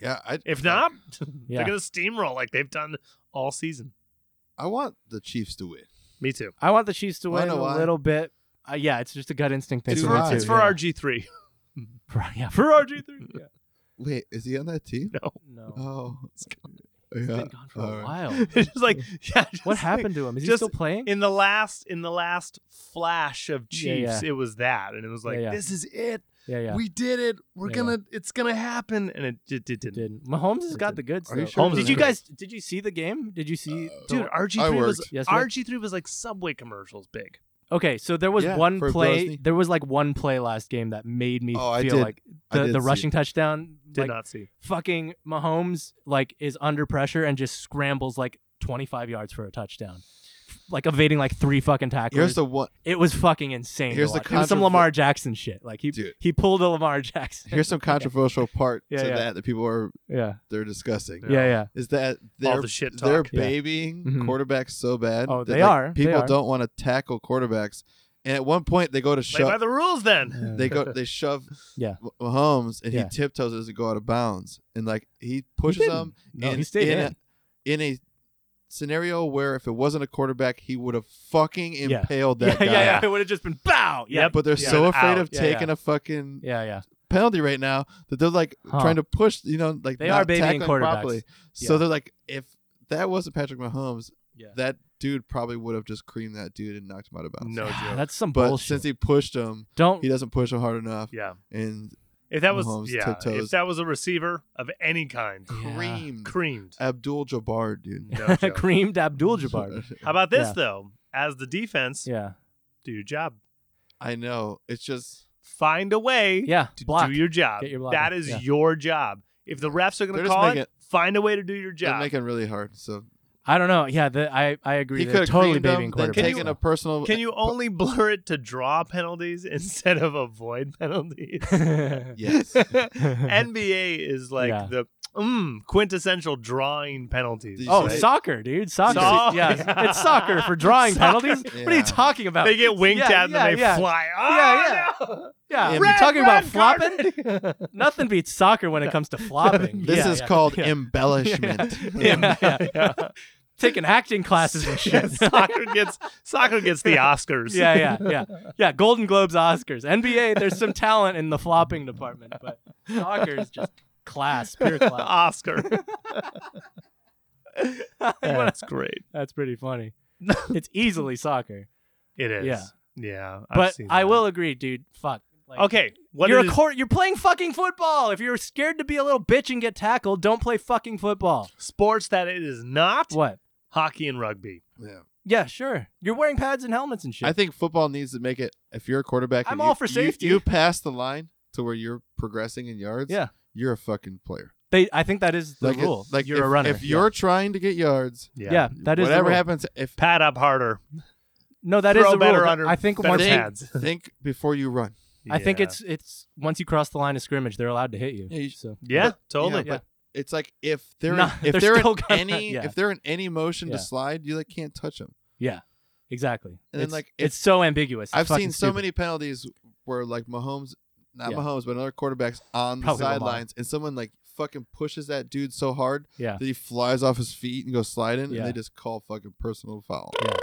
S3: Yeah, I,
S2: If not,
S1: Yeah.
S2: they're gonna steamroll like they've done all season.
S3: I want the Chiefs to win.
S2: Me too.
S1: I want the Chiefs to
S3: Wanna
S1: win
S3: know
S1: a
S3: why?
S1: little bit. Uh, yeah, it's just a gut instinct thing.
S3: It's
S1: for
S3: for-
S1: me too,
S2: It's for
S1: yeah. <laughs>
S2: RG three. <laughs>
S1: For, yeah, for RG <laughs> three. Yeah.
S3: Wait, is he on that team?
S1: No,
S3: Oh,
S1: he's
S3: yeah.
S1: been gone for
S3: all
S1: a
S3: right. <laughs>
S1: while.
S2: it's
S1: <laughs>
S2: just like yeah. just
S1: What
S2: like-
S1: happened to him? Is he
S2: just
S1: still playing?
S2: in the last in the last flash of
S1: Yeah,
S2: Chiefs,
S1: yeah.
S2: it was that, and it was like,
S1: Yeah, yeah.
S2: this is it.
S1: yeah, yeah.
S2: We did it. We're
S1: Yeah,
S2: gonna. It's gonna happen. And it, it, it didn't.
S1: didn't. Mahomes has got the goods.
S3: Are you
S1: though.
S3: sure
S2: Holmes
S1: did
S2: is
S1: you
S2: great.
S1: guys? Did you see the game? Did you see?
S3: Uh,
S2: Dude, RG
S3: I
S2: three was
S3: worked.
S1: Yes, ma'am.
S2: RG three was like Subway commercials big.
S1: Okay, so there was
S3: Yeah,
S1: one
S3: for
S1: play.
S3: Brosnan.
S1: There was like one play last game that made me
S3: Oh, I
S1: feel
S3: did-
S1: like
S3: I
S1: the,
S3: did
S1: the
S3: see
S1: rushing touchdown.
S2: Did
S1: like,
S2: not see.
S1: fucking Mahomes like is under pressure and just scrambles like 25 yards for a touchdown. like evading like three fucking tackles.
S3: Here's the one.
S1: it was fucking insane.
S3: Here's
S1: to
S3: the
S1: watch. It was some
S3: controver-
S1: Lamar Jackson shit. Like he
S3: Dude.
S1: he pulled a Lamar Jackson.
S3: <laughs>
S1: <laughs>
S3: Here's some controversial part
S1: Yeah,
S3: to
S1: yeah.
S3: that that people are
S1: yeah,
S3: they're discussing.
S1: yeah, yeah.
S3: Is that
S2: All
S3: they're
S2: the shit
S3: they're
S2: talk.
S1: Yeah.
S3: babying
S1: Mhm.
S3: quarterbacks so bad.
S1: Oh,
S3: that,
S1: they
S3: like,
S1: are. They
S3: People
S1: are.
S3: don't want to tackle quarterbacks, and at one point they go to
S2: Play by
S3: shove.
S2: the rules then.
S1: Yeah. <laughs>
S3: They go they shove.
S1: Yeah.
S3: Mahomes and
S1: Yeah.
S3: he tiptoes and doesn't go out of bounds, and like he pushes
S1: didn't.
S3: them
S1: No,
S3: in,
S1: he stayed
S3: in,
S1: in.
S3: A, in a scenario where if it wasn't a quarterback, he would have fucking
S1: Yeah.
S3: impaled
S1: Yeah,
S3: that
S1: yeah,
S3: guy.
S1: yeah. It would have just been bow. Yeah,
S2: Yep.
S3: But they're
S2: Yeah.
S3: so afraid
S2: Out.
S3: of
S1: Yeah,
S3: taking
S1: yeah.
S3: a fucking
S1: yeah, yeah.
S3: penalty right now that they're like
S1: Huh.
S3: trying to push, you know, like
S1: They
S3: not
S1: are babying
S3: tackling
S1: quarterbacks.
S3: properly. So
S1: Yeah.
S3: they're like, if that wasn't Patrick Mahomes,
S1: Yeah.
S3: that dude probably would have just creamed that dude and knocked him out of bounds.
S2: No joke.
S1: Ah, That's some
S3: But
S1: bullshit.
S3: since he pushed him,
S1: Don't. <laughs>
S3: he doesn't push him hard enough,
S2: Yeah.
S3: and
S2: If that was
S3: Mahomes
S2: yeah,
S3: tiptoes.
S2: if that was a receiver of any kind,
S1: Yeah. <laughs>
S3: creamed
S2: creamed.
S3: Abdul Jabbar, dude.
S2: No joke.
S1: creamed Abdul
S3: <laughs>
S1: Jabbar.
S2: How about this
S1: Yeah.
S2: though? As the defense,
S1: yeah,
S2: do your job.
S3: I know. It's just
S2: Find a way
S1: yeah.
S2: to
S1: Block.
S2: do your job.
S1: Get your block
S2: that
S1: in.
S2: is
S1: Yeah.
S2: your job. If the refs are going
S3: They're
S2: to
S3: just
S2: call it,
S3: making-
S2: find a way to do your
S3: they're
S2: job.
S3: making really hard. So
S1: I don't know. Yeah, the, I I agree.
S3: he could
S1: They're
S3: have
S1: totally babying
S3: creamed him, then
S1: quarterbacks.
S3: taken
S1: though.
S3: a personal.
S2: Can you only <laughs> blur it to draw penalties instead of avoid
S1: <laughs>
S2: penalties?
S3: <laughs>
S2: <laughs>
S3: Yes. <laughs>
S2: NBA is like
S1: Yeah.
S2: the mm, quintessential drawing penalties.
S3: Did you
S1: Oh,
S3: see-
S2: right?
S1: soccer, dude. Soccer.
S2: Soc-
S3: <laughs>
S1: yeah. It's soccer for drawing
S2: Soccer.
S1: penalties. What are you
S3: Yeah.
S1: talking about?
S2: they get winked
S1: Yeah,
S2: at and
S1: yeah,
S2: then they
S1: yeah.
S2: fly.
S1: Yeah,
S2: Oh, no.
S1: yeah.
S3: Yeah,
S1: you
S2: red,
S1: talking about
S2: red
S1: flopping?
S2: <laughs>
S1: Nothing beats soccer when it comes
S3: <laughs>
S1: to flopping.
S3: This
S1: Yeah,
S3: is
S1: yeah,
S3: called
S1: yeah. <laughs>
S3: embellishment.
S1: Yeah, yeah, yeah. Taking acting classes and
S2: Yeah,
S1: shit.
S2: <laughs> soccer gets soccer gets
S1: <laughs>
S2: the Oscars.
S1: yeah, yeah,
S2: <laughs>
S1: yeah, yeah. Golden Globes, Oscars, NBA. There's some talent in the flopping department, but soccer is just class, pure
S2: <laughs>
S1: class.
S2: Oscar. That's great.
S1: That's pretty funny. It's easily soccer,
S2: It is.
S1: Yeah.
S2: Yeah. I've
S1: but
S2: seen
S1: I
S2: that.
S1: will agree, dude. Fuck. Like,
S2: Okay. What
S1: you're
S2: it
S1: a
S2: is-
S1: court. You're playing fucking football. If you're scared to be a little bitch and get tackled, don't play fucking football.
S2: sports that it is not
S1: What?
S2: hockey and rugby.
S3: yeah.
S1: Yeah, sure. You're wearing pads and helmets and shit.
S3: I think football needs to make it if you're a quarterback. and
S1: I'm
S3: you-
S1: all for
S3: you-
S1: safety.
S3: You, pass the line to where you're progressing in yards.
S1: Yeah.
S3: you're a fucking player.
S1: they. I think that is the
S3: like it-
S1: rule.
S3: like
S1: you're
S3: if,
S1: a runner.
S3: If you're trying to get yards,
S1: yeah. yeah, that is the
S3: whatever
S1: rule.
S3: happens.
S1: <laughs>
S3: If
S2: Pat up harder.
S1: No, that is
S2: Throw
S1: the
S2: better
S1: rule.
S2: under-
S1: I think
S2: better
S1: once
S3: think,
S2: pads.
S3: think before you run.
S1: I think
S2: Yeah.
S1: it's it's once you cross the line of scrimmage, they're allowed to hit you.
S3: Yeah, you-
S1: so
S2: Yeah,
S3: But,
S2: totally.
S3: you know, but It's like if they're
S1: No, <laughs>
S3: if
S1: they're
S3: they're,
S1: still
S3: in
S1: gonna-
S3: any
S1: <laughs> yeah.
S3: if they're in any motion
S1: Yeah.
S3: to slide, you like can't touch them.
S1: yeah, exactly.
S3: And then,
S1: it's,
S3: like,
S1: it's
S3: if-
S1: so ambiguous. It's
S3: I've
S1: fucking
S3: seen so
S1: stupid.
S3: many penalties where like Mahomes, not
S1: Yeah.
S3: Mahomes, but other quarterbacks on the
S1: Probably Lamar.
S3: sidelines, and someone like fucking pushes that dude so hard
S1: Yeah.
S3: that he flies off his feet and goes sliding,
S1: Yeah.
S3: and they just call fucking personal foul.
S1: Yeah.
S3: Yeah.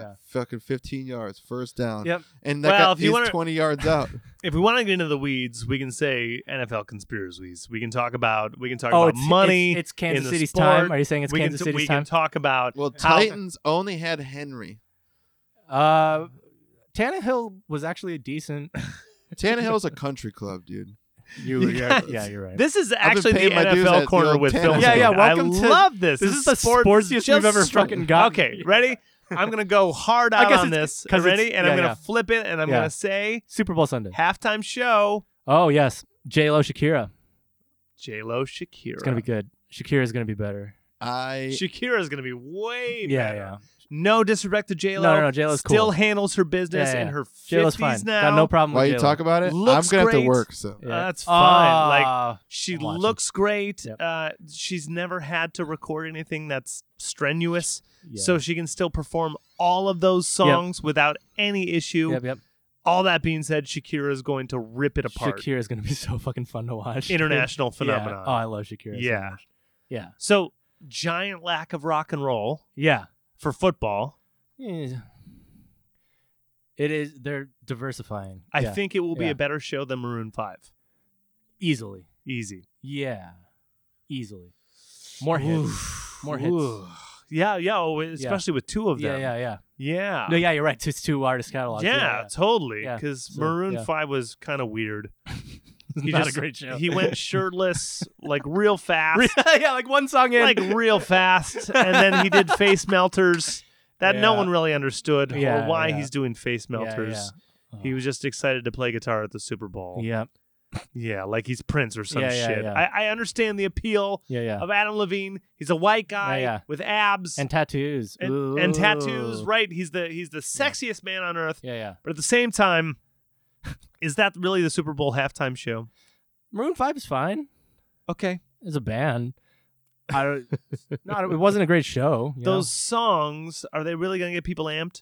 S1: Yeah.
S3: Fucking 15 yards, first down.
S1: Yep.
S3: And that
S2: Well,
S3: guy-
S2: if you
S3: he's
S2: wanna-
S3: 20
S1: <laughs>
S3: yards out.
S2: if we want to get into the weeds, we can say NFL conspiracies. We can talk about we can talk
S1: Oh,
S2: about
S1: it's
S2: money.
S1: It's, it's Kansas
S2: the
S1: City's
S2: sport.
S1: time. Are you saying it's
S2: we
S1: Kansas
S2: can,
S1: City's
S2: we
S1: time?
S2: can talk about
S3: Well,
S2: how-
S3: Titans only had Henry.
S1: uh, Tannehill was actually a
S2: <laughs>
S1: decent.
S3: Tannehill's a country club, dude.
S1: You were, yeah,
S2: guys-
S1: yeah, you're right.
S2: This is
S3: been
S2: actually the
S3: paying my dues at
S2: NFL
S3: the
S2: corner
S3: old
S2: with
S3: tennis
S2: Phil.
S1: Yeah, yeah,
S2: Zane. I
S1: welcome to-
S2: love this.
S1: this is the sportsiest we've
S2: just
S1: ever
S2: straight-
S1: fucking gotten.
S2: Okay,
S1: <laughs>
S2: ready? I'm gonna go hard
S1: I
S2: out
S1: guess
S2: on
S1: it's-
S2: this.
S1: 'cause it's-
S2: Ready? And
S1: yeah,
S2: I'm gonna
S1: yeah.
S2: flip it, and I'm
S1: Yeah.
S2: gonna say
S1: Super Bowl Sunday.
S2: halftime show.
S1: Oh yes, J Lo Shakira.
S2: J Lo Shakira.
S1: It's gonna be good. Shakira's gonna be better.
S3: <laughs> I
S2: Shakira's gonna be way
S1: Yeah,
S2: better.
S1: yeah.
S2: No disrespect to J Lo.
S1: No, no, no, J-Lo's
S2: still
S1: cool.
S2: handles her business
S1: Yeah, yeah,
S2: in
S1: yeah.
S2: her
S1: J Lo's
S2: fifties
S1: fine.
S2: now.
S1: Got no problem
S3: while
S1: with
S3: you
S1: J-Lo.
S3: talk about it, I'm
S2: Looks
S3: gonna have
S2: great.
S3: to work. So
S1: Yeah.
S2: That's fine. Like,
S1: Ah,
S2: She
S1: I'm watching.
S2: looks great.
S1: Yep.
S2: Uh, she's never had to record anything that's strenuous,
S1: yeah.
S2: so she can still perform all of those songs without any issue.
S1: yep, yep.
S2: All that being said, Shakira is going to rip it apart.
S1: Shakira's gonna be <laughs> so fucking fun to watch.
S2: International
S1: <laughs> Yeah.
S2: phenomenon.
S1: Oh, I love Shakira. so
S2: Yeah.
S1: much. yeah,
S2: So giant lack of rock and roll
S1: yeah.
S2: for football.
S1: Eh. It is. They're diversifying.
S2: I
S1: Yeah,
S2: think it will be
S1: Yeah.
S2: a better show than Maroon Five.
S1: easily.
S2: Easy.
S1: Yeah, easily. More hits.
S2: Oof.
S1: More hits.
S2: Oof. Yeah, yeah, oh, especially with two of
S1: Yeah,
S2: them.
S1: yeah, yeah.
S2: yeah.
S1: No, yeah, you're right. It's two artist catalogs.
S2: Yeah, totally.
S1: Yeah,
S2: Because
S1: so,
S2: Maroon
S1: yeah.
S2: Five was kind of weird.
S1: He
S2: He
S1: Not
S2: just-
S1: a great show.
S2: <laughs> He went shirtless, like real fast,
S1: <laughs> yeah, like one song in.
S2: like real fast, and then he did face melters that no
S1: Yeah.
S2: one really understood
S1: Yeah,
S2: or why
S1: yeah.
S2: he's doing face
S1: Yeah,
S2: melters.
S1: yeah.
S2: He was just excited to play guitar at the Super Bowl.
S1: Yeah.
S2: Yeah, like he's Prince or some
S1: Yeah, yeah,
S2: shit.
S1: yeah.
S2: I, I understand the appeal
S1: Yeah, yeah.
S2: of Adam Levine. He's a white guy
S1: yeah.
S2: with abs
S1: And tattoos.
S2: and, and tattoos.
S1: Ooh.
S2: Right? He's the he's the sexiest man on earth.
S1: Yeah, yeah.
S2: But at the same time, <laughs> is that really the Super Bowl halftime show?
S1: Maroon Five is fine
S2: Okay,
S1: as a band. I
S2: <laughs>
S1: don't. not, it wasn't a great show. you know?
S2: those songs are they really going to get people amped?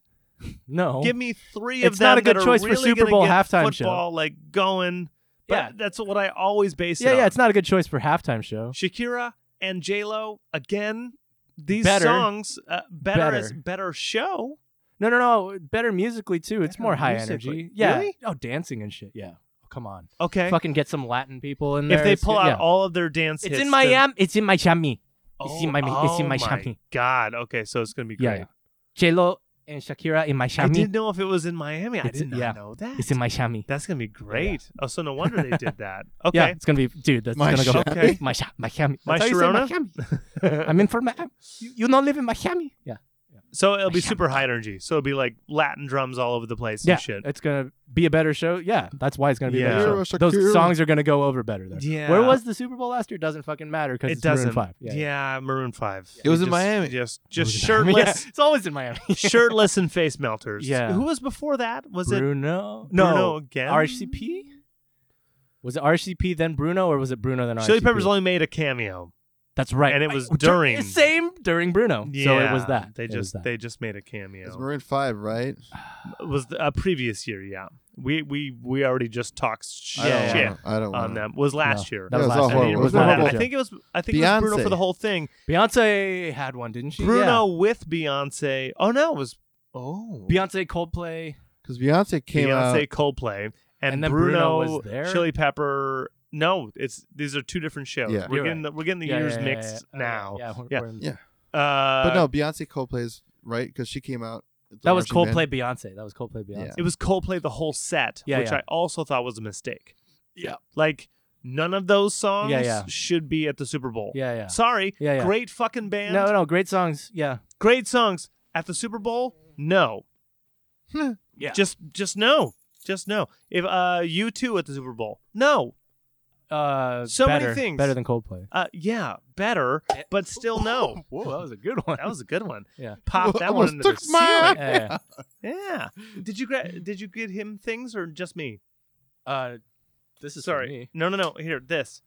S1: no.
S2: Give me three of
S1: It's
S2: them.
S1: not a good
S2: that are
S1: choice for
S2: really
S1: Super
S2: gonna
S1: Bowl
S2: get
S1: halftime show.
S2: football, Like going. But
S1: Yeah.
S2: that's what I always base.
S1: yeah,
S2: it
S1: yeah.
S2: on.
S1: It's not a good choice for halftime show.
S2: Shakira and J Lo again. These
S1: Better.
S2: songs, uh, better,
S1: Better.
S2: Is better show.
S1: No, no, no. Better musically too. It's
S2: Better
S1: more high
S2: musically.
S1: energy. Yeah.
S2: Really?
S1: Oh, dancing and shit. Yeah. Oh, Come on.
S2: Okay,
S1: Fucking get some Latin people in there.
S2: if they
S1: It's
S2: pull
S1: good-
S2: out
S1: yeah.
S2: all of their dance,
S1: it's
S2: hits,
S1: in
S2: then-
S1: Miami. It's in Miami.
S2: Oh,
S1: It's in my. It's in
S2: oh
S1: my Miami.
S2: God. Okay, so it's gonna be
S1: Yeah,
S2: great.
S1: yeah. J Lo and Shakira in
S2: I
S1: Miami.
S2: didn't know if it was in Miami. I
S1: It's-
S2: did not
S1: yeah.
S2: know that.
S1: It's in Miami.
S2: That's gonna be great. Oh, so no wonder they
S1: <laughs>
S2: did that.
S1: Yeah,
S2: Okay.
S1: it's gonna be, dude. That's
S3: My
S1: gonna go.
S3: Shami.
S2: Okay.
S1: My Sha- Miami.
S2: My
S1: That's how you say
S2: Sharona?
S1: Miami.
S2: <laughs>
S1: I'm in for Miami. You, you don't live in Miami. Yeah.
S2: so it'll be
S1: Miami.
S2: super high energy. So it'll be like Latin drums all over the place
S1: yeah.
S2: and shit.
S1: It's gonna be a better show. Yeah. That's why it's gonna be
S2: Yeah.
S1: a better show.
S3: Shakira,
S1: Those
S3: Shakira.
S1: songs are gonna go over better there.
S2: Yeah.
S1: Where was the Super Bowl last year? Doesn't fucking matter because
S2: it
S1: it's Maroon
S2: doesn't.
S1: Five.
S2: Yeah, Maroon Five.
S3: It was
S2: You just-
S3: in Miami.
S2: Just
S1: <laughs>
S2: just
S1: It was in Miami. Yeah,
S2: shirtless,
S1: It's always in <laughs> Miami.
S2: <laughs> shirtless and face melters.
S1: Yeah.
S2: Who was before that? Was it
S1: Bruno.
S2: Bruno again?
S1: RCP. Was it RCP then Bruno, or was it Bruno then RCP?
S2: Chili Peppers only made a cameo.
S1: That's right.
S2: and it was
S1: dur-
S2: during-
S1: same <laughs> during Bruno. So it was
S2: Yeah,
S1: that.
S2: They
S1: It was
S2: just
S1: that.
S2: they just made a
S3: It's
S2: cameo.
S3: Maroon Five, right?
S2: Was the- a previous year, yeah. We we we already just talked shit
S3: I don't
S1: Yeah. Oh,
S3: wanna- I don't
S2: on
S3: want
S2: them. Was last year.
S1: That
S3: Yeah,
S1: was
S3: it's
S1: last
S3: all
S1: year.
S2: I mean,
S3: horrible.
S2: it
S1: It
S2: was
S1: was
S3: not
S2: not-
S1: horrible.
S2: I
S3: horrible.
S2: think it was. I think it was Bruno for
S3: Beyonce.
S2: the whole thing.
S1: Beyonce had one, didn't she?
S2: Bruno with Beyonce. Oh no, it was oh
S1: Yeah. Beyonce, Coldplay.
S3: because Beyonce came
S2: Beyonce
S3: out.
S2: Coldplay and,
S1: And then
S2: Bruno,
S1: Bruno was there?
S2: Chili Pepper. No, it's these are two different shows.
S3: Yeah.
S2: We're
S1: You're
S2: getting the, we're getting the
S1: Yeah,
S2: years
S1: yeah, yeah,
S2: mixed
S1: yeah.
S2: now.
S1: Yeah, we're- we're in-
S3: Yeah.
S2: Uh,
S3: But no, Beyonce Coldplay's right because she came out. with the
S1: That was
S3: marching band.
S1: Coldplay, Beyonce. That was Coldplay, Beyonce.
S2: it was Coldplay the whole set,
S1: Yeah,
S2: which
S1: yeah.
S2: I also thought was a mistake.
S1: Yeah.
S2: like none of those songs
S1: Yeah, yeah.
S2: should be at the Super Bowl.
S1: Yeah, yeah.
S2: Sorry,
S1: Yeah, yeah.
S2: great fucking band,
S1: No, no, great songs. Yeah.
S2: great songs at the Super Bowl. No, <laughs>
S1: Yeah.
S2: Just just no. Just no. If uh you two at the Super Bowl. No.
S1: uh,
S2: so many
S1: better-
S2: things.
S1: Better than Coldplay.
S2: Uh yeah, better,
S3: Eh.
S2: but still
S3: <laughs>
S2: no.
S1: Whoa, that was a good one.
S2: That was a good one.
S1: Yeah.
S2: Pop that one
S3: Almost
S2: into the
S3: took <laughs> my-
S2: ceiling.
S1: <laughs> yeah,
S2: Yeah. Did you gra- did you get him things or just me?
S1: yeah. Uh, this is for
S2: Sorry.
S1: me.
S2: No, no, no. Here, this.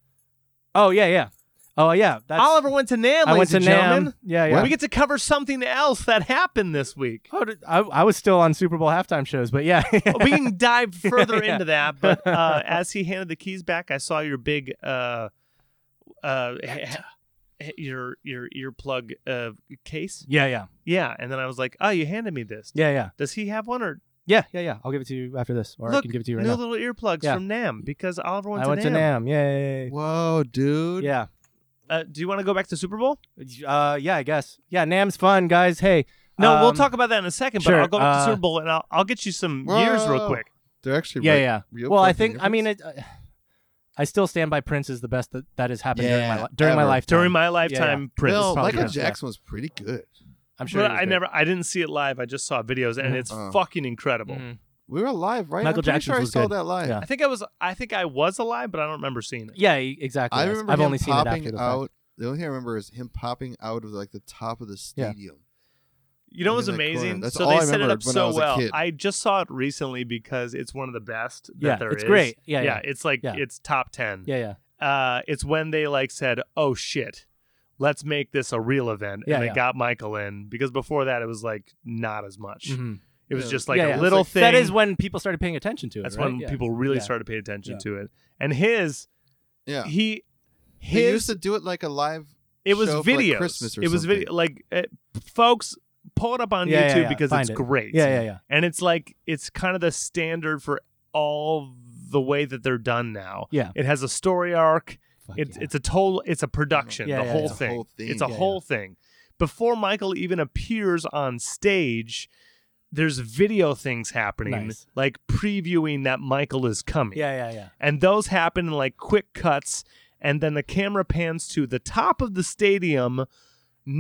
S1: Oh yeah, yeah. Oh yeah. That's,
S2: Oliver went to NAM,
S1: I went
S2: ladies
S1: to
S2: and
S1: Nam.
S2: gentlemen.
S1: Yeah, yeah.
S2: We get to cover something else that happened
S1: <laughs>
S2: this week.
S1: Oh, did- I, I was still on Super Bowl halftime shows, but
S2: <laughs>
S1: yeah.
S2: Oh, we can dive further
S1: Yeah.
S2: into that, but uh, as he handed the keys back, I saw your big uh, uh, your your earplug uh, case.
S1: <laughs> yeah, yeah,
S2: Yeah, and then I was like, "Oh, you handed me this.
S1: yeah, yeah,
S2: Does he have one or
S1: yeah, yeah, yeah. I'll give it to you after this, or I
S2: Look,
S1: can give it to you right
S2: new
S1: now.
S2: little earplugs
S1: Yeah.
S2: from Nam because Oliver went
S1: I
S2: to
S1: went
S2: Nam.
S1: to Nam. Yay.
S3: Whoa, dude.
S1: Yeah.
S2: Uh, do you want to go back to Super Bowl?
S1: Uh, yeah, I guess. Yeah, Nam's fun, guys. Hey.
S2: No, we'll
S1: um,
S2: talk about that in a second.
S1: sure,
S2: but I'll go back
S1: uh,
S2: to Super Bowl and I'll, I'll get you some years real
S3: Whoa.
S2: quick.
S3: They're actually
S1: Yeah,
S3: right-
S1: yeah.
S3: real
S1: Well, I
S3: fucking
S1: think I mean
S3: difference.
S1: it. Uh, I still stand by Prince is the best that, that has happened during my
S3: Yeah,
S1: li- during my
S3: ever.
S1: lifetime.
S2: During my lifetime, Prince.
S3: Bill,
S1: probably
S3: Michael
S1: best, yeah.
S3: Jackson was pretty good.
S1: I'm sure.
S2: but
S1: he was
S2: I
S1: good.
S2: never, I didn't see it live. I just saw videos, and
S1: Mhm.
S2: it's
S3: Oh.
S2: fucking incredible.
S1: Mhm.
S3: We were live, right?
S1: Michael
S3: I'm pretty
S1: Jackson's
S3: sure I
S1: was
S3: saw
S1: good.
S3: that live.
S1: Yeah.
S2: I think I was, I think I was alive, but I don't remember seeing it.
S1: Yeah, e- exactly.
S3: I
S1: yes.
S3: remember
S1: I've
S3: him
S1: only seen it
S3: popping
S1: after the fact.
S3: out. The only thing I remember is him popping out of like the top of the
S1: Yeah.
S3: stadium.
S2: You know
S3: Look
S2: what's
S3: at that corner.
S2: amazing?
S3: That's
S2: so
S3: all
S2: they
S3: I
S2: set it
S3: remembered
S2: up
S3: when I
S2: so
S3: was a
S2: well.
S3: kid.
S2: I just saw it recently because it's one of the best that
S1: Yeah,
S2: there
S1: it's
S2: is.
S1: great. Yeah, yeah.
S2: it's like
S1: Yeah.
S2: it's top ten.
S1: Yeah, yeah.
S2: Uh, it's when they like said, "Oh shit, let's make this a real event,"
S1: Yeah,
S2: and they
S1: yeah.
S2: got Michael in because before that it was like not as much.
S1: Mhm.
S2: It was
S3: Yeah.
S2: just like
S1: Yeah,
S2: a
S1: yeah. It's
S2: little
S3: like-
S2: thing.
S1: That is when people started paying attention to it.
S2: That's
S1: right?
S2: when
S1: Yeah.
S2: people really
S1: Yeah.
S2: started paying attention
S1: Yeah.
S2: to it. And his,
S3: Yeah.
S2: he,
S3: He used
S2: his,
S3: to do it like a live.
S2: it was
S3: show for, like,
S2: videos.
S3: Christmas or
S2: it was
S3: something.
S2: video. Like, uh, folks, pull it up on
S1: Yeah, yeah,
S2: YouTube
S1: yeah.
S2: because
S1: Find
S2: it's
S1: it.
S2: great.
S1: Yeah, yeah, yeah.
S2: and it's like it's kind of the standard for all the way that they're done now.
S1: Yeah.
S2: It has a story arc.
S1: Fuck
S2: It's
S1: yeah.
S2: it's a total it's a production,
S1: Yeah,
S2: the
S1: yeah,
S2: whole,
S1: yeah.
S3: It's a
S2: thing.
S3: whole thing.
S2: It's a
S1: Yeah,
S2: whole thing. Before Michael even appears on stage, there's video things happening
S1: Nice.
S2: like previewing that Michael is coming.
S1: yeah, yeah, yeah.
S2: And those happen in like quick cuts and then the camera pans to the top of the stadium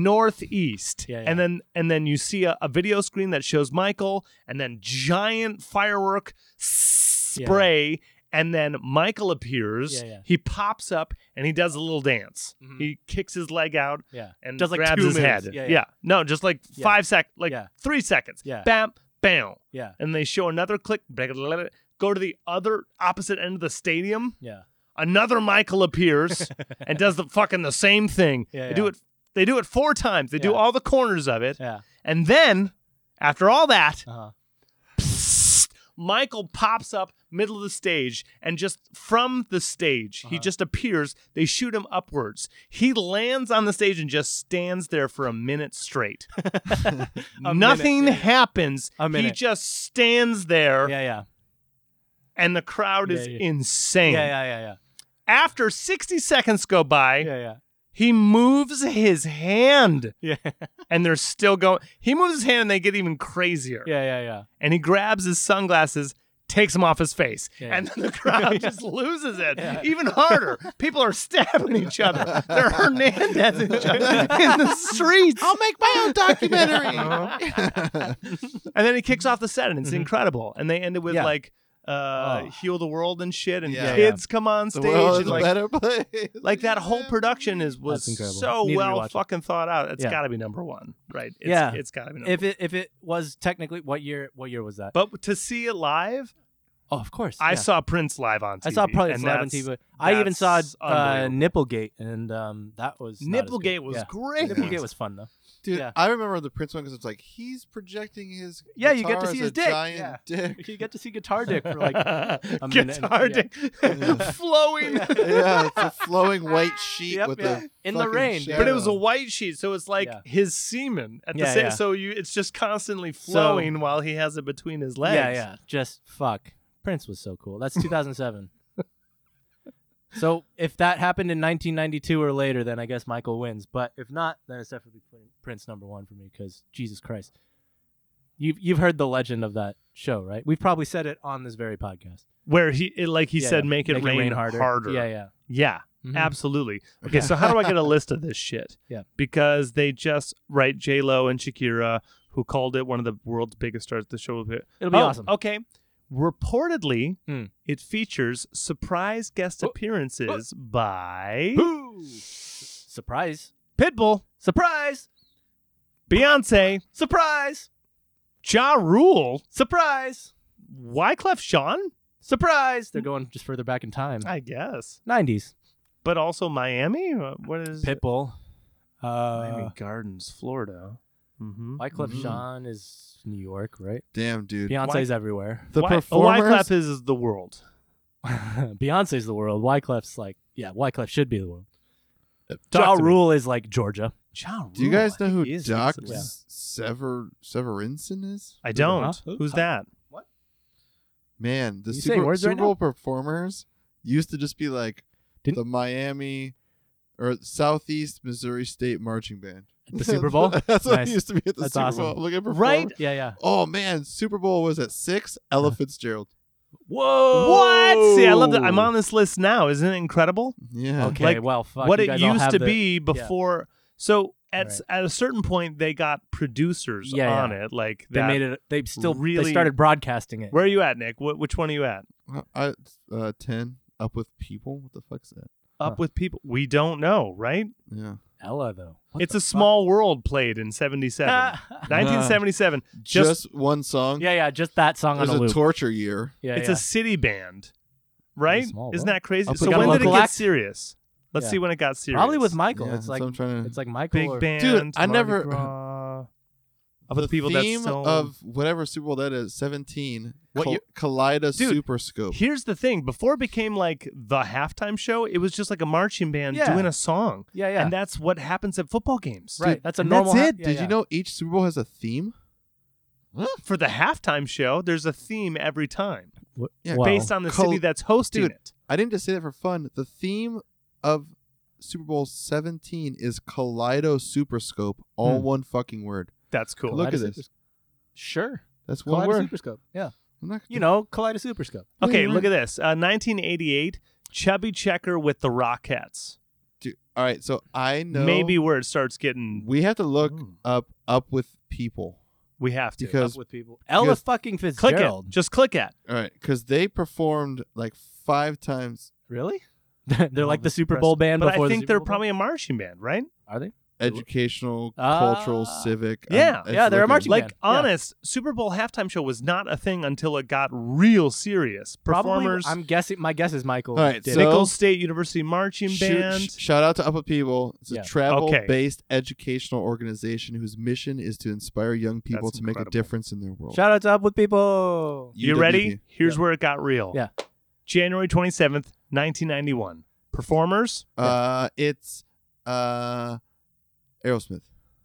S2: northeast
S1: Yeah, yeah.
S2: and then and then you see a, a video screen that shows michael and then giant firework spray And then Michael appears.
S1: Yeah, yeah.
S2: He pops up and he does a little dance.
S1: Mhm.
S2: He kicks his leg out
S1: Yeah.
S2: and
S1: Does, like,
S2: grabs
S1: two
S2: his
S1: moves.
S2: head.
S1: Yeah, yeah.
S2: No, just like
S1: Yeah.
S2: five sec, like
S1: Yeah.
S2: three seconds.
S1: Yeah.
S2: Bam, bam.
S1: Yeah.
S2: And they show another click. blah, blah, blah, blah, Go to the other opposite end of the stadium.
S1: Yeah.
S2: Another
S1: <laughs>
S2: Michael appears and does the fucking the same thing.
S1: Yeah,
S2: They do
S1: yeah.
S2: it. They do it four times. They do
S1: Yeah.
S2: all the corners of it.
S1: Yeah.
S2: And then, after all that,
S1: Uh-huh.
S2: psst, Michael pops up middle of the stage and just from the stage, he
S1: Uh-huh.
S2: just appears. They shoot him upwards. He lands on the stage and just stands there for a minute straight.
S1: <laughs> A
S2: Nothing
S1: minute, yeah,
S2: happens.
S1: A
S2: he
S1: minute.
S2: just stands there
S1: Yeah, yeah.
S2: and the crowd is
S1: Yeah, yeah.
S2: insane.
S1: Yeah, yeah, yeah, yeah.
S2: After 60 seconds go by,
S1: Yeah,
S2: he moves his hand
S1: yeah. <laughs> Yeah.
S2: and they're still going. He moves his hand and they get even crazier.
S1: Yeah, yeah, yeah.
S2: and he grabs his sunglasses, takes them off his face,
S1: Yeah.
S2: and then the crowd
S1: <laughs>
S2: just loses it
S1: Yeah.
S2: even harder. People are stabbing each other. They're Hernandez each other in the streets. Uh-huh.
S3: I'll make my
S1: <laughs>
S2: <laughs>
S3: own <laughs> documentary.
S2: And then he kicks off the set, and it's
S1: Mhm.
S2: incredible. And they end it with
S1: Yeah.
S2: like uh,
S1: Oh.
S2: "Heal the World" and shit, and
S3: Yeah.
S2: kids come on
S3: the
S2: stage,
S3: world
S2: and
S3: is a
S2: like.
S3: better <laughs> place.
S2: Like that whole
S3: Mm-hmm.
S2: production is was
S1: That's incredible.
S2: so
S1: Needed to
S2: well
S1: watch it.
S2: fucking thought out. It's
S1: Yeah.
S2: got to be number one, right? It's,
S1: Yeah.
S2: it's got to be number.
S1: If it if it was technically what year what year was that?
S2: but to see it live,
S1: Oh, of course.
S2: I
S1: yeah.
S2: saw Prince live on.
S1: I
S2: TV,
S1: saw probably
S2: and
S1: live on
S2: that's-
S1: TV. I even saw
S2: that's
S1: uh,
S2: unbelievable.
S1: Nipplegate, and um, that was not as good.
S2: Nipplegate was
S1: Yeah.
S2: great.
S3: Nipplegate
S1: Nipplegate was fun though.
S3: Dude,
S1: Yeah.
S3: I remember the Prince one because it's like he's projecting his
S1: Yeah, you get to
S3: guitar
S1: see
S3: as
S1: his
S3: a
S1: dick.
S3: giant
S1: <laughs>
S3: dick.
S1: You get to see Guitar Dick for
S2: <laughs>
S3: <laughs>
S1: like
S2: a
S1: minute and-
S2: guitar
S1: yeah.
S2: dick <laughs>
S3: Yeah.
S2: flowing.
S3: yeah, it's a flowing white sheet
S1: Yep,
S3: with
S1: yeah.
S3: the
S1: in the
S3: fucking
S1: rain.
S3: shadow.
S2: But it was a white sheet, so it's like
S1: Yeah.
S2: his semen at the
S1: Yeah,
S2: same.
S1: yeah.
S2: So you, it's just constantly flowing while he has it between his legs.
S1: Yeah, yeah. Just fuck. Prince was so cool.
S2: <laughs>
S1: That's 2007. so if that happened in 1992 or later, then I guess Michael wins. But if not, then it's definitely Prin- Prince number one for me because Jesus Christ, you've you've heard the legend of that show, right? We've probably said it on this very podcast.
S2: Where he, it, like he
S1: Yeah,
S2: said,
S1: yeah.
S2: make, it, rain harder.
S1: Yeah, yeah.
S2: Yeah,
S1: Mhm.
S2: absolutely. Okay, so how do I
S1: <laughs>
S2: get a list of this shit?
S1: Yeah.
S2: because they just write J Lo and Shakira, who called it one of the world's biggest stars. The show will be
S1: It'll be
S2: Oh,
S1: awesome.
S2: Okay. Reportedly,
S1: Hmm.
S2: it features surprise guest
S1: Oh. <gasps>
S2: appearances by
S1: Who? Surprise!
S2: Pitbull,
S1: Surprise!
S2: Beyonce,
S1: Surprise!
S2: Ja Rule,
S1: Surprise!
S2: Wyclef Jean,
S1: Surprise! They're going just further back in time.
S2: I guess,
S1: 90s.
S2: but also Miami. Uh, What is
S1: Pitbull.
S2: Miami
S1: Uh,
S2: Gardens, Florida? Mm-hmm.
S1: Wyclef
S3: Mhm.
S1: Jean is New York, right?
S3: damn dude.
S1: Beyonce's
S3: <laughs>
S1: everywhere.
S3: The
S2: Oh, Wyclef
S3: performers.
S2: is, is the world.
S1: Beyonce's the world. Wyclef's like, yeah, Wyclef should be the world.
S2: Talk
S1: Ja
S2: to me.
S1: Rule is like Georgia.
S2: Ja Rule.
S3: Do you guys know who
S2: He is
S3: Doc
S2: decent.
S1: Yeah.
S3: Sever Severinsen is?
S2: I don't.
S1: Huh?
S2: Who's that?
S3: Man, the
S1: You saying
S3: Super,
S1: words
S3: Super
S1: right now?
S3: Bowl performers used to just be like
S1: Didn't-
S3: the Miami or Southeast Missouri State marching band.
S1: At the Super Bowl?
S3: <laughs> That's what
S1: Nice.
S3: it used to be at the
S1: That's
S3: Super
S1: awesome.
S3: Bowl. Look at perform-
S2: Right?
S1: Yeah, yeah.
S3: Oh man, Super Bowl was at six. Ella Fitzgerald.
S1: Whoa!
S2: What? See, I love that. I'm on this list now. Isn't it incredible?
S3: Yeah.
S1: Okay,
S2: Like,
S1: well, fuck.
S2: what
S1: you
S2: it
S1: guys all
S2: used
S1: have
S2: to
S1: the-
S2: be before. So at s- at a certain point, they got producers
S1: Yeah,
S2: on
S1: yeah.
S2: it. Like
S1: They
S2: that.
S1: made it. They still
S2: really-
S1: They started broadcasting it.
S2: Where are you at, Nick? Wh- which one are you at?
S3: I, uh, ten up with people. What the fuck's that?
S2: Up
S1: Huh.
S2: with people? We don't know, right?
S3: Yeah.
S1: Ella though. What
S2: it's
S1: the
S2: a
S1: fuck? <laughs>
S2: small world played in '77, <laughs>
S1: Ah. <laughs>
S2: 1977. Just,
S3: Just, one song.
S1: yeah, yeah. Just that song
S3: It was
S1: on a
S3: a
S1: loop.
S3: torture year.
S1: yeah,
S2: it's
S1: yeah.
S2: a city band, right?
S1: It's a small
S2: Isn't
S1: world.
S2: that crazy?
S3: Up
S2: So
S1: with
S2: when
S1: a
S2: did it
S1: local
S2: get
S1: act.
S2: serious? Let's
S1: Yeah.
S2: see when it got serious.
S1: Probably with Michael.
S3: Yeah,
S1: it's
S3: so
S1: like
S3: I'm trying to-
S1: it's like Michael.
S2: big
S1: or,
S2: band.
S3: I
S2: Mardi
S3: never-
S2: Gras. Up with people
S3: theme
S2: that's so
S3: of whatever Super Bowl that is, seventeen.
S2: What
S3: Col-
S2: year-
S3: Kaleida
S2: Dude,
S3: Super Scope.
S2: Here's the thing: before it became like the halftime show, it was just like a marching band
S1: Yeah.
S2: doing a song,
S1: Yeah, yeah.
S2: and that's what happens at football games.
S1: right.
S3: Dude,
S1: that's a
S3: and
S1: normal.
S3: That's
S1: ha-
S3: it.
S1: yeah,
S3: Did
S1: yeah.
S3: you know each Super Bowl has a theme?
S2: For the halftime show, there's a theme every time
S1: Wh-
S3: Yeah,
S1: wow.
S2: based on the
S3: Col-
S2: city that's hosting
S3: Dude.
S2: it.
S3: I didn't just say that for fun. The theme of Super Bowl seventeen is Kaleido Super Scope. All
S1: Hmm.
S3: one fucking word.
S2: That's cool.
S3: Look at
S1: Kaleidoscope.
S3: this.
S1: Sure.
S3: That's one word.
S1: Kaleidoscope. Yeah.
S3: I'm not-
S1: You know, kaleidoscope.
S2: okay,
S3: Yeah.
S2: look at this. Uh, 1988, Chubby Checker with the Rockettes.
S3: Dude, all right. So I know
S2: Maybe where it starts getting.
S3: we have to look
S2: Mm.
S3: up up with people.
S2: We have to.
S3: Because-
S1: Up with people. Ella
S3: because-
S1: fucking
S2: click
S1: Fitzgerald.
S2: it. Just click it.
S3: All right, because they performed like five times.
S1: Really? <laughs> They're
S2: No,
S1: like the
S2: that's
S1: Super Bowl band
S2: But I
S1: before the
S2: think
S1: Super
S2: they're
S1: Bowl band?
S2: probably a marching band, right?
S1: Are they?
S3: Educational,
S1: Ah.
S3: cultural, civic. um,
S2: Yeah,
S3: it's
S1: yeah, they're a
S3: looking-
S1: marching
S2: Like
S1: band. Yeah.
S2: honest, Super Bowl halftime show was not a thing until it got real serious. Performers,
S1: Probably. I'm guessing. My guess is Michael.
S3: All right,
S1: did
S3: so-
S1: it.
S2: Nichols State University marching
S3: Shoot-
S2: band.
S3: sh- shout out to Up with People. It's
S1: Yeah.
S3: a travel-based educational organization whose mission is to inspire young people
S2: That's
S3: to make
S2: incredible.
S3: a difference in their world.
S1: shout out to up with people.
S2: you
S3: UWP.
S2: ready? Here's
S1: Yeah.
S2: where it got real.
S1: Yeah.
S2: January 27th, 1991. Performers,
S3: Uh, it's uh, Aerosmith.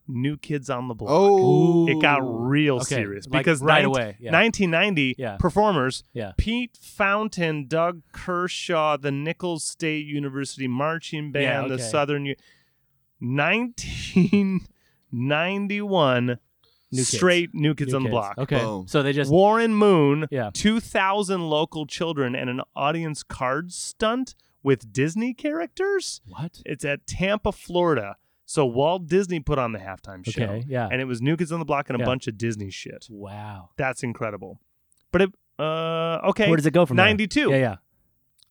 S2: New Kids on the Block.
S3: Oh,
S2: It got real
S1: Okay,
S2: serious
S1: like,
S2: because
S1: right
S2: 19
S1: away. Yeah.
S2: 1990
S1: Yeah.
S2: performers
S1: Yeah.
S2: Pete Fountain, Doug Kershaw, the Nichols State University Marching Band,
S1: Yeah,
S2: the
S1: okay.
S2: Southern U- 1991
S1: New Kids.
S2: straight New Kids
S1: New
S2: on the Block.
S1: Okay.
S3: Boom.
S1: So they just.
S2: Warren Moon,
S1: Yeah.
S2: 2,000 local children, and an audience card stunt with Disney characters.
S1: What?
S2: It's at Tampa, Florida. So Walt Disney put on the halftime show,
S1: Okay. Yeah.
S2: and it was New Kids on the Block and a
S1: Yeah.
S2: bunch of Disney shit.
S1: Wow.
S2: That's incredible. But it, uh, okay,
S1: Where does it go from there?
S2: 92.
S1: Yeah. Yeah.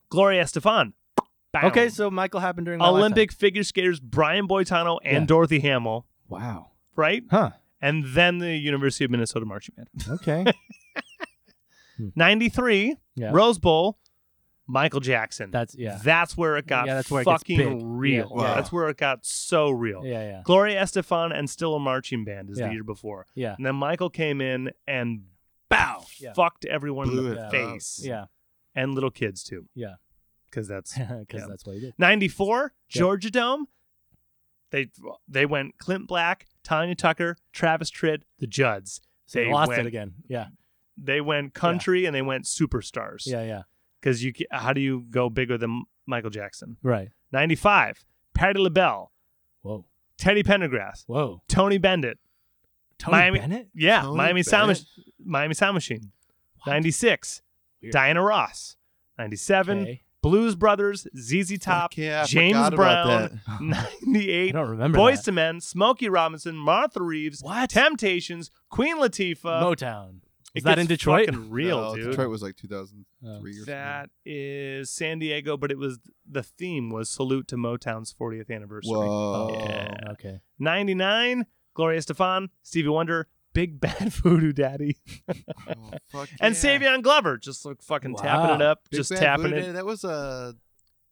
S2: Gloria Estefan. Bam.
S1: Okay. So Michael happened during my
S2: Olympic figure skaters Brian Boitano and
S1: Yeah.
S2: Dorothy Hamill,
S1: lifetime. Wow.
S2: right?
S1: Huh.
S2: And then the University of Minnesota marching band. <laughs>
S1: Okay.
S2: 93,
S1: Yeah.
S2: Rose Bowl, Michael Jackson.
S1: That's yeah.
S2: That's where it got
S1: Yeah, that's where it gets
S2: fucking
S1: big.
S2: real.
S3: Yeah, yeah.
S2: That's where it got so real.
S1: yeah. Yeah.
S2: Gloria Estefan and Still a Marching Band is
S1: Yeah.
S2: the year before.
S1: Yeah.
S2: And then Michael came in and bow,
S1: Yeah.
S2: fucked everyone
S3: Blew
S2: in the
S1: it
S2: face.
S1: Yeah.
S2: And little kids too.
S1: Yeah.
S2: Because that's
S1: <laughs> Because
S2: Yeah.
S1: that's what he did.
S2: 94,
S1: Yeah.
S2: Georgia Dome. They they went Clint Black, Tanya Tucker, Travis Tritt, the Judds.
S1: So he
S2: They
S1: lost
S2: went-
S1: it again. Yeah.
S2: They went country and they went superstars.
S1: Yeah. Yeah.
S2: Because you ca- how do you go bigger than Michael Jackson?
S1: Right.
S2: 95, Patti LaBelle,
S1: Whoa.
S2: Teddy Pendergrass,
S1: Whoa.
S2: Tony Bennett.
S1: Tony
S2: Miami-
S1: Bennett.
S2: Yeah,
S3: Tony
S2: Miami Sound
S3: Bennett?
S2: Mach- Miami Sound Machine.
S1: What?
S2: 96,
S1: Weird.
S2: Diana Ross. 97,
S1: Okay.
S2: Blues Brothers, ZZ Top,
S3: Fuck yeah, I
S2: James
S3: forgot about
S2: Brown.
S3: that. <laughs>
S2: 98,
S1: I don't remember.
S2: Boys
S1: that.
S2: to Men, Smokey Robinson, Martha Reeves,
S1: What?
S2: Temptations, Queen Latifah.
S1: Motown.
S2: It
S1: Is that
S2: gets
S1: in Detroit?
S2: fucking real,
S3: No,
S2: dude.
S3: Oh, Detroit was like 2003
S1: Oh.
S3: or something.
S2: That is San Diego, but it was the theme was salute to Motown's 40th anniversary.
S3: Whoa.
S2: Yeah.
S1: Okay.
S2: 99, Gloria Stefan, Stevie Wonder, Big <laughs> Bad Voodoo Daddy, <laughs>
S3: Oh, fuck
S2: and
S3: yeah.
S2: Savion Glover, just like fucking tapping
S1: Wow.
S2: it up,
S3: Big
S2: just
S3: Bad
S2: tapping
S3: Voodoo
S2: it.
S3: Daddy, That was uh,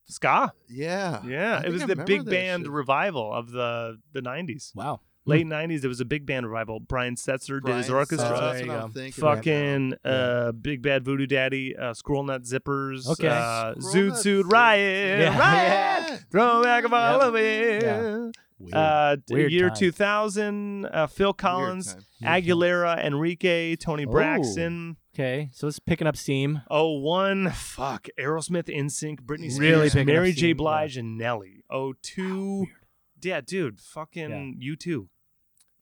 S2: Ska,
S3: yeah. I
S2: yeah, it
S3: think
S2: was
S3: I
S2: the
S3: remember
S2: big
S3: that
S2: band
S3: shit.
S2: revival of the the 90s,
S1: Wow.
S2: late 90s. There was a big band revival. Brian Setzer did his
S3: Brian
S2: orchestra.
S1: Setzer. There
S3: Sanders, that's
S1: you
S3: what I'm
S1: go.
S3: thinking right
S2: fucking
S1: Yeah.
S2: uh, Big Bad Voodoo Daddy, uh, Squirrel Nut Zippers,
S1: Okay.
S2: uh,
S3: Squirrel
S2: Zoot
S3: Nut
S2: Suit
S3: Zippers.
S2: Riot,
S1: Yeah.
S2: Riot,
S3: now.
S2: throw back of all
S1: Yep.
S2: of it.
S1: Yeah.
S2: Uh, t-
S1: Weird
S2: year
S1: time.
S2: 2000, uh, Phil Collins,
S3: Weird time.
S2: Aguilera, Enrique, Tony
S1: Oh.
S2: Braxton,
S1: Okay. So it's picking up steam.
S2: 01, fuck, Aerosmith, NSYNC, Britney Spears,
S1: Really picking up
S2: Mary
S1: steam,
S2: J.
S1: yeah.
S2: Blige, and Nelly. 02, yeah, dude, fucking you oh U2.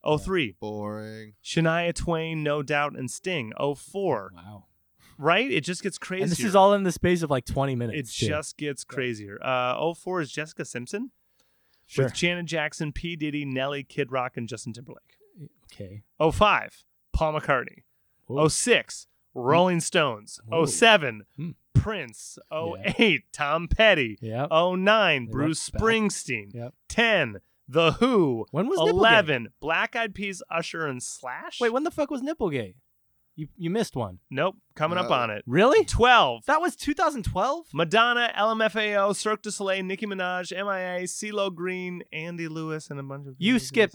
S2: 03,
S3: Boring.
S2: Shania Twain, No Doubt, and Sting. 04,
S1: Wow.
S2: right? It just gets crazier.
S1: And this is all in the space of like 20
S2: It
S1: minutes. too.
S2: just gets crazier. Uh, 04 is Jessica Simpson
S1: sure.
S2: with Janet Jackson, P. Diddy, Nelly, Kid Rock, and Justin Timberlake.
S1: okay.
S2: 05, Paul McCartney. Oh,
S1: Whoa.
S2: 06, Rolling Stones.
S1: Ooh.
S2: 07,
S1: Hmm.
S2: Prince. 08, Tom Petty.
S1: Yeah.
S2: 09,
S1: They
S2: Bruce
S1: went back.
S2: Springsteen.
S1: Yep.
S2: 10, The Who.
S1: When was Nipplegate?
S2: 11, Black Eyed Peas, Usher, and Slash.
S1: Wait, when the fuck was Nipplegate? You you missed one.
S2: Nope, coming up
S3: Uh,
S2: on it.
S1: Really?
S2: 12,
S1: That was 2012?
S2: Madonna, LMFAO, Cirque du Soleil, Nicki Minaj, MIA, CeeLo Green, Andy Lewis, and a bunch of.
S1: You skipped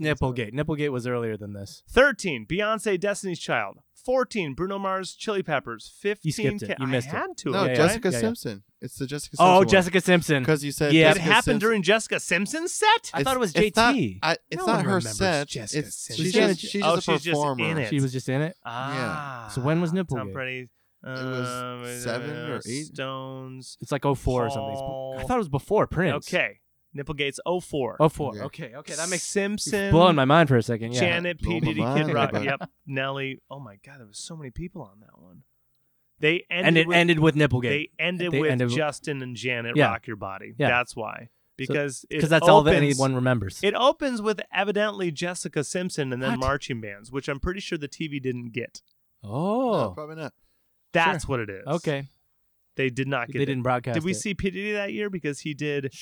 S1: Nipplegate.
S2: Nipplegate.
S1: Nipplegate was earlier than this.
S2: 13, Beyonce, Destiny's Child. 14, Bruno Mars, Chili Peppers. 15,
S1: skipped it.
S2: Ca-
S1: You missed
S2: I
S1: it.
S2: had to.
S3: No,
S2: right?
S1: yeah,
S3: Jessica
S1: yeah, yeah.
S3: Simpson. It's the Jessica Simpson.
S1: Oh, Jessica Simpson.
S3: Because you said
S1: Yeah.
S2: It
S1: Jessica
S2: happened
S3: Simpson.
S2: during Jessica Simpson's set?
S1: I thought it was
S3: It's not-
S1: JT.
S3: I, it's
S2: No
S3: not
S2: one
S3: her
S2: remembers
S3: set.
S2: Jessica
S3: it's,
S2: Simpson.
S3: she's,
S1: Janet-
S3: just, she's
S2: oh,
S3: just a
S2: she's just in
S3: performer.
S2: it.
S1: she was just in it.
S2: Ah.
S1: So when was
S2: Tom
S1: Nipplegate?
S2: Pretty.
S3: was
S2: um,
S3: seven
S2: uh,
S3: or eight?
S2: Stones.
S1: It's like 04 or
S2: Paul-
S1: something. I thought it was before Prince.
S2: Okay. Nipplegate's 04.
S1: 04.
S3: Yeah.
S1: Okay, okay. That makes
S2: Simpson.
S1: blowing my mind for a second. Yeah.
S2: Janet, P.
S3: Blow my
S2: Diddy, Kid
S3: mind,
S2: Rock.
S3: bud.
S2: Yep. Nelly. Oh my God, there was so many people on that one. They ended
S1: and it
S2: with,
S1: ended with Nipplegate.
S2: They ended
S1: They
S2: with
S1: ended with-
S2: Justin and Janet
S1: Yeah.
S2: Rock Your Body.
S1: Yeah.
S2: That's why. because it
S1: because that's all that
S2: opens-
S1: anyone remembers.
S2: It opens with evidently Jessica Simpson and then
S1: What?
S2: marching bands, which I'm pretty sure the TV didn't get.
S3: No,
S1: oh,
S3: probably not.
S2: That's what it is.
S1: okay.
S2: They did not
S1: They
S2: get
S1: didn't
S2: it.
S1: broadcast.
S2: Did we
S1: it.
S2: see P. Diddy that year? Because he did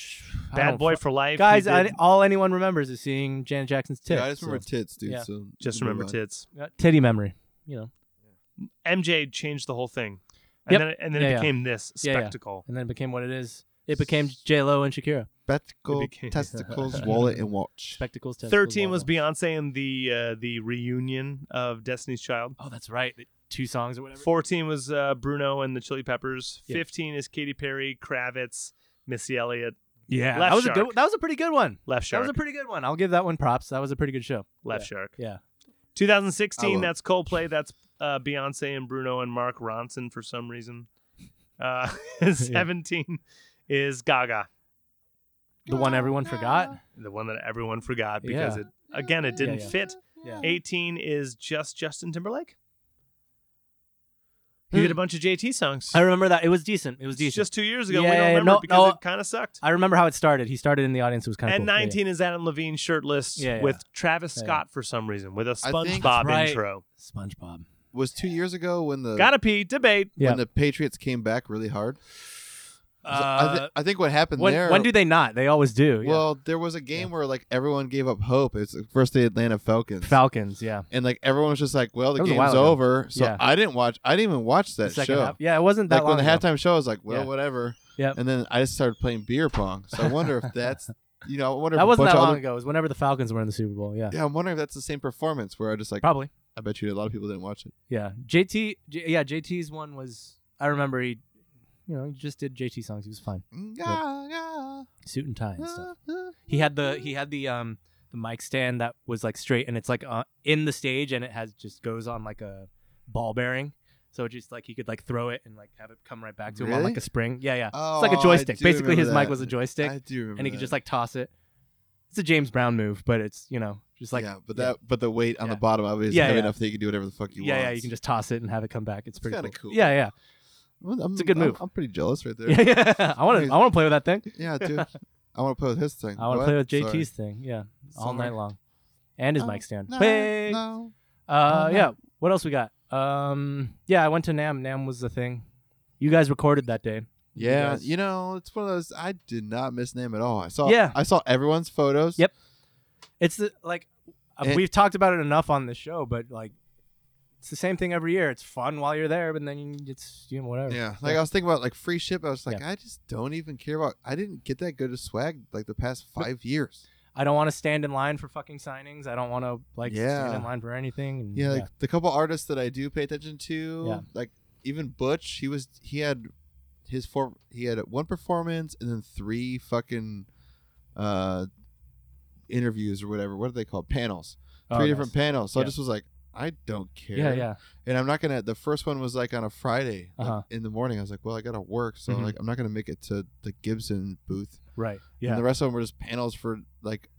S1: I
S2: Bad
S1: don't
S2: Boy
S1: fu-
S2: for Life. he
S1: guys, I,
S2: did-
S1: all anyone remembers is seeing Janet Jackson's tits.
S3: yeah, I just
S1: so-
S3: remember tits, dude.
S1: yeah.
S3: So
S2: just
S3: move
S2: remember
S3: on.
S2: tits.
S1: Uh, titty memory. You know,
S2: MJ changed the whole thing. And
S1: Yep.
S2: then, and then
S1: Yeah,
S2: it
S1: yeah.
S2: became this
S1: Yeah, yeah.
S2: spectacle.
S1: and then it became what it is. It became J Lo and Shakira.
S3: Spectacle,
S2: became- <laughs>
S3: testicles, wallet, and watch.
S1: Spectacles. testicles,
S2: 13 was
S1: wobble.
S2: Beyonce and the uh, the reunion of Destiny's Child.
S1: Oh, that's right. Two songs or whatever.
S2: 14 was uh, Bruno and the Chili Peppers.
S1: Yeah.
S2: 15 is Katy Perry, Kravitz, Missy Elliott,
S1: Yeah,
S2: Left
S1: that was a
S2: Shark.
S1: good. That was a pretty good one.
S2: Left
S1: That
S2: Shark.
S1: was a pretty good one. I'll give that one props. That was a pretty good show.
S2: Left Shark.
S1: Yeah.
S2: 2016,
S3: I
S2: that's Coldplay. That's uh, Beyonce and Bruno and Mark Ronson for some reason. Uh, <laughs>
S1: <laughs>
S2: 17 is Gaga,
S1: The one everyone forgot.
S2: the one that everyone forgot because
S1: Yeah.
S2: it, again, it didn't
S1: yeah.
S2: fit.
S1: Yeah.
S2: 18 is just Justin Timberlake. He
S1: Hmm.
S2: did a bunch of JT songs.
S1: I remember that. It was decent. It was
S2: It's
S1: decent.
S2: just two years ago.
S1: Yeah,
S2: we don't
S1: yeah,
S2: remember
S1: no,
S2: because
S1: no.
S2: it kind of sucked.
S1: I remember how it started. He started in the audience. It was kind of
S2: And
S1: cool. Yeah, yeah.
S2: 19 is Adam Levine shirtless
S1: Yeah, yeah.
S2: with Travis
S1: Yeah, yeah.
S2: Scott for some reason with a
S3: I think-
S2: SpongeBob
S1: Right.
S2: intro.
S1: SpongeBob.
S3: Was two years ago when the
S2: Gotta pee, debate.
S1: Yeah.
S3: when the Patriots came back really hard. So I,
S1: Uh,
S3: thi- I think what happened
S1: when,
S3: there.
S1: when do they not? They always do. yeah.
S3: well, there was a game where like everyone gave up hope. It's the first day Atlanta Falcons,
S1: Falcons. Yeah.
S3: and like everyone was just like, "Well, the
S1: That was a
S3: game's
S1: while ago.
S3: over." So
S1: Yeah.
S3: I didn't watch. I didn't even watch
S1: The
S3: that
S1: second
S3: show.
S1: half. Yeah, it wasn't that
S3: Like when
S1: long
S3: the
S1: ago.
S3: halftime show, I was like, "Well,
S1: Yeah.
S3: whatever."
S1: Yep.
S3: And then I just started playing beer pong. So I wonder
S1: <laughs>
S3: if that's you know, I wonder if
S1: That
S3: a
S1: wasn't
S3: bunch
S1: that
S3: of
S1: long
S3: other-
S1: ago. It was whenever the Falcons were in the Super Bowl. Yeah.
S3: Yeah, I'm wondering if that's the same performance where I just like
S1: Probably.
S3: I bet you a lot of people didn't watch it.
S1: Yeah. JT. J- yeah. JT's one was. I remember he. You know, he just did JT songs. He was fine. Suit and tie and stuff.
S3: <laughs>
S1: He had the he had the um the mic stand that was like straight and it's like uh, in the stage and it has just goes on like a ball bearing. So it just like he could like throw it and like have it come right back to him on
S3: Really?
S1: like a spring. Yeah, yeah.
S3: Oh,
S1: it's like
S3: I
S1: a joystick.
S3: do
S1: Basically his
S3: remember
S1: mic
S3: that.
S1: was a joystick
S3: I do remember,
S1: and he could just like toss it. It's a James Brown move, but it's, you know, just like
S3: yeah, but that but the weight on
S1: Yeah.
S3: the bottom of it is
S1: Yeah,
S3: heavy
S1: yeah.
S3: enough that you can do whatever the fuck you
S1: yeah,
S3: want.
S1: yeah, you can just toss it and have it come back. It's pretty
S3: kinda cool.
S1: Yeah, yeah.
S3: I'm,
S1: it's a good
S3: I'm-
S1: move.
S3: I'm pretty jealous right
S1: <laughs>
S3: there.
S1: Yeah, yeah. I want to I want to play with that thing.
S3: <laughs> Yeah, dude. I want to play with his thing.
S1: I want to
S3: What?
S1: play with
S3: Sorry.
S1: JT's thing. Yeah. All
S3: Sorry.
S1: night long. And his
S3: Oh,
S1: mic stand.
S3: No,
S1: Hey!
S3: no.
S1: Uh,
S3: Oh, no.
S1: yeah. What else we got? Um, yeah, I went to Nam. Nam was the thing. You guys recorded that day. You
S3: Yeah,
S1: guys-
S3: you know, it's one of those. I did not miss name at all. I saw.
S1: Yeah.
S3: I saw everyone's photos.
S1: Yep. It's the, like uh,
S3: It-
S1: we've talked about it enough on this show, but like it's the same thing every year. It's fun while you're there, but then it's you know whatever.
S3: Yeah, like I was thinking about like free ship. I was like, I just don't even care about. I didn't get that good at swag like the past five years.
S1: I don't want to stand in line for fucking signings. I don't want to like stand
S3: Yeah.
S1: in line for anything. and-
S3: Yeah, like the couple artists that I do pay attention to,
S1: Yeah.
S3: like even Butch, he was he had his four he had one performance and then three fucking uh interviews or whatever. What are they called? Panels.
S1: Oh,
S3: Three
S1: nice.
S3: different panels. So
S1: Yeah.
S3: I just was like, I don't care.
S1: Yeah, yeah.
S3: And I'm not gonna. The first one was like on a Friday like,
S1: Uh-huh.
S3: in the morning. I was like, well, I gotta work, so
S1: Mhm.
S3: like I'm not gonna make it to the Gibson booth.
S1: Right.
S3: And
S1: Yeah.
S3: the rest of them were just panels for like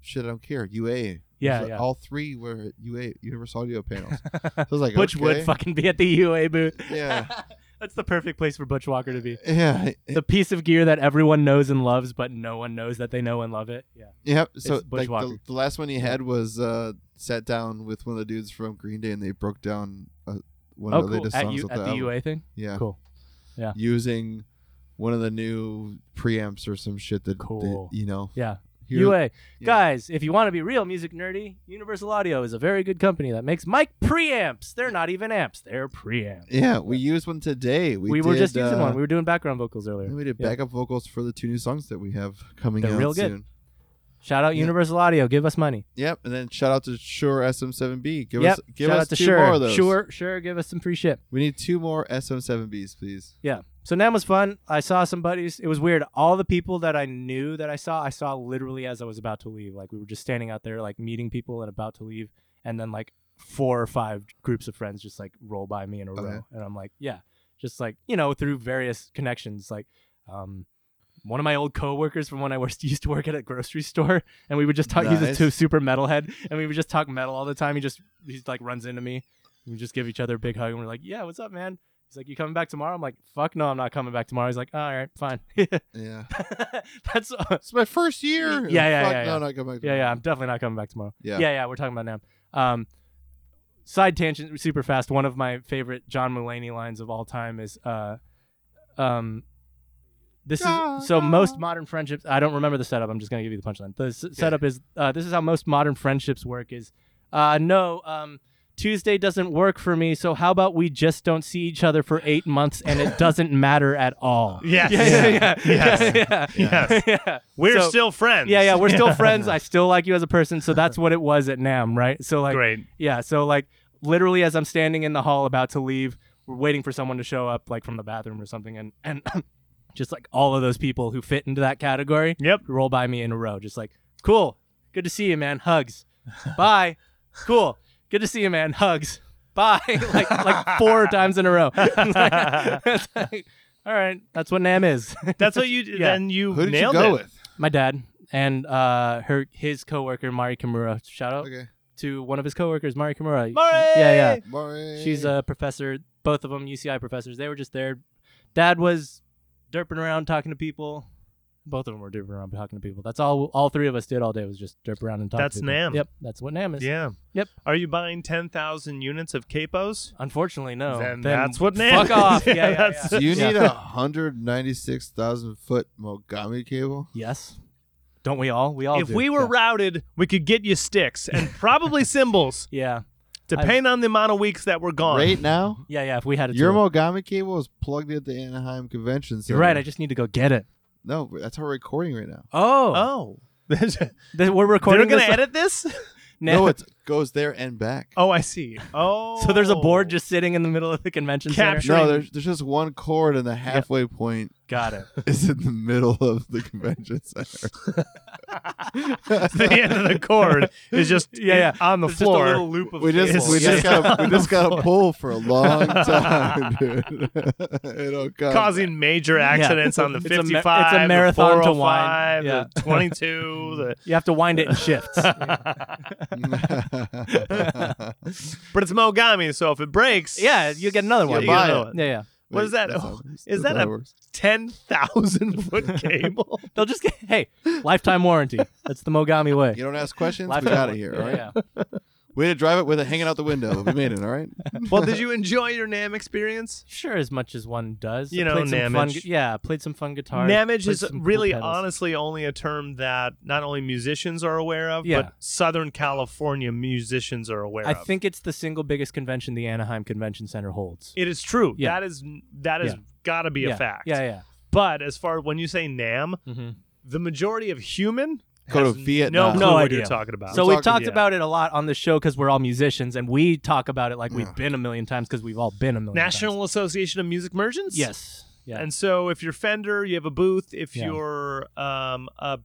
S3: shit. I don't care. UA. It
S1: Yeah,
S3: was, like,
S1: <laughs> yeah.
S3: All three were at UA Universal Audio panels. So I was like,
S1: Butch would
S3: okay.
S1: fucking be at the UA booth.
S3: Yeah.
S1: <laughs> That's the perfect place for Butch Walker to be.
S3: <laughs> Yeah.
S1: the piece of gear that everyone knows and loves, but no one knows that they know and love it. Yeah.
S3: Yeah. So
S1: It's Butch
S3: like the,
S1: Walker.
S3: the last one he
S1: Yeah.
S3: had was uh sat down with one of the dudes from Green Day and they broke down uh, one
S1: oh,
S3: of the
S1: cool.
S3: latest
S1: At,
S3: songs
S1: you,
S3: of
S1: at the,
S3: album.
S1: UA thing.
S3: Yeah.
S1: Cool.
S3: Using one of the new preamps or some shit that, that,
S1: Cool.
S3: you know.
S1: Yeah.
S3: Here-
S1: UA
S3: yeah.
S1: guys, if you want to be real music nerdy, Universal Audio is a very good company that makes mic preamps. They're not even amps; they're preamps.
S3: Yeah, we used one today. We,
S1: We, were
S3: did,
S1: just using
S3: uh,
S1: one. We were doing background vocals earlier.
S3: and we did
S1: Yeah.
S3: backup vocals for the two new songs that we have coming
S1: They're
S3: out
S1: real good.
S3: soon.
S1: Shout out
S3: Yeah.
S1: Universal Audio. Give us money.
S3: Yep, and then shout out to Shure SM7B. Give
S1: yep.
S3: us give
S1: Shout
S3: us
S1: out to
S3: two
S1: Sure.
S3: more of those.
S1: Sure, sure. Give us some free shit.
S3: We need two more SM7Bs, please.
S1: Yeah. So Nam was fun. I saw some buddies. It was weird. All the people that I knew that I saw, I saw literally as I was about to leave. Like we were just standing out there, like meeting people and about to leave, and then like four or five groups of friends just like roll by me in a
S3: Okay.
S1: row, and I'm like, yeah, just like you know through various connections, like um. One of my old coworkers from when I was, <laughs> used to work at a grocery store, and we would just talk. He's a
S3: Nice.
S1: two, super metalhead, and we would just talk metal all the time. He just he like runs into me, we just give each other a big hug, and we're like, "Yeah, what's up, man?" He's like, "You coming back tomorrow?" I'm like, "Fuck no, I'm not coming back tomorrow." He's like, "All right, fine." <laughs> That's
S3: Yeah.
S1: yeah,
S3: It's my first year.
S1: Y- yeah, yeah,
S3: Fuck,
S1: yeah,
S3: No,
S1: yeah.
S3: not going back.
S1: <laughs>
S3: to-
S1: yeah. I'm definitely not coming back tomorrow.
S3: Yeah.
S1: yeah, yeah we're talking about Nam. Um, side tangent, super fast. One of my favorite John Mulaney lines of all time is, uh, um, this
S3: Yeah,
S1: is so
S3: yeah.
S1: most modern friendships. I don't remember the setup. I'm just gonna give you the punchline. The s- setup is uh, this is how most modern friendships work. Is uh, no, um, Tuesday doesn't work for me. So how about we just don't see each other for eight months and it doesn't matter at all.
S2: <laughs>
S1: <laughs>
S2: Yes.
S1: Yeah, yeah, yeah,
S2: Yes.
S1: <laughs> yeah,
S2: Yes.
S1: yeah, <laughs> yeah.
S2: We're
S1: So-
S2: still friends.
S1: yeah, yeah, we're
S2: <laughs>
S1: still friends. I still like you as a person, so that's what it was at Nam, right? So like,
S2: <laughs> Great.
S1: yeah, so like, literally, as I'm standing in the hall about to leave, we're waiting for someone to show up, like from the bathroom or something, and and <clears throat> just like all of those people who fit into that category
S2: Yep.
S1: roll by me in a row, just like, cool, good to see you, man,
S2: <laughs>
S1: hugs, bye, cool, good to see you, man, hugs, bye, <laughs> like like four times in a row. <laughs> It's like, all right, that's what Nam is.
S2: That's what
S1: <laughs>
S2: you then you
S3: Who did
S2: nailed
S3: you go
S2: it.
S3: with?
S1: My dad and uh, her his coworker Mari Kimura. Shout out
S3: Okay.
S1: to one of his coworkers, Mari Kimura.
S2: Mari!
S1: Yeah, yeah.
S3: Maury.
S1: She's uh,
S3: <laughs>
S1: a professor. Both of them UCI professors. They were just there. Dad was derping around talking to people. Both of them were derping around talking to people. That's all. All three of us did all day was just derp around and talk.
S2: That's
S1: to people.
S2: Nam.
S1: Yep, that's what Nam is.
S2: Yeah.
S1: Yep.
S2: Are you buying ten thousand units of capos?
S1: Unfortunately, no.
S2: Then that's what Nam
S1: Fuck
S2: is.
S1: off.
S2: <laughs>
S1: Yeah,
S2: Yeah,
S1: yeah, yeah.
S2: that's-
S3: Do you
S1: Yeah.
S3: need a hundred ninety-six thousand foot Mogami cable?
S1: Yes. Don't we all? We all.
S2: if
S1: do.
S2: we were
S1: Yeah.
S2: routed, we could get you
S1: <laughs>
S2: sticks and probably cymbals,
S1: yeah,
S2: depending on the amount of weeks that we're
S1: Oh.
S2: gone.
S3: Right now,
S1: yeah, yeah. If we had a
S3: your
S1: tour.
S3: Mogami cable is plugged into the Anaheim Convention Center.
S1: You're right. I just need to go get it.
S3: no, that's how we're recording right now.
S2: Oh. <laughs> They're
S1: Th- We're recording.
S2: gonna
S1: this- <laughs>
S2: edit this?
S3: No, it goes there and back.
S2: Oh, I see. Oh.
S1: so there's a board just sitting in the middle of the convention
S2: Capture-
S1: center.
S3: no, there's there's just one cord, and the halfway point <laughs>
S1: Got
S2: <laughs>
S1: it.
S3: is in the middle of the convention
S1: <laughs>
S3: center.
S2: Oh. <laughs> the end of the cord is just
S1: <laughs> Yeah, yeah.
S2: on the
S1: It's just a
S2: floor.
S1: little loop of
S3: We just
S1: cables.
S3: we just
S1: Yeah.
S3: got we just got to pull for a long
S1: <laughs>
S3: time, dude. <laughs> It'll come.
S2: causing major accidents on the
S1: It's a ma- it's a
S2: 55, the
S1: marathon to
S2: 405,
S1: wind. Yeah. <laughs>
S2: the 22, the
S1: <laughs> you have to wind it in shifts. <laughs>
S2: <laughs>
S1: yeah, <laughs>
S2: But it's Mogami, so if it breaks,
S1: you get another one.
S3: You buy
S1: yeah,
S2: it.
S1: yeah, yeah.
S2: What is that?
S3: that's
S2: Oh,
S3: how it works.
S2: is
S3: That's
S2: that
S3: how
S2: a-
S3: it works.
S2: 10,000 <laughs> foot
S1: <laughs>
S2: cable.
S1: They'll just get hey, lifetime warranty. That's the Mogami way.
S3: You don't ask questions. we
S1: Lifetime
S3: got
S1: warranty.
S3: it here. All right.
S1: Yeah,
S3: We had to drive it with it hanging out the window. We made it. All right. <laughs>
S2: well, did you enjoy your NAM experience?
S1: Sure, as much as one does.
S2: You
S1: I
S2: know,
S1: played some fun,
S2: Namage.
S1: gu- Yeah, played some fun guitar.
S2: Namage
S1: played
S2: is
S1: some cool
S2: really
S1: pedals.
S2: honestly only a term that not only musicians are aware of,
S1: Yeah.
S2: but Southern California musicians are aware
S1: I
S2: of.
S1: think it's the single biggest convention the Anaheim Convention Center holds.
S2: it is true.
S1: Yeah.
S2: That is that is
S1: Yeah.
S2: got to be
S1: yeah.
S2: a fact.
S1: Yeah,
S2: But as far when you say NAM,
S1: yeah. hmm
S2: the majority of human
S3: Go to
S2: has no
S3: Vietnam.
S2: clue
S1: No
S2: what
S1: idea.
S2: you're talking about.
S1: So
S3: I'm
S1: we've
S3: talking-
S1: talked
S2: yeah.
S1: about it a lot on the show because we're all musicians and we talk about it like we've
S3: Yeah.
S1: been a million times because we've all been a million times.
S2: National Association of Music Merchants.
S1: Yes. Yeah.
S2: And so if you're Fender, you have a booth. If
S1: Yeah.
S2: you're um, a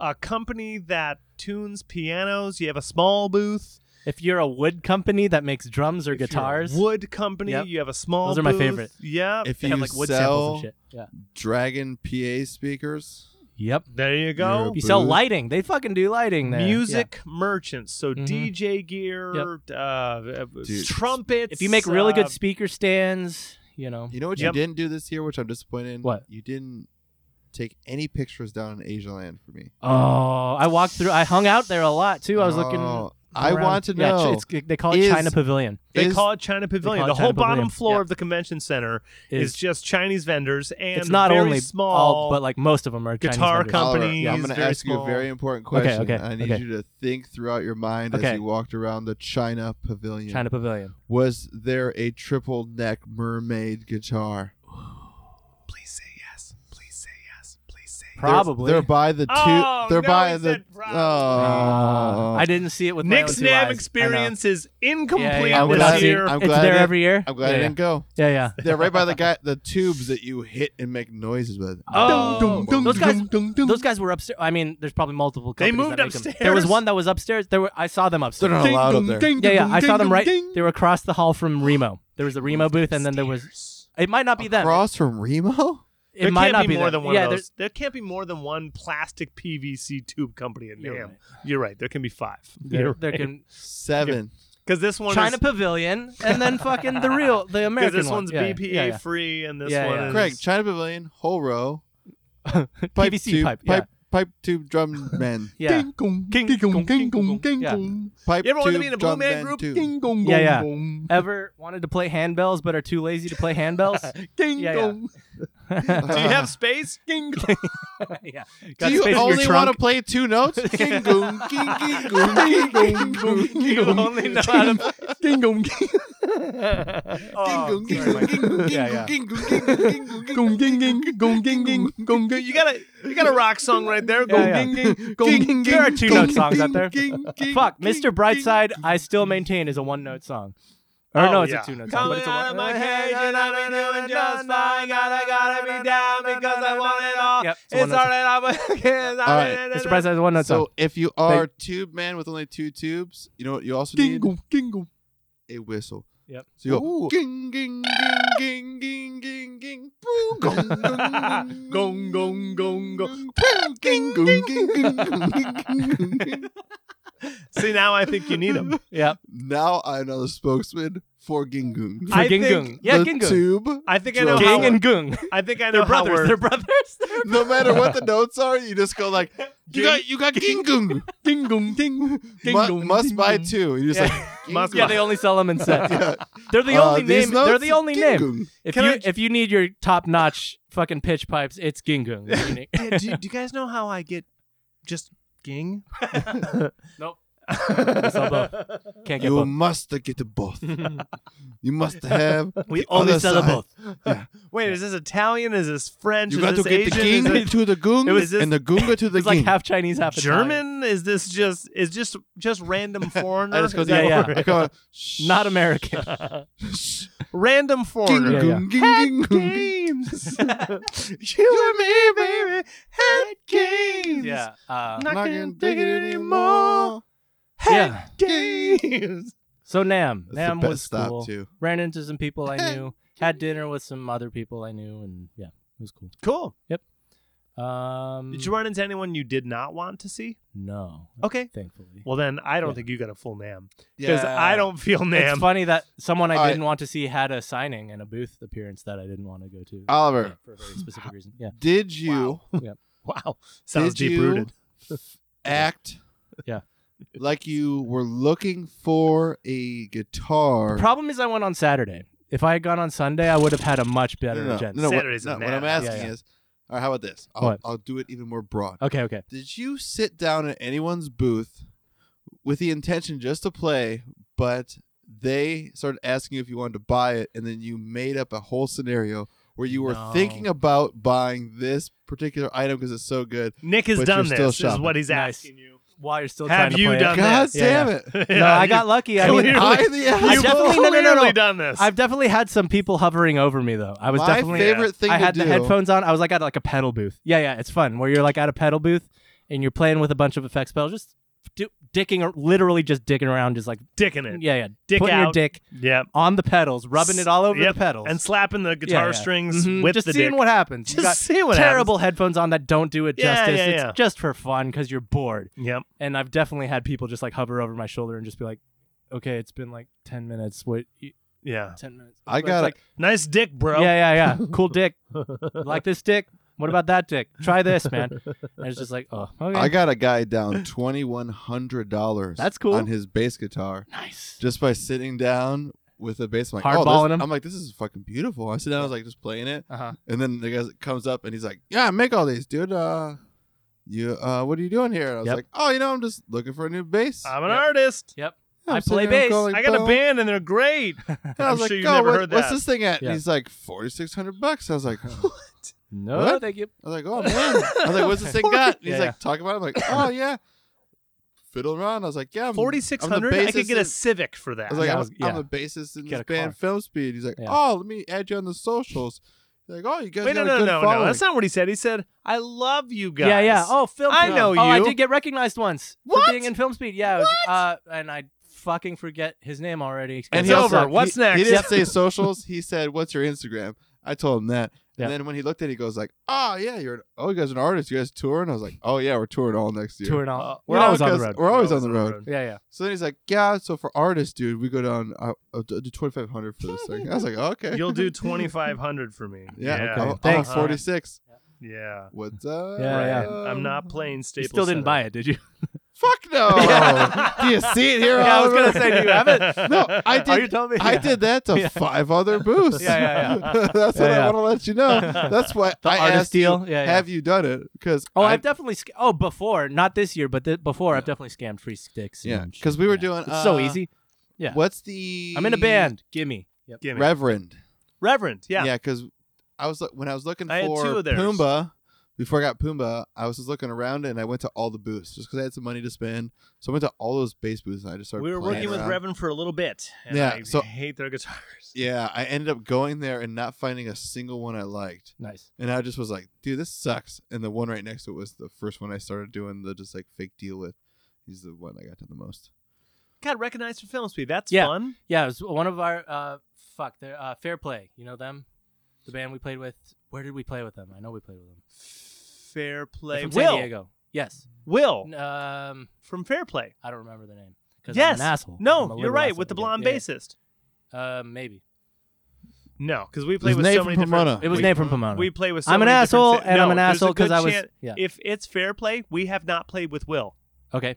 S2: a company that tunes pianos, you have a small booth.
S1: if you're a wood company that makes drums or
S2: If you're a
S1: guitars,
S2: wood company,
S1: Yep.
S2: you have a small.
S1: Those are my
S2: booth.
S1: favorite.
S2: Yeah.
S3: If
S1: they
S3: you
S1: have like wood samples and
S3: sell
S1: shit. Yeah.
S3: Dragon PA speakers,
S1: Yep.
S2: there you go.
S3: You're
S1: You sell
S3: Booth.
S1: lighting. They fucking do lighting there.
S2: Music merchants, so
S1: Mhm.
S2: DJ gear, uh, uh,
S3: Dude.
S2: trumpets.
S1: Yeah. If you make really
S2: uh,
S1: good speaker stands, you know.
S3: you know what
S2: Yep.
S3: you didn't do this year, which I'm disappointed in.
S1: What?
S3: you didn't take any pictures down in Asia Land for me.
S1: Oh, I walked through. I hung out there a lot too. I was looking.
S3: Oh, I
S1: around.
S3: want to
S1: Yeah,
S3: know.
S1: it's, they call it
S3: is-
S1: China Pavilion.
S2: They
S3: is-
S2: call it China Pavilion.
S1: it
S2: the
S1: China
S2: whole bottom
S1: Pavilion.
S2: floor
S1: Yeah.
S2: of the convention center is,
S1: Is
S2: just Chinese vendors, and
S1: it's not
S2: very
S1: only
S2: small,
S1: all, but like most of them are Chinese
S2: guitar
S1: vendors.
S2: company.
S3: Oliver,
S2: companies,
S3: I'm going to
S2: very
S3: ask you
S2: small.
S3: a very important
S1: Okay,
S3: question.
S1: okay,
S3: I need
S1: okay.
S3: you to think throughout your mind as
S1: Okay.
S3: you walked around the China Pavilion.
S1: Oh, China Pavilion.
S3: Was there a triple neck mermaid guitar?
S2: Please say yes. Please say yes. Please say yes.
S1: Pro- Probably.
S3: They're, they're by the two.
S2: Oh,
S3: they're
S2: no,
S3: by
S2: he
S3: the.
S2: said
S3: Oh,
S2: probably.
S3: Ah.
S1: Uh, I didn't see it with
S2: Nick's
S1: my own two
S2: NAM
S1: eyes. I know.
S2: experience is incomplete
S1: Yeah, yeah,
S3: I'm
S1: we're
S2: this
S1: not
S3: glad,
S1: seeing-
S2: year.
S3: I'm
S1: it's
S3: glad
S1: there
S3: I-
S1: every year.
S3: I'm glad
S1: yeah,
S3: I
S1: yeah.
S3: didn't go.
S1: Yeah, yeah.
S3: They're right by the guy, the tubes that you hit and make noises with.
S1: <laughs> Oh.
S3: Dum, dum,
S1: Those guys-
S3: dum, dum, dum.
S1: Those guys were upstairs. I mean, there's probably multiple.
S2: They
S1: Companies
S2: moved
S1: that make 'em. There
S2: upstairs.
S1: was one that was upstairs. There were I saw them
S3: They're
S1: upstairs.
S3: not allowed up
S2: Ding,
S3: there.
S2: ding,
S1: Yeah, yeah.
S2: ding,
S1: I saw
S2: ding,
S1: them right.
S2: ding.
S1: They were across the hall from Remo. There was a Remo booth, and then there was. It might not be them.
S3: Across from Remo?
S1: It
S2: There
S1: might
S2: can't
S1: not
S2: be more
S1: them.
S2: than one
S1: yeah,
S2: of
S1: there-
S2: those. There can't be more than one plastic PVC tube company in
S1: You're
S2: NAM.
S1: right.
S2: You're right. There can be five.
S1: There,
S2: You're
S1: there
S2: right.
S1: can.
S3: Seven.
S2: because this one
S1: China
S2: is,
S1: Pavilion, and then fucking the real, the
S2: <laughs> because
S1: American
S2: this
S1: one.
S2: one's
S1: Yeah,
S2: BPA
S1: yeah, yeah.
S2: free and this
S1: Yeah,
S2: one
S1: yeah.
S2: is
S3: Greg, China Pavilion,
S1: <laughs>
S3: whole row,
S1: PVC
S3: tube,
S1: pipe,
S3: pipe, pipe tube
S1: <laughs>
S3: drum man.
S1: Yeah.
S3: Ding gong,
S1: King-
S3: ding gong,
S1: gong,
S3: ding
S1: king
S3: gong, ding
S1: gong.
S3: gong. Pipe
S2: You ever wanted to
S3: tube
S2: be in a Blue
S3: drum
S2: Man
S3: band
S2: group?
S3: too.
S2: Ding
S3: gong,
S1: Yeah, yeah.
S3: gong.
S1: Ever wanted to play handbells but are too lazy to play
S2: <laughs>
S1: handbells?
S3: Ding
S1: Yeah, yeah.
S3: gong. <laughs>
S2: Do you have space? Ding.
S1: yeah.
S3: Do you
S1: space in your
S3: only
S1: trunk?
S3: want to play two notes? King gong, king king gong, king gong, gong,
S2: You
S3: gong.
S2: only know how to
S3: <laughs> King gong, king
S1: Oh,
S3: gong, king
S1: sorry,
S3: gong,
S1: Mike.
S3: king gong,
S1: Yeah, yeah.
S3: king gong, king gong, king gong, king gong, king gong, gong, king gong, gong, gong.
S2: You got a you got a rock song right there. Go
S1: Yeah,
S2: ding
S3: <laughs> King,
S2: ding.
S1: There
S3: gong, king,
S1: are
S3: gong,
S1: two-note
S3: gong,
S1: songs out
S3: king,
S1: there.
S3: king, king,
S1: Fuck,
S3: king,
S1: Mr. Brightside, I still maintain is a one note song. Or
S2: Oh,
S1: no, it's
S2: yeah.
S1: a two note song, but
S2: Coming
S1: it's a
S2: out
S1: one.
S2: of my cage and I've been doing just fine. Gotta gotta be down because I want it all.
S1: Yep, it's a
S2: It's
S1: one-note song.
S2: already up <laughs> against.
S3: All right.
S1: Mr. Brightside is a one note song.
S3: So if you are tube man with only two tubes, you know what you also need
S2: Gingle, gingle.
S3: a whistle.
S1: Yep.
S3: So you go
S2: Ooh.
S3: ging ging ging ging ging ging ging boo, gong gong gong gong gong gong boo, ging ging ging ging ging ging ging.
S2: See, now I think you need them.
S3: <laughs>
S1: Yeah.
S3: Now I know the spokesman for gingung.
S1: For
S2: I
S1: Ging
S2: think
S1: Gung. Yeah,
S3: the
S1: Ging Gung.
S3: tube.
S2: I think I know
S3: Drum.
S2: how.
S1: Ging
S3: Gingle.
S1: and Gung.
S2: I think I know
S1: They're
S2: how
S1: brothers.
S2: we're.
S1: They're brothers.
S3: <laughs> No matter what the notes are, you just go like you
S2: Ging-
S3: got you got <laughs> gingung
S1: Ging Gung. Ding.
S3: Mu- must buy two. You just
S1: Yeah. <laughs>
S3: like
S2: Must
S1: Yeah,
S2: buy.
S1: they only sell them in
S2: <laughs>
S1: sets.
S3: Yeah.
S1: <laughs> They're the
S3: Uh,
S1: only
S3: these
S1: name. They're
S3: notes?
S1: the only name.
S3: Gingung.
S1: If
S2: Can
S1: you
S2: I j-
S1: if you need your top notch fucking pitch pipes, it's Ging
S2: <laughs>
S1: Gung.
S2: Yeah, do, do you guys know how I get just <laughs> ging?
S1: Nope.
S2: I
S1: Can't get
S3: You
S1: both.
S3: must get
S1: <laughs>
S3: both. You must have.
S1: We
S3: the
S1: only
S3: other
S1: sell them
S3: side.
S1: both.
S2: Wait, is this Italian? Is this French?
S3: You
S2: is
S3: got to
S2: this
S3: get the
S2: Asian? Is
S3: <laughs> king
S2: it
S3: to the goong
S2: It was this-
S3: and the <laughs> goonga to the
S1: It's like
S3: king.
S1: half Chinese, half Italian.
S2: German? Is this just is just just random foreigner?
S3: <laughs> I just go
S2: Is that
S1: yeah, yeah.
S2: what we're-
S3: I go,
S1: Not American.
S2: Random
S3: King,
S2: foreigner.
S1: Yeah, yeah.
S3: goong, king, goong, king.
S1: <laughs>
S2: Games. you and me, baby. Head
S1: <laughs>
S2: games.
S1: yeah. Uh,
S2: Not
S3: Not
S2: gonna
S3: gonna
S2: dig
S3: take
S2: it
S3: it
S2: anymore.
S3: anymore.
S1: yeah.
S2: Head games.
S1: So Nam,
S3: That's
S1: Nam
S3: the best
S1: was
S3: stop
S1: cool.
S3: too.
S1: Ran into some people I
S3: <laughs>
S1: knew. had dinner with some other people I knew, and yeah, it was cool.
S2: Cool.
S1: Um,
S2: Did you run into anyone you did not want to see?
S1: no,
S2: Okay.
S1: thankfully.
S2: Well, then I don't
S1: Yeah.
S2: think you got a full Nam because I don't feel
S1: it's
S2: Nam.
S1: funny that someone I
S3: All right.
S1: didn't want to see had a signing and a booth appearance that I didn't want to go to.
S3: Oliver.
S1: Yeah, for a very specific reason.
S3: <laughs>
S1: Yeah.
S3: Did you
S2: Wow, sounds
S3: Did
S2: deep rooted.
S3: <laughs> act?
S1: Yeah.
S3: Like you were looking for a guitar.
S1: The problem is I went on Saturday. If I had gone on Sunday, I would have had a much better
S3: no, no,
S1: agenda.
S3: no, no, what,
S2: Saturdays
S3: no,
S2: are
S3: what I'm
S2: mad.
S3: asking
S1: Yeah, yeah.
S3: is, all right, how about this? I'll,
S1: What?
S3: I'll do it even more broad.
S1: Okay, okay.
S3: Did you sit down at anyone's booth with the intention just to play, but they started asking you if you wanted to buy it, and then you made up a whole scenario where you were
S2: No.
S3: thinking about buying this particular item because it's so good?
S2: Nick has
S3: But
S2: done
S3: you're still
S2: this. Is
S3: shopping.
S2: what he's
S1: Nice.
S2: asking you.
S1: <laughs> While you're still
S2: Have
S1: trying to
S2: you
S1: play it.
S2: done
S3: God
S2: this?
S3: damn
S1: Oh, <laughs> Yeah,
S3: it!
S1: No, I got lucky. I mean,
S2: Clearly-
S3: I
S1: I
S3: the
S2: <laughs> You've
S3: asshole.
S1: definitely- no, no, no, no.
S2: clearly done this.
S1: I've definitely had some people hovering over me though. I was
S3: My
S1: definitely uh,
S3: favorite thing
S1: I
S3: to
S1: had the
S3: do-
S1: headphones on. I was like at like a pedal booth. Yeah, yeah, it's fun where you're like at a pedal booth and you're playing with a bunch of effects pedals, just do, dicking, ar- literally just dicking around, just like
S2: dicking it.
S1: yeah, yeah,
S2: Dick
S1: putting your
S2: out.
S1: dick
S2: Yep.
S1: on the pedals, rubbing it all over
S2: Yep,
S1: the pedals,
S2: And slapping the
S1: Yeah,
S2: guitar
S1: yeah.
S2: strings
S1: Mhm,
S2: with
S1: just
S2: the
S1: seeing
S2: dick.
S1: what happens. You
S2: Just
S1: got
S2: see what
S1: terrible headphones on that don't do it
S2: Yeah,
S1: justice.
S2: yeah, yeah.
S1: It's just for fun because you're bored.
S2: Happens. Yep.
S1: And I've definitely had people just like hover over my shoulder and just be like, "Okay, it's been like ten minutes. What? you-
S2: Yeah.
S1: Ten minutes?
S3: I
S1: It's
S3: got
S1: like,
S2: Nice dick, bro.
S1: Yeah, yeah, <laughs> yeah. Cool dick. like this dick? What about that dick? Try this, man. And it's just like, oh, okay.
S3: I got a guy down twenty one hundred dollars.
S1: That's cool.
S3: on his bass guitar
S1: nice.
S3: just by sitting down with a bass. I'm like, oh,
S1: Hardballing
S3: this,
S1: him?
S3: I'm like, this is fucking beautiful. I sit down, I was like, just playing it.
S1: Uh-huh.
S3: And then the guy comes up and he's like, "Yeah, I make all these, dude. Uh, you, uh, what are you doing here?" And I was
S1: Yep.
S3: like, "Oh, you know, I'm just looking for a new bass.
S2: I'm an
S1: Yep.
S2: artist.
S1: Yep.
S3: I'm
S1: I
S3: sitting
S1: play
S3: there, I'm
S1: bass.
S3: calling
S2: Uh, I got a
S3: Bill."
S2: band and they're
S3: <laughs>
S2: great.
S3: And I
S2: I'm
S3: was like,
S2: sure you've
S3: "Oh,
S2: never
S3: what-
S2: heard
S3: what's
S2: that."
S3: this thing at?"
S1: Yeah.
S3: And he's like, 4600 bucks." I
S2: <laughs>
S3: was like, "Oh."
S1: No,
S3: What?
S1: thank you.
S3: "I was like, oh man." I was like,
S2: <laughs>
S3: "What's this thing got?" And he's
S1: Yeah,
S3: like, "Talking about." It. I'm like, "Oh yeah." Fiddle around. I was like, "Yeah, I'm-
S2: Forty six hundred.
S3: I'm the
S2: I could
S3: bassist
S2: get a
S3: in-
S2: Civic for that.
S3: I was like,
S1: Yeah, I
S3: I'm,
S1: was-
S3: I'm
S1: yeah.
S3: a bassist in
S1: Get
S3: this
S1: a
S3: band,
S1: car.
S3: Film Speed. He's like,
S1: Yeah.
S3: "Oh, let me add you on the socials." He's like, "Oh, you guys
S2: Wait, no,
S3: got a
S2: no,
S3: good
S2: no, no.
S3: following."
S2: That's not what he said. He said, "I love you guys."
S1: Yeah, yeah. Oh, film.
S2: I
S1: speed.
S2: know
S1: Oh, I
S2: you.
S1: did get recognized once
S2: What?
S1: for being in film speed. Yeah, it was, uh, and I fucking forget his name already.
S2: And
S1: It's
S2: he
S1: all
S2: also-
S1: sucked.
S2: What's
S3: he,
S2: next?
S3: He didn't
S1: Yep.
S3: say socials. He said, "What's your Instagram?" I told him that,
S1: Yeah.
S3: And then when he looked at it, he goes like, "Ah, yeah, you're an, oh, you guys are an artist. You guys tour?" And I was like, "Oh yeah, we're touring all next year.
S1: touring all.
S2: Uh,
S1: we're
S3: No,
S1: always on the
S3: 'cause
S1: road.
S3: We're always on the road.
S1: Yeah, yeah.
S3: So then he's like, "Yeah, so for artists, dude, we go down uh, uh, do twenty five hundred for this thing." I was like, "Okay,
S2: You'll
S3: <laughs>
S2: do 2,500 for me.
S3: yeah, Oh,
S1: okay.
S3: I'm,
S1: Thanks, man.
S3: forty six.
S2: Yeah.
S3: What's up?
S1: Yeah, yeah.
S2: Right. I'm not playing
S1: You
S2: Staples.
S1: still didn't buy it, did you?
S3: Fuck
S1: <laughs>
S3: no. do you see it here?
S1: Yeah, I was gonna
S2: <laughs>
S3: Oliver?
S1: say, do you have it?
S3: <laughs> No, I
S1: Are
S3: did-
S1: Oh, you telling me?
S3: I
S1: Yeah.
S3: did that to
S1: Yeah.
S3: five other booths.
S1: Yeah, yeah,
S3: <laughs> That's
S1: Yeah,
S3: what
S1: yeah.
S3: I want to let
S1: <laughs>
S3: you know. That's why
S1: The
S3: I
S1: artist
S3: asked you,
S1: deal? Yeah, yeah.
S3: Have you done it? Because
S1: Oh, I've definitely sc- oh before, not this year, but th- before I've definitely scammed free sticks.
S3: Yeah,
S1: and shit.
S3: 'cause we were doing,
S1: It's so
S3: uh, E
S1: easy. yeah.
S3: What's the?
S1: I'm in a band. Gimme. Yep.
S2: Give me.
S3: Reverend.
S2: Reverend. Yeah.
S3: Yeah, because I was look- when I was looking
S2: I had
S3: for
S2: two of theirs.
S3: Pumbaa. Before I got Pumbaa, I was just looking around and I went to all the booths just because I had some money to spend. So I went to all those bass booths and I just started.
S2: We were
S3: playing
S2: working with
S3: around.
S2: Reverend for a little bit. And
S3: Yeah,
S2: I
S3: so-
S2: hate their guitars. <laughs>
S3: Yeah, I ended up going there and not finding a single one I liked,
S1: Nice.
S3: and I just was like, "Dude, this sucks." And the one right next to it was the first one I started doing the just like fake deal with. He's the one I got to the most.
S2: God, recognized for film speed. That's
S1: Yeah.
S2: fun.
S1: Yeah, it was one of our uh fuck, they're, uh Fair Play. You know them? The band we played with. Where did we play with them? I know we played with them.
S2: Fair play.
S1: They're from
S2: Will.
S1: San Diego. Yes.
S2: Will
S1: Um
S2: from Fair Play.
S1: I don't remember the name. 'cause
S2: Yes.
S1: I'm an asshole. I'm a
S2: No, you're
S1: literal
S2: right
S1: asshole.
S2: with the
S1: Yeah,
S2: blonde
S1: yeah, yeah.
S2: bassist.
S1: Uh, maybe.
S2: No, because we play
S3: His
S2: with
S3: name
S2: so
S3: from
S2: many different.
S3: Pomona.
S1: It was
S3: Uh, We-
S1: named from Pomona.
S2: We play with. So
S1: I'm an
S2: many different
S1: asshole
S2: si-
S1: and
S2: no,
S1: I'm an
S2: there's a
S1: asshole because
S2: good
S1: I was
S2: chan-
S1: yeah.
S2: If it's Fair Play, we have not played with Will.
S1: Okay.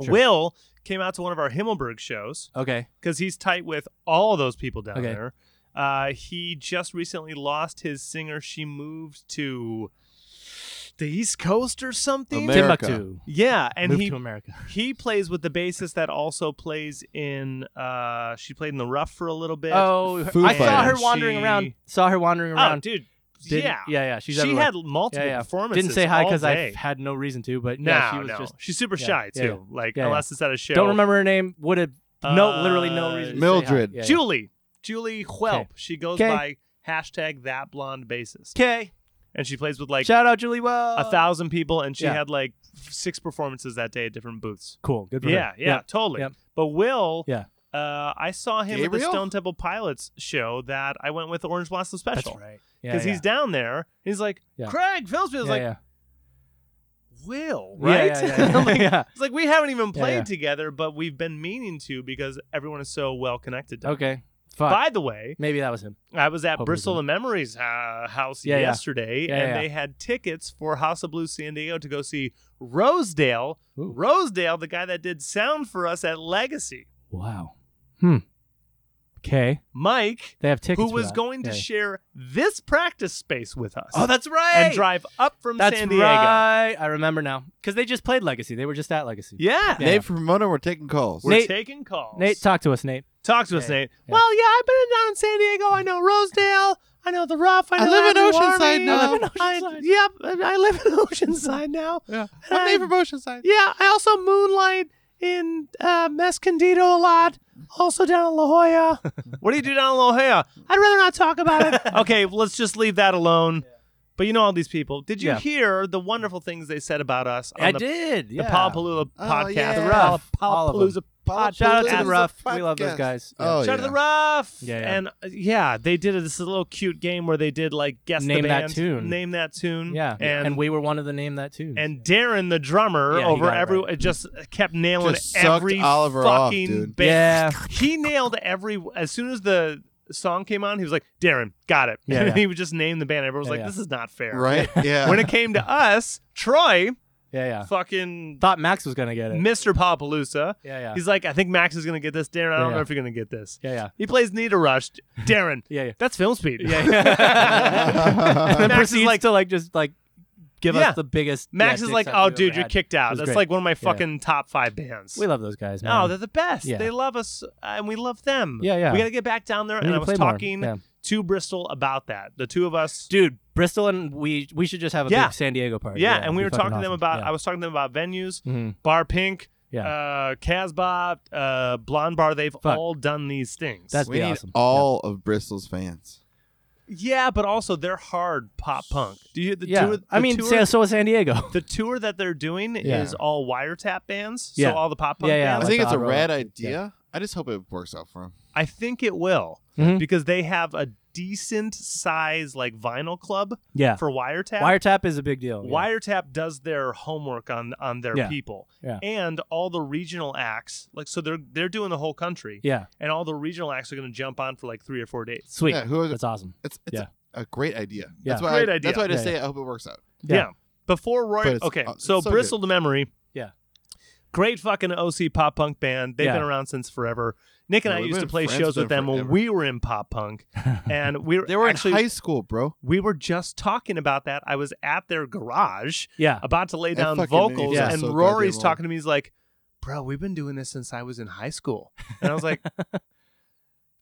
S1: Sure.
S2: Will came out to one of our Himmelberg shows
S1: Okay.
S2: because he's tight with all those people down
S1: Okay.
S2: there. Uh, he just recently lost his singer. She moved to the East Coast or something.
S3: Ameri- America.
S1: Timbuktu.
S2: yeah, and
S1: Moved
S2: he
S1: to America.
S2: he plays with the bassist that also plays in. Uh, she played in the Rough for a little bit.
S1: Oh,
S3: Foo
S1: I saw her
S2: Fighters.
S1: wandering
S2: She-
S1: around. Saw her wandering
S2: Oh,
S1: around.
S2: dude,
S1: Didn't-
S2: yeah,
S1: yeah, yeah. She's
S2: she
S1: everywhere.
S2: had multiple
S1: Yeah, yeah.
S2: performances.
S1: Didn't say hi
S2: because
S1: I had no reason to, but
S2: No,
S1: yeah, she was
S2: no,
S1: just.
S2: she's super
S1: yeah,
S2: shy
S1: yeah,
S2: too.
S1: yeah.
S2: Like
S1: Yeah, yeah.
S2: unless it's at a show.
S1: Don't remember her name. Would have no,
S2: Uh,
S1: literally no reason. to say hi.
S3: Mildred.
S1: Yeah, yeah.
S2: Julie, Julie Whelp.
S1: Okay.
S2: She goes
S1: Okay.
S2: by hashtag that blonde bassist,
S1: Okay.
S2: and she plays with like
S1: Shout out Julie Well.
S2: a thousand people, and she
S1: Yeah.
S2: had like six performances that day at different booths.
S1: Cool. Good for
S2: Yeah,
S1: her.
S2: yeah, totally.
S1: Yep.
S2: But Will,
S1: Yeah.
S2: uh, I saw him at the
S3: Gabriel?
S2: Stone Temple Pilots show that I went with Orange Blossom
S1: That's
S2: Special
S1: right. Yeah.
S2: because he's down there. He's like
S1: Yeah.
S2: Craig Philsby was
S1: yeah,
S2: like
S1: yeah.
S2: Will,
S1: Yeah,
S2: right?
S1: Yeah. yeah,
S2: <laughs>
S1: yeah. <laughs>
S2: Like,
S1: Yeah.
S2: It's like we haven't even
S1: Yeah,
S2: played
S1: yeah.
S2: together, but we've been meaning to because everyone is so well connected. To
S1: Okay. Fuck.
S2: By the way,
S1: Maybe that was him.
S2: I was at
S1: Hope it
S2: Bristol
S1: was
S2: and Memories uh, House
S1: Yeah, yeah.
S2: yesterday,
S1: Yeah,
S2: and
S1: yeah.
S2: they had tickets for House of Blues San Diego to go see Rosedale.
S1: Ooh.
S2: Rosedale, the guy that did sound for us at Legacy,
S1: Wow. Hmm. Okay.
S2: Mike,
S1: They have tickets.
S2: who
S1: for
S2: was
S1: that.
S2: going to
S1: Yeah.
S2: share this practice space with us.
S1: Oh, that's right.
S2: and drive up from
S1: That's
S2: San Diego.
S1: right. I remember now because they just played Legacy. They were just at Legacy.
S2: Yeah.
S1: Yeah.
S3: Nate from Pomona, we're taking calls.
S2: We're
S1: Nate-
S2: taking calls.
S1: Nate, talk to us, Nate.
S2: Talk to us,
S1: Yeah.
S2: Nate.
S1: Yeah.
S2: Well, yeah, I've been down in San Diego. I know Rosedale. I know the Rough. I,
S3: I
S2: know
S3: live in
S2: Avenue
S3: Oceanside
S2: Army.
S3: now.
S1: I live in
S2: I-
S1: Oceanside.
S2: yep, and I live in <laughs> Oceanside now.
S3: yeah, I'm Nate from Oceanside.
S2: Yeah, I also moonlight in uh, Escondido a lot. Also down in La Jolla. <laughs> what do you do down in La Jolla? I'd rather not talk about it. <laughs> okay, let's just leave that alone. But you know all these people. Did you
S1: Yeah.
S2: hear the wonderful things they said about us on
S1: I
S2: the,
S1: did.
S2: the
S1: yeah.
S2: Palapalooza
S3: Oh,
S2: podcast?
S3: yeah.
S1: The Rough. All of
S2: Palapalooza
S1: them.
S2: podcast.
S1: Shout out to
S3: Palapalooza
S1: the rough.
S3: podcast.
S1: We love those guys. Yeah.
S3: Oh,
S2: Shout
S3: yeah.
S2: to the Rough.
S1: Yeah, yeah.
S2: And uh, yeah, they did this little cute game where they did like guess
S1: Name
S2: the
S1: that
S2: band,
S1: tune.
S2: name that tune.
S1: Yeah,
S2: Mm-hmm. and
S1: and we were one of the name that too.
S2: and Darren the drummer
S1: Yeah, he
S2: over
S1: got it
S2: every
S1: right.
S2: it just kept nailing
S3: Just sucked
S2: every
S3: Oliver off,
S2: fucking
S3: dude.
S2: ba-
S1: Yeah.
S2: <laughs> he nailed every as soon as the song came on, he was like Darren, got it.
S1: Yeah,
S2: and
S1: yeah.
S2: he would just name the band. Everyone was
S1: Yeah, yeah.
S2: like, this is not fair.
S3: Right? Yeah.
S2: When it came to us, Troy,
S1: yeah, yeah.
S2: fucking
S1: Thought Max was gonna get it.
S2: Mr. Papalooza,
S1: Yeah, yeah,
S2: he's like, I think Max is gonna get this. Darren, I don't
S1: Yeah,
S2: know
S1: yeah.
S2: if you're gonna get this.
S1: yeah, yeah,
S2: He plays Need a Rush. Darren,
S1: yeah, yeah.
S2: that's film speed.
S1: Yeah,
S2: <laughs>
S1: yeah. and then
S2: Max is
S1: proceeds
S2: like-
S1: to like just like give
S2: Yeah.
S1: us the biggest.
S2: Max
S1: yeah,
S2: is
S1: dick
S2: like,
S1: suck
S2: oh,
S1: we've
S2: dude,
S1: ever
S2: you're
S1: had.
S2: kicked out.
S1: was
S2: That's
S1: great.
S2: like one of my
S1: Yeah.
S2: fucking top five bands.
S1: We love those guys, man.
S2: oh, they're the best.
S1: Yeah.
S2: They love us, uh, and we love them.
S1: Yeah, yeah.
S2: We got to get back down there.
S1: We need
S2: and I
S1: to
S2: was
S1: play more.
S2: talking
S1: Yeah.
S2: to Bristol about that. The two of us.
S1: dude. Bristol and we we should just have a
S2: Yeah.
S1: big San Diego party.
S2: yeah, and we were
S1: it'd be
S2: talking
S1: fucking
S2: to them
S1: awesome.
S2: about. I
S1: Yeah.
S2: was talking to them about venues,
S3: Mm-hmm.
S1: Mhm.
S2: Bar Pink,
S1: Yeah.
S2: uh, Casbah, uh, Blonde Bar. They've
S1: Fuck.
S2: all done these things.
S1: That's-
S3: we
S1: be
S3: need
S1: awesome.
S3: all of Bristol's fans.
S2: yeah, but also they're hard pop punk. Do you the
S1: yeah.
S2: tour? The
S1: I mean,
S2: tour,
S1: San- so is San
S2: <laughs>
S1: Diego.
S2: the tour that they're doing
S1: Yeah.
S2: is all wiretap bands.
S1: Yeah.
S2: So all the pop punk
S1: Yeah, yeah,
S2: bands.
S3: I
S1: like
S3: think
S1: the
S3: it's a
S1: Odd Rock.
S3: rad idea. I just hope it works out for him.
S2: I think it will
S1: Mhm.
S2: because they have a decent size like vinyl club
S1: Yeah.
S2: for Wiretap.
S1: Wiretap is a big deal. yeah.
S2: Wiretap does their homework on on their
S1: Yeah.
S2: people.
S1: Yeah.
S2: And all the regional acts, like so they're they're doing the whole country
S1: Yeah.
S2: and all the regional acts are going to jump on for like 3 or 4 days.
S1: Sweet.
S3: Yeah, who is
S1: That's awesome.
S3: It's, it's
S1: Yeah.
S3: a, a great idea.
S1: Yeah.
S3: That's why
S2: Great
S3: I,
S2: idea.
S3: That's why I just
S1: Yeah,
S3: say I hope it works out.
S1: Yeah.
S2: Yeah. Before
S3: But
S2: Roy
S3: it's-
S2: Okay,
S3: uh, it's
S2: so,
S3: so
S2: Bristle to Memory.
S1: Yeah.
S2: Great fucking OC pop punk band. They've
S1: Yeah.
S2: been around since forever. Nick and
S3: Yeah,
S2: I
S3: we've
S2: used to
S3: been
S2: play
S3: friends
S2: shows
S3: with
S2: with
S3: them
S2: them when
S3: forever.
S2: we were in pop
S3: <laughs>
S2: punk and we were
S3: They were
S2: actually
S3: in high school, bro.
S2: we were just talking about that. I was at their garage
S1: yeah.
S2: about to lay
S3: That
S2: down
S3: fucking
S2: vocals,
S1: means I'm
S2: and
S3: so
S2: Rory's
S3: goddamn
S2: talking to me. He's like, "Bro, we've been doing this since I was in high school," and I was
S3: <laughs>
S2: like,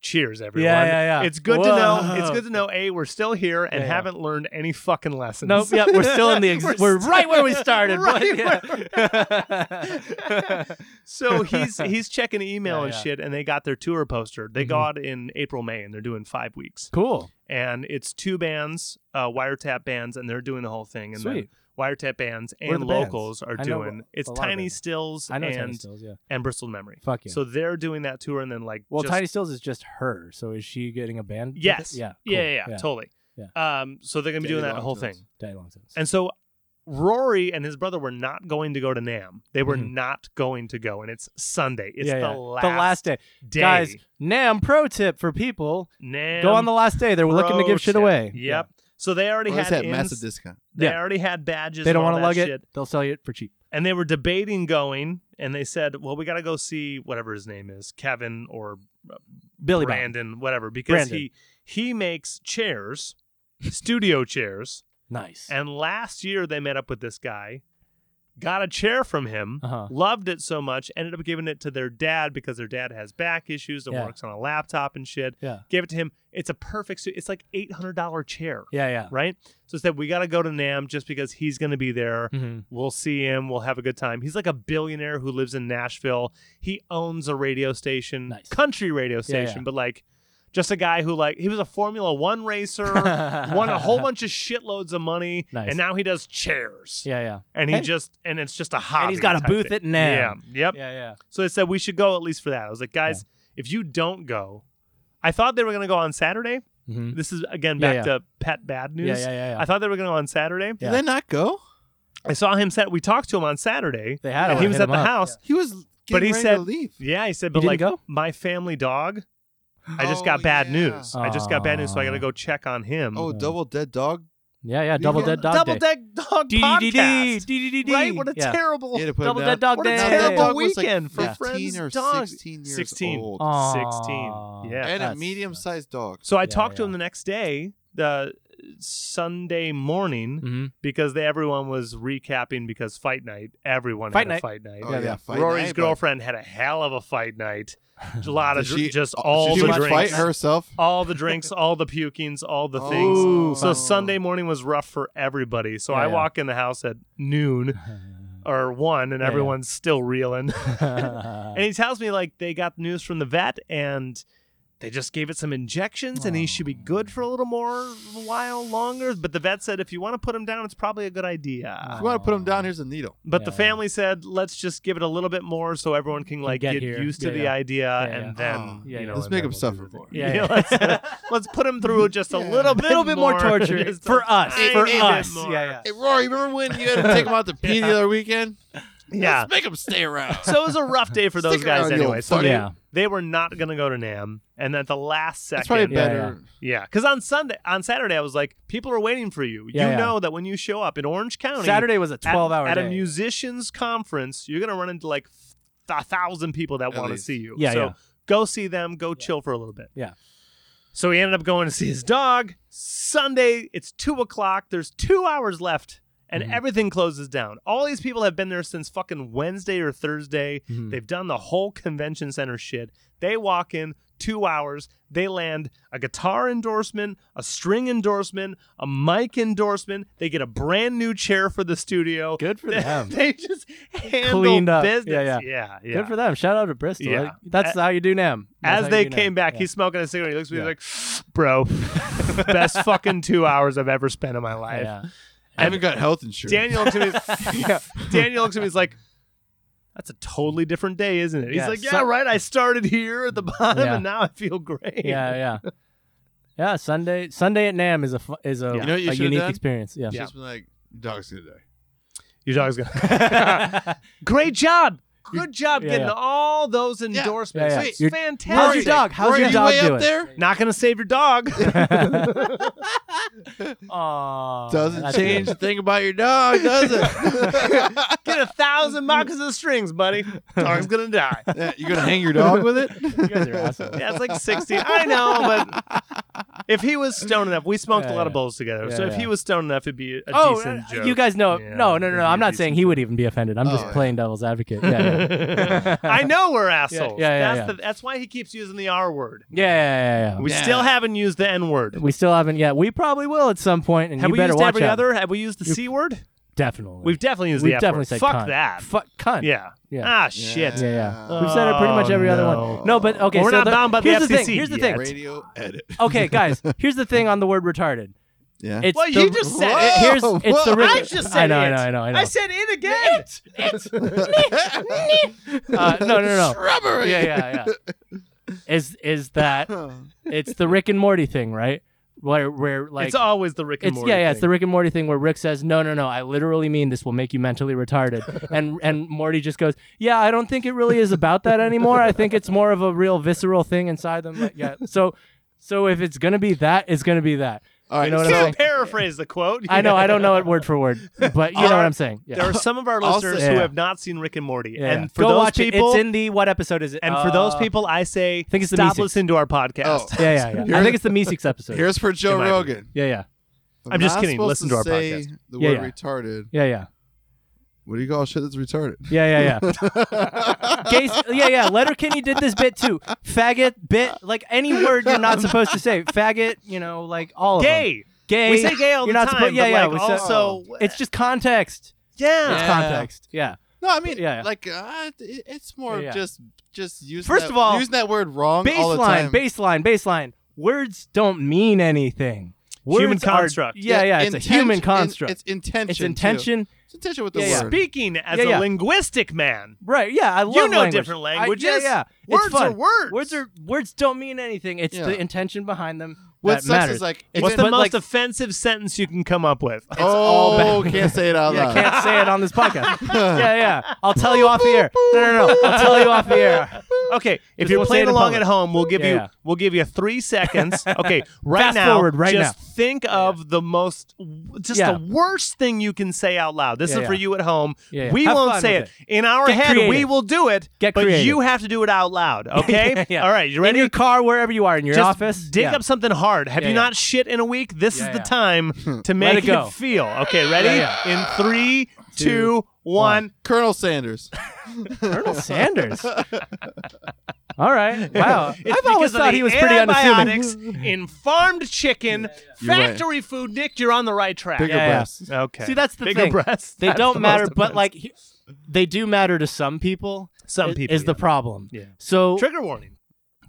S2: "Cheers, everyone!
S1: Yeah, yeah, yeah.
S2: It's good to know. It's
S1: Whoa.
S2: good to know. A, we're still here and
S1: Yeah, yeah.
S2: haven't learned any fucking lessons.
S1: Nope. Yeah, we're still
S2: <laughs>
S1: in the. Ex-
S2: We're
S1: we're,
S2: still-
S1: right
S2: <laughs>
S1: where we started.
S2: Right
S1: boy, yeah.
S2: <laughs> so he's he's checking email
S1: Yeah,
S2: and
S1: yeah. Mm-hmm.
S2: shit, and they got their tour poster. They go out in April, May, and they're doing five weeks,
S1: <laughs> cool.
S2: and it's two bands, uh, wiretap bands, and they're doing the whole thing. And then
S1: Sweet.
S2: wiretap bands
S1: are
S2: and
S1: the bands?
S2: locals are
S1: I know
S2: doing.
S1: a
S2: It's
S1: lot of
S2: Tiny
S1: bands.
S2: Stills
S1: I know Tiny
S2: and
S1: Stills. Yeah.
S2: and Bristol Memory.
S1: Fuck yeah.
S2: So they're doing that tour, and then like
S1: well,
S2: just-
S1: Tiny Stills is just her. So is she getting a band? with it?
S2: yes,
S1: Yeah.
S2: yeah,
S1: cool,
S2: yeah, yeah, totally. Um, so they're gonna be
S3: Danny
S2: doing that whole
S3: Longtoes.
S2: thing,
S1: Tiny long sense.
S2: and so Rory and his brother were not going to go to Nam. They were
S1: Mhm.
S2: not going to go, and it's Sunday. It's
S1: yeah,
S2: the,
S1: yeah.
S2: Last
S1: the last day.
S2: day.
S1: Guys, Nam pro tip for people:
S2: Nam
S1: go on the last day. They're looking to
S2: pro
S1: give shit
S2: tip.
S1: away.
S2: Yep.
S1: Yeah.
S2: So they already
S3: Or at least
S2: had
S3: had
S2: ins,
S3: massive discount.
S2: They
S1: Yeah.
S2: already had badges.
S1: They don't
S2: want
S1: want to
S2: to
S1: lug
S2: shit.
S1: it. They'll sell you it for cheap.
S2: and they were debating going, and they said, "Well, we got to go see whatever his name is, Kevin or
S1: Billy Bob.
S2: Brandon, whatever, because
S1: Brandon.
S2: he he makes chairs, studio chairs.
S1: Nice.
S2: And last year they met up with this guy, got a chair from him,
S1: Uh-huh.
S2: loved it so much, ended up giving it to their dad because their dad has back issues and
S1: Yeah.
S2: works on a laptop and shit.
S1: Yeah.
S2: Gave it to him. It's a perfect. stu- It's like eight hundred dollar chair,
S1: Yeah. Yeah.
S2: right? So said we got to go to Nam just because he's going to be there.
S1: Mhm.
S2: We'll see him. We'll have a good time. He's like a billionaire who lives in Nashville. He owns a radio station,
S1: Nice.
S2: country radio station,
S1: yeah.
S2: but like just a guy who like he was a Formula One racer,
S1: <laughs>
S2: won a whole bunch of shitloads of money,
S1: Nice.
S2: and now he does chairs.
S1: Yeah. Yeah.
S2: And he
S1: And-
S2: just and it's just a hobby.
S1: and he's got a
S2: type
S1: booth
S2: thing.
S1: at Nam.
S2: Yeah. Yep.
S1: Yeah. Yeah.
S2: So they said we should go at least for that. I was like, guys, if you don't go, I thought they were gonna go on Saturday.
S1: Mhm.
S2: This is again
S1: Yeah,
S2: back
S1: yeah.
S2: to pet bad Mm-hmm. news.
S1: Yeah. Yeah. Yeah. yeah.
S2: I thought they were gonna go on Saturday.
S1: Yeah.
S3: Did they not go?
S2: I saw him set. We talked to him on Saturday.
S1: They had
S2: and
S1: him.
S2: he was
S1: Hit
S2: at
S1: him
S2: the
S1: up.
S2: house.
S3: He was.
S2: But
S3: getting
S2: he
S3: ready
S2: said-
S3: to leave.
S2: Yeah. he said,
S1: You
S2: but
S1: didn't
S2: like
S1: go?
S2: my family dog, I just
S3: Oh,
S2: got bad
S3: yeah.
S2: news. I just got bad news, so I gotta
S1: Aw.
S2: go check on him.
S3: Oh,
S1: Mhm.
S3: double dead dog.
S1: Yeah. Yeah.
S3: You
S1: Double
S3: get-
S1: dead dog.
S2: double
S1: day.
S2: deck dog podcast.
S1: DDD.
S2: Right? What a
S1: Yeah.
S2: terrible.
S3: You had to put
S1: Double
S3: him
S1: dead
S3: down.
S1: dog
S2: What a
S1: day.
S2: Oh, terrible
S3: Dog was, like,
S2: weekend for
S3: 15
S2: friends'
S3: or
S2: dogs.
S3: 16 years
S2: 16.
S3: old.
S1: Aw.
S2: 16. Yeah.
S3: and a
S1: That's-
S3: medium sized dog.
S2: So I
S1: Yeah,
S2: talked to him
S1: yeah.
S2: the next day, the Sunday morning,
S1: Mhm.
S2: because they, everyone was recapping because fight night. Everyone
S1: Fight
S2: had a
S1: night.
S2: fight night.
S3: Oh,
S1: Yeah,
S3: yeah,
S1: yeah.
S3: fight
S2: Rory's
S3: night, but
S2: girlfriend had a hell of a fight
S1: <laughs>
S2: night. A lot of
S3: did
S2: dr-
S3: she-
S2: just
S3: oh,
S2: all
S3: did
S2: the
S3: she
S2: drinks,
S3: fight herself.
S2: all the drinks, all the pukings, all the things.
S1: Ooh,
S2: So
S1: Oh.
S2: Sunday morning was rough for everybody. So
S1: Yeah,
S2: I
S1: yeah.
S2: walk in the house at noon or one, and
S1: Yeah, yeah.
S2: everyone's still reeling. And he tells me like they got news from the vet and they just gave it some injections and he should be good for a little more while longer. But the vet said if you want to put him down, it's probably a good idea.
S3: If you want to put him down, here's a needle.
S2: But the
S1: Mm, Yeah,
S2: family said let's just give it a little bit more so everyone can like
S1: get
S2: get,
S1: here.
S2: used to
S1: Yeah,
S2: the
S1: yeah.
S2: idea
S1: Yeah, yeah.
S2: and then
S3: Oh,
S1: yeah,
S2: you
S1: yeah.
S2: know
S3: Let's
S2: and
S3: make
S2: then
S3: him
S2: we'll
S3: suffer
S2: do the
S3: more.
S2: thing.
S1: Yeah,
S2: Yeah,
S1: yeah. <laughs>
S2: let's, let's put him through just a
S3: <laughs> Yeah.
S2: little
S1: a
S2: bit
S1: little bit more,
S2: <laughs>
S1: torture
S2: Just
S1: <laughs>
S2: a
S1: for us.
S2: tiny
S1: For
S2: bit
S1: us.
S2: more.
S1: Yeah,
S3: Hey Rory, remember when you had to take him out to pee the other weekend?
S2: Yeah.
S3: Let's make him stay around.
S2: <laughs> So it was a rough day for those
S3: Stick
S2: guys
S3: around, you
S2: anyway.
S3: old
S1: yeah.
S2: So
S3: fuck.
S2: they,
S1: Yeah.
S2: they were not going to go to NAM. And at the last second,
S3: That's probably
S1: Yeah,
S3: better.
S2: Yeah, because on Sunday, on Saturday, I was like, people are waiting for you.
S1: Yeah,
S2: you
S1: yeah.
S2: know that when you show up in Orange County,
S1: Saturday was a
S2: at-
S1: 12 hour
S2: at,
S1: day.
S2: a musicians conference, you're gonna run into like a thousand people that
S3: At
S2: want to
S3: least.
S2: see you.
S1: Yeah,
S2: so
S1: yeah.
S2: go see them. Go chill for a little bit.
S1: Yeah.
S2: So he ended up going to see his dog. Sunday, it's two o'clock. There's two hours left, and
S1: Mhm.
S2: everything closes down. All these people have been there since fucking Wednesday or Thursday.
S1: Mhm.
S2: They've done the whole convention center shit. They walk in two hours. They land a guitar endorsement, a string endorsement, a mic endorsement. They get a brand new chair for the studio.
S1: Good
S2: <laughs>
S1: for
S2: They-
S1: them.
S2: They just handle
S1: Cleaned up.
S2: business.
S1: Yeah, yeah.
S2: yeah. yeah.
S1: Good for them. Shout out to Bristol.
S2: Yeah.
S1: Like, That's
S2: A-
S1: how you do Nam. That's
S2: As
S1: how
S2: they
S1: you do
S2: came
S1: Nam.
S2: back,
S1: Yeah.
S2: he's smoking a cigarette. He looks at me
S1: Yeah.
S2: like, "Bro, <laughs>
S1: <laughs>
S2: best fucking two hours I've ever spent in my life."
S1: Yeah.
S3: I haven't got health insurance.
S2: Daniel looks
S1: <laughs>
S2: at me. yeah. Daniel looks at me. He's like, "That's a totally different day, isn't it?" He's
S1: Yeah,
S2: like, "Yeah,
S1: so-
S2: right. I started here at the bottom,
S1: Yeah.
S2: and now I feel great."
S1: Yeah, yeah. Yeah, Sunday Sunday at Nam is a fu- is a,
S2: You
S3: know what you
S1: a
S3: should've
S1: unique
S3: done?
S1: experience. Yeah.
S3: It's Just been like, dog's gonna die.
S2: Your dog's gonna. <laughs> Great job. Good job
S1: Yeah,
S2: getting
S1: yeah.
S2: all those
S3: yeah.
S2: endorsements.
S1: Yeah, yeah.
S2: It's
S1: Your- <laughs>
S2: fantastic.
S1: How's your dog? How's
S3: Rory,
S1: your
S3: you
S1: dog
S3: way
S1: doing?
S3: up there? <laughs>
S2: Not gonna save your dog.
S1: <laughs> Aw,
S3: Doesn't
S1: that's
S3: change the
S1: good.
S3: thing about your dog, does <laughs> it?
S2: Get a thousand moccasins strings, buddy. Dog's gonna die.
S3: Yeah, you gonna hang your dog with it?
S1: You guys are assholes.
S2: Yeah, it's like 60. I know, but if he was stoned enough, we smoked
S1: Yeah,
S2: a lot
S1: yeah.
S2: of bowls together.
S1: Yeah,
S2: so if
S1: yeah.
S2: he was stoned enough, it'd be a
S1: Oh,
S2: decent
S1: uh,
S2: joke.
S1: you guys know.
S2: Yeah,
S1: no, no, no,
S2: it'd
S1: no.
S2: be
S1: I'm
S2: a
S1: not saying
S2: decent
S1: he would even be offended. I'm just
S3: Oh, yeah.
S1: playing devil's advocate. Yeah, yeah, yeah, <laughs>
S2: I know we're assholes.
S1: yeah,
S2: that's,
S1: yeah.
S2: The, that's why he keeps using the R word.
S1: yeah, yeah, yeah.
S2: We
S3: Yeah.
S2: still haven't used the N word.
S1: We still haven't yet. We probably will at some point, and
S2: Have
S1: you
S2: we
S1: better
S2: used
S1: watch
S2: every
S1: out.
S2: other? Have we used the C word?
S1: Definitely.
S2: We've definitely used
S1: We've
S2: the F
S1: definitely
S2: word.
S1: said
S2: Fuck
S1: cunt.
S2: that.
S1: Fuck cunt.
S2: Yeah.
S1: Yeah.
S2: Ah, <laughs> shit.
S1: Yeah, yeah.
S3: Uh,
S1: We've said it pretty much every other
S2: Oh,
S1: one. No, but okay.
S2: Well, we're
S1: so
S2: not
S1: the-
S2: bound by the
S1: here's the
S2: FCC
S1: thing. Here's the
S2: yet.
S1: thing.
S3: Radio edit.
S2: <laughs>
S1: Okay, guys. Here's the thing on the word retarded.
S3: Yeah. <laughs>
S1: It's
S2: Well,
S1: the,
S2: you just said
S3: it.
S1: Here's
S3: Whoa,
S1: it's the
S3: whoa.
S1: rid-
S2: I just said
S1: I know,
S2: it.
S1: I know, I know, I know.
S2: I said it again.
S1: uh, no, no, no. no.
S3: Shrubbery.
S1: Yeah, yeah, yeah.
S2: <laughs>
S1: Is is that it's the Rick and Morty thing, right? Where where like
S2: it's always the Rick and
S1: it's-
S2: Morty.
S1: yeah, yeah, it's the
S2: thing.
S1: Rick and Morty thing where Rick says, "No, no, no, I literally mean this will make you mentally retarded,"
S2: <laughs>
S1: and and Morty just goes, "Yeah, I don't think it really is about that anymore. I think it's more of a real visceral thing inside them." Like, yeah, so so if it's gonna be that, it's gonna be that.
S3: All right.
S1: know what I'm
S3: so
S1: saying?
S2: To paraphrase the quote.
S1: I know, I don't know it word for word, but you know what I'm saying. Yeah.
S2: There are some of our
S3: I'll
S2: listeners
S1: say-
S2: who
S1: Yeah.
S2: have not seen Rick and
S1: <laughs>
S2: Morty,
S1: Yeah, yeah.
S2: and for
S1: Go
S2: those
S1: watch it.
S2: people,
S1: it's in the what episode is it?
S2: and for those
S1: Uh,
S2: people, I say
S1: think it's the
S2: stop
S1: Meeseeks.
S2: listening to our podcast.
S3: Oh.
S1: Yeah, yeah, yeah. I
S3: Here's-
S1: think it's the Meeseeks episode.
S3: here's for Joe
S2: It might be.
S3: Rogan.
S1: Yeah, yeah,
S2: I'm just
S3: not
S2: kidding.
S3: supposed
S2: Listen to our
S3: say
S2: podcast.
S3: The
S1: Yeah,
S3: word
S1: yeah.
S3: retarded.
S1: yeah, yeah,
S3: What do you call shit that's retarded?
S1: yeah, yeah, yeah.
S2: <laughs>
S1: Gay, yeah, yeah. Letterkenny did this bit too. Faggot, bit, like any word you're not supposed to say. Faggot, you know, like all of them.
S2: <laughs> Gay.
S1: gay.
S2: We say gay all
S1: Oh. you're
S2: the
S1: not
S2: time.
S1: supposed- yeah,
S2: but
S1: yeah.
S2: Like,
S1: we say-
S2: also,
S1: it's just context. It's
S2: yeah.
S3: Yeah.
S1: context. Yeah.
S3: No, I mean,
S1: Yeah, yeah.
S3: like, uh, it, it's more
S1: Yeah, yeah.
S3: just just using
S1: First
S3: that,
S1: of all,
S3: using that word wrong all the
S1: Baseline,
S3: time.
S1: baseline, baseline. Words don't mean anything. Words
S2: Human
S1: are-
S2: construct.
S1: yeah, yeah. It's
S3: inten-
S1: a human
S3: in-
S1: construct.
S3: it's intention.
S1: It's
S3: too.
S1: intention.
S3: It's intention with the
S1: Yeah, yeah.
S3: word.
S2: Speaking as
S1: Yeah, yeah.
S2: a linguistic man,
S1: Right. Yeah. I love
S2: you know
S1: language.
S2: different
S1: I-
S2: languages.
S1: yeah. yeah.
S2: Words
S1: it's fun.
S2: are words.
S1: Words are words don't mean anything. It's
S3: Yeah.
S1: the intention behind them
S3: What
S1: that
S3: sucks
S1: matters.
S3: is like
S2: What's
S1: It's-
S2: the
S1: but,
S2: most
S1: like- <laughs>
S2: offensive sentence you can come up with?
S3: oh,
S1: all bad.
S3: can't say it out
S1: yeah, I
S3: loud.
S1: can't say it on this podcast. <laughs> yeah, yeah. I'll tell you off the air. No, no, no. I'll tell you off the air.
S2: Okay, <laughs> if
S1: Just
S2: you're
S1: won't say
S2: playing
S1: it in
S2: along
S1: public.
S2: at home, we'll give
S1: Yeah,
S2: you
S1: yeah.
S2: we'll give
S1: <laughs>
S2: you three seconds. Okay, right
S1: Fast
S2: now,
S1: forward right
S2: just
S1: now.
S2: think of the most, just
S1: Yeah.
S2: the worst thing you can say out loud. This
S1: Yeah,
S2: is for
S1: yeah.
S2: you at home.
S1: Yeah, yeah.
S2: We
S1: Have
S2: won't
S1: fun
S2: say it.
S1: with
S2: in our
S1: Get
S2: head. We
S1: creative.
S2: will do it,
S1: Get
S2: but
S1: creative.
S2: you have to do it out loud. Okay,
S1: <laughs> Yeah, yeah.
S2: all right, you
S1: In
S2: ready?
S1: your car, wherever you are, in your
S2: just
S1: office.
S2: dig
S1: yeah.
S2: up something hard. Have
S1: Yeah,
S2: you
S1: yeah.
S2: not shit in a week? This
S1: Yeah,
S2: is the
S1: yeah.
S2: time to
S1: <laughs> Let
S2: make
S1: it go.
S2: feel. Okay, ready?
S1: Yeah,
S2: In three, two, one.
S3: <laughs>
S1: <laughs>
S3: Colonel Sanders.
S1: Colonel Sanders. All <laughs> right. Wow.
S2: It's
S1: Oh, I've always
S2: because of
S1: thought
S2: the
S1: he was pretty unassuming. <laughs>
S2: antibiotics in farmed chicken,
S3: You're right.
S2: factory food. Nick, you're on the right track.
S3: Bigger
S1: Yeah, yeah.
S3: breasts.
S2: Okay.
S1: See, that's the
S2: Bigger
S1: thing.
S2: breasts.
S1: They
S2: That's
S1: don't
S2: the
S1: matter,
S2: most
S1: but
S2: offensive.
S1: like he- they do matter to some people.
S2: some
S1: i-
S2: people
S1: is the
S2: yeah.
S1: problem.
S2: Yeah.
S1: So
S2: trigger warning.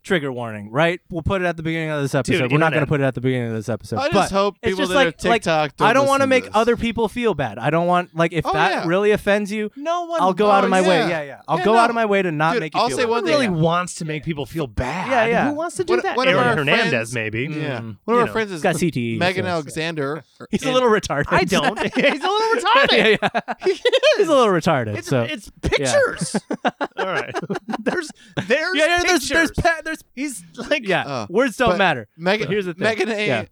S1: trigger warning, right? We'll put it at the beginning of this episode. We're not
S2: internet.
S1: going to put it at the beginning of this episode.
S3: I
S1: but
S3: just hope
S1: it's
S3: people
S1: just
S3: that
S1: like,
S3: are TikTok.
S1: like I don't
S3: want
S1: wanna
S3: to
S1: make other people feel bad. I don't want like if
S3: Oh,
S1: that
S3: yeah.
S1: really offends you,
S2: No one.
S1: I'll go
S3: Oh,
S1: out of my way.
S3: yeah.
S1: Yeah, yeah. I'll
S3: Yeah,
S1: go
S3: no.
S1: out of my way to not
S3: Dude,
S1: make you
S3: I'll
S1: feel
S3: say
S1: bad.
S3: one thing.
S2: really
S3: Yeah.
S2: wants to make people feel bad.
S1: Yeah, yeah.
S2: Who wants to do
S3: One-
S2: that?
S3: one of
S2: Aaron
S3: our
S2: Hernandez,
S3: friends-
S2: maybe.
S3: Yeah.
S1: Mm.
S2: You
S3: One of our
S2: know.
S3: friends
S1: He's
S3: is
S1: got CTE.
S3: Megan
S1: so-
S3: Alexander.
S1: <laughs> He's a
S3: and-
S1: little retarded. <laughs>
S2: I don't. <laughs> He's a little retarded.
S1: yeah, yeah. He's a little retarded.
S2: It's,
S1: so
S2: it's pictures. <laughs> All right. There's there's
S1: yeah, yeah, there's
S2: pictures.
S1: there's pa- there's he's like yeah.
S3: Uh,
S1: words don't
S3: but
S1: matter.
S3: Megan.
S1: Here's the thing.
S3: Megan A.
S1: Yeah.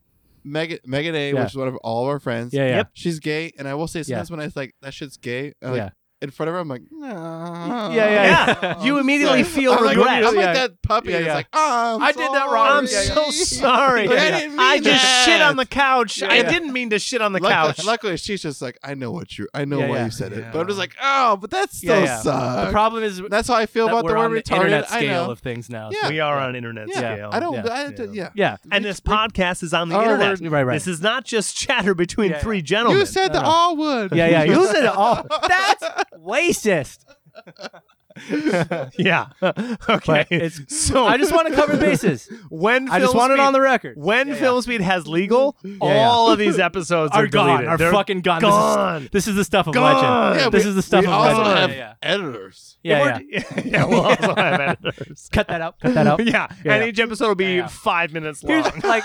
S3: Megan, Megan A,
S1: Yeah.
S3: which is one of all of our friends.
S1: Yeah, yeah.
S2: Yep.
S3: She's gay, and I will say sometimes when I like that shit's gay, I, like,
S1: Yeah.
S3: in front of her, I'm like, nah.
S1: yeah,
S3: <laughs>
S2: yeah. You immediately
S3: Sorry.
S2: feel
S3: I'm like,
S2: regret.
S3: I'm like
S1: Yeah.
S3: that puppy.
S1: Yeah,
S3: that's
S1: yeah.
S3: like, oh, I'm
S1: I did that wrong.
S2: I'm
S1: Yeah, yeah,
S2: <laughs> so sorry.
S3: <laughs> Like, I
S1: Yeah.
S3: didn't mean
S2: I just
S3: that.
S2: shit on the couch.
S3: Yeah,
S2: I
S3: yeah.
S2: didn't mean to shit on the
S3: Luck-
S2: couch.
S3: <laughs> Luckily, she's just like, I know what you, I know
S1: Yeah,
S3: why
S1: yeah.
S3: you said it,
S2: Yeah.
S3: but I'm just like, oh, but that still
S1: Yeah, yeah.
S3: sucks.
S1: The problem is that
S3: That's how I feel
S1: we're
S3: about the
S1: on the
S3: word retarded.
S1: internet
S3: I
S1: scale
S3: know.
S1: of things now.
S3: Yeah.
S2: We are on internet
S3: Yeah,
S2: scale.
S3: I don't.
S1: Yeah.
S3: I, yeah. yeah.
S1: Yeah.
S2: And this podcast is on the
S3: Our
S2: internet.
S1: word- Right, right.
S2: This is not just chatter between
S1: Yeah,
S2: three
S1: yeah.
S2: gentlemen.
S3: You said
S1: No,
S3: the
S1: no.
S3: all would.
S1: <laughs> Yeah, yeah. You said it all. <laughs> That's racist.
S2: yeah. <laughs> okay.
S1: But it's-
S2: so
S1: I just want to cover bases.
S2: when
S1: <laughs> I just
S2: Film
S1: want it
S2: Speed-
S1: on the record.
S2: when
S1: Yeah, yeah.
S2: Film Speed has legal,
S1: yeah.
S2: all of these episodes are,
S1: Are gone.
S2: deleted.
S1: Are
S2: They're
S1: fucking gone. This is-
S2: Gone.
S1: Uh, This is the stuff of
S2: Gone.
S1: legend.
S3: Yeah,
S1: this
S3: we-
S1: is the stuff
S3: we
S1: of
S3: also
S1: legend.
S3: have
S1: yeah, yeah.
S3: editors.
S1: Yeah, yeah.
S2: yeah. <laughs> yeah, we'll also have editors.
S1: Cut that out. Cut that out.
S2: yeah,
S1: <laughs> Yeah,
S2: and
S1: yeah.
S2: each episode will be
S1: Yeah, yeah.
S2: <laughs> five minutes long.
S1: Here's, like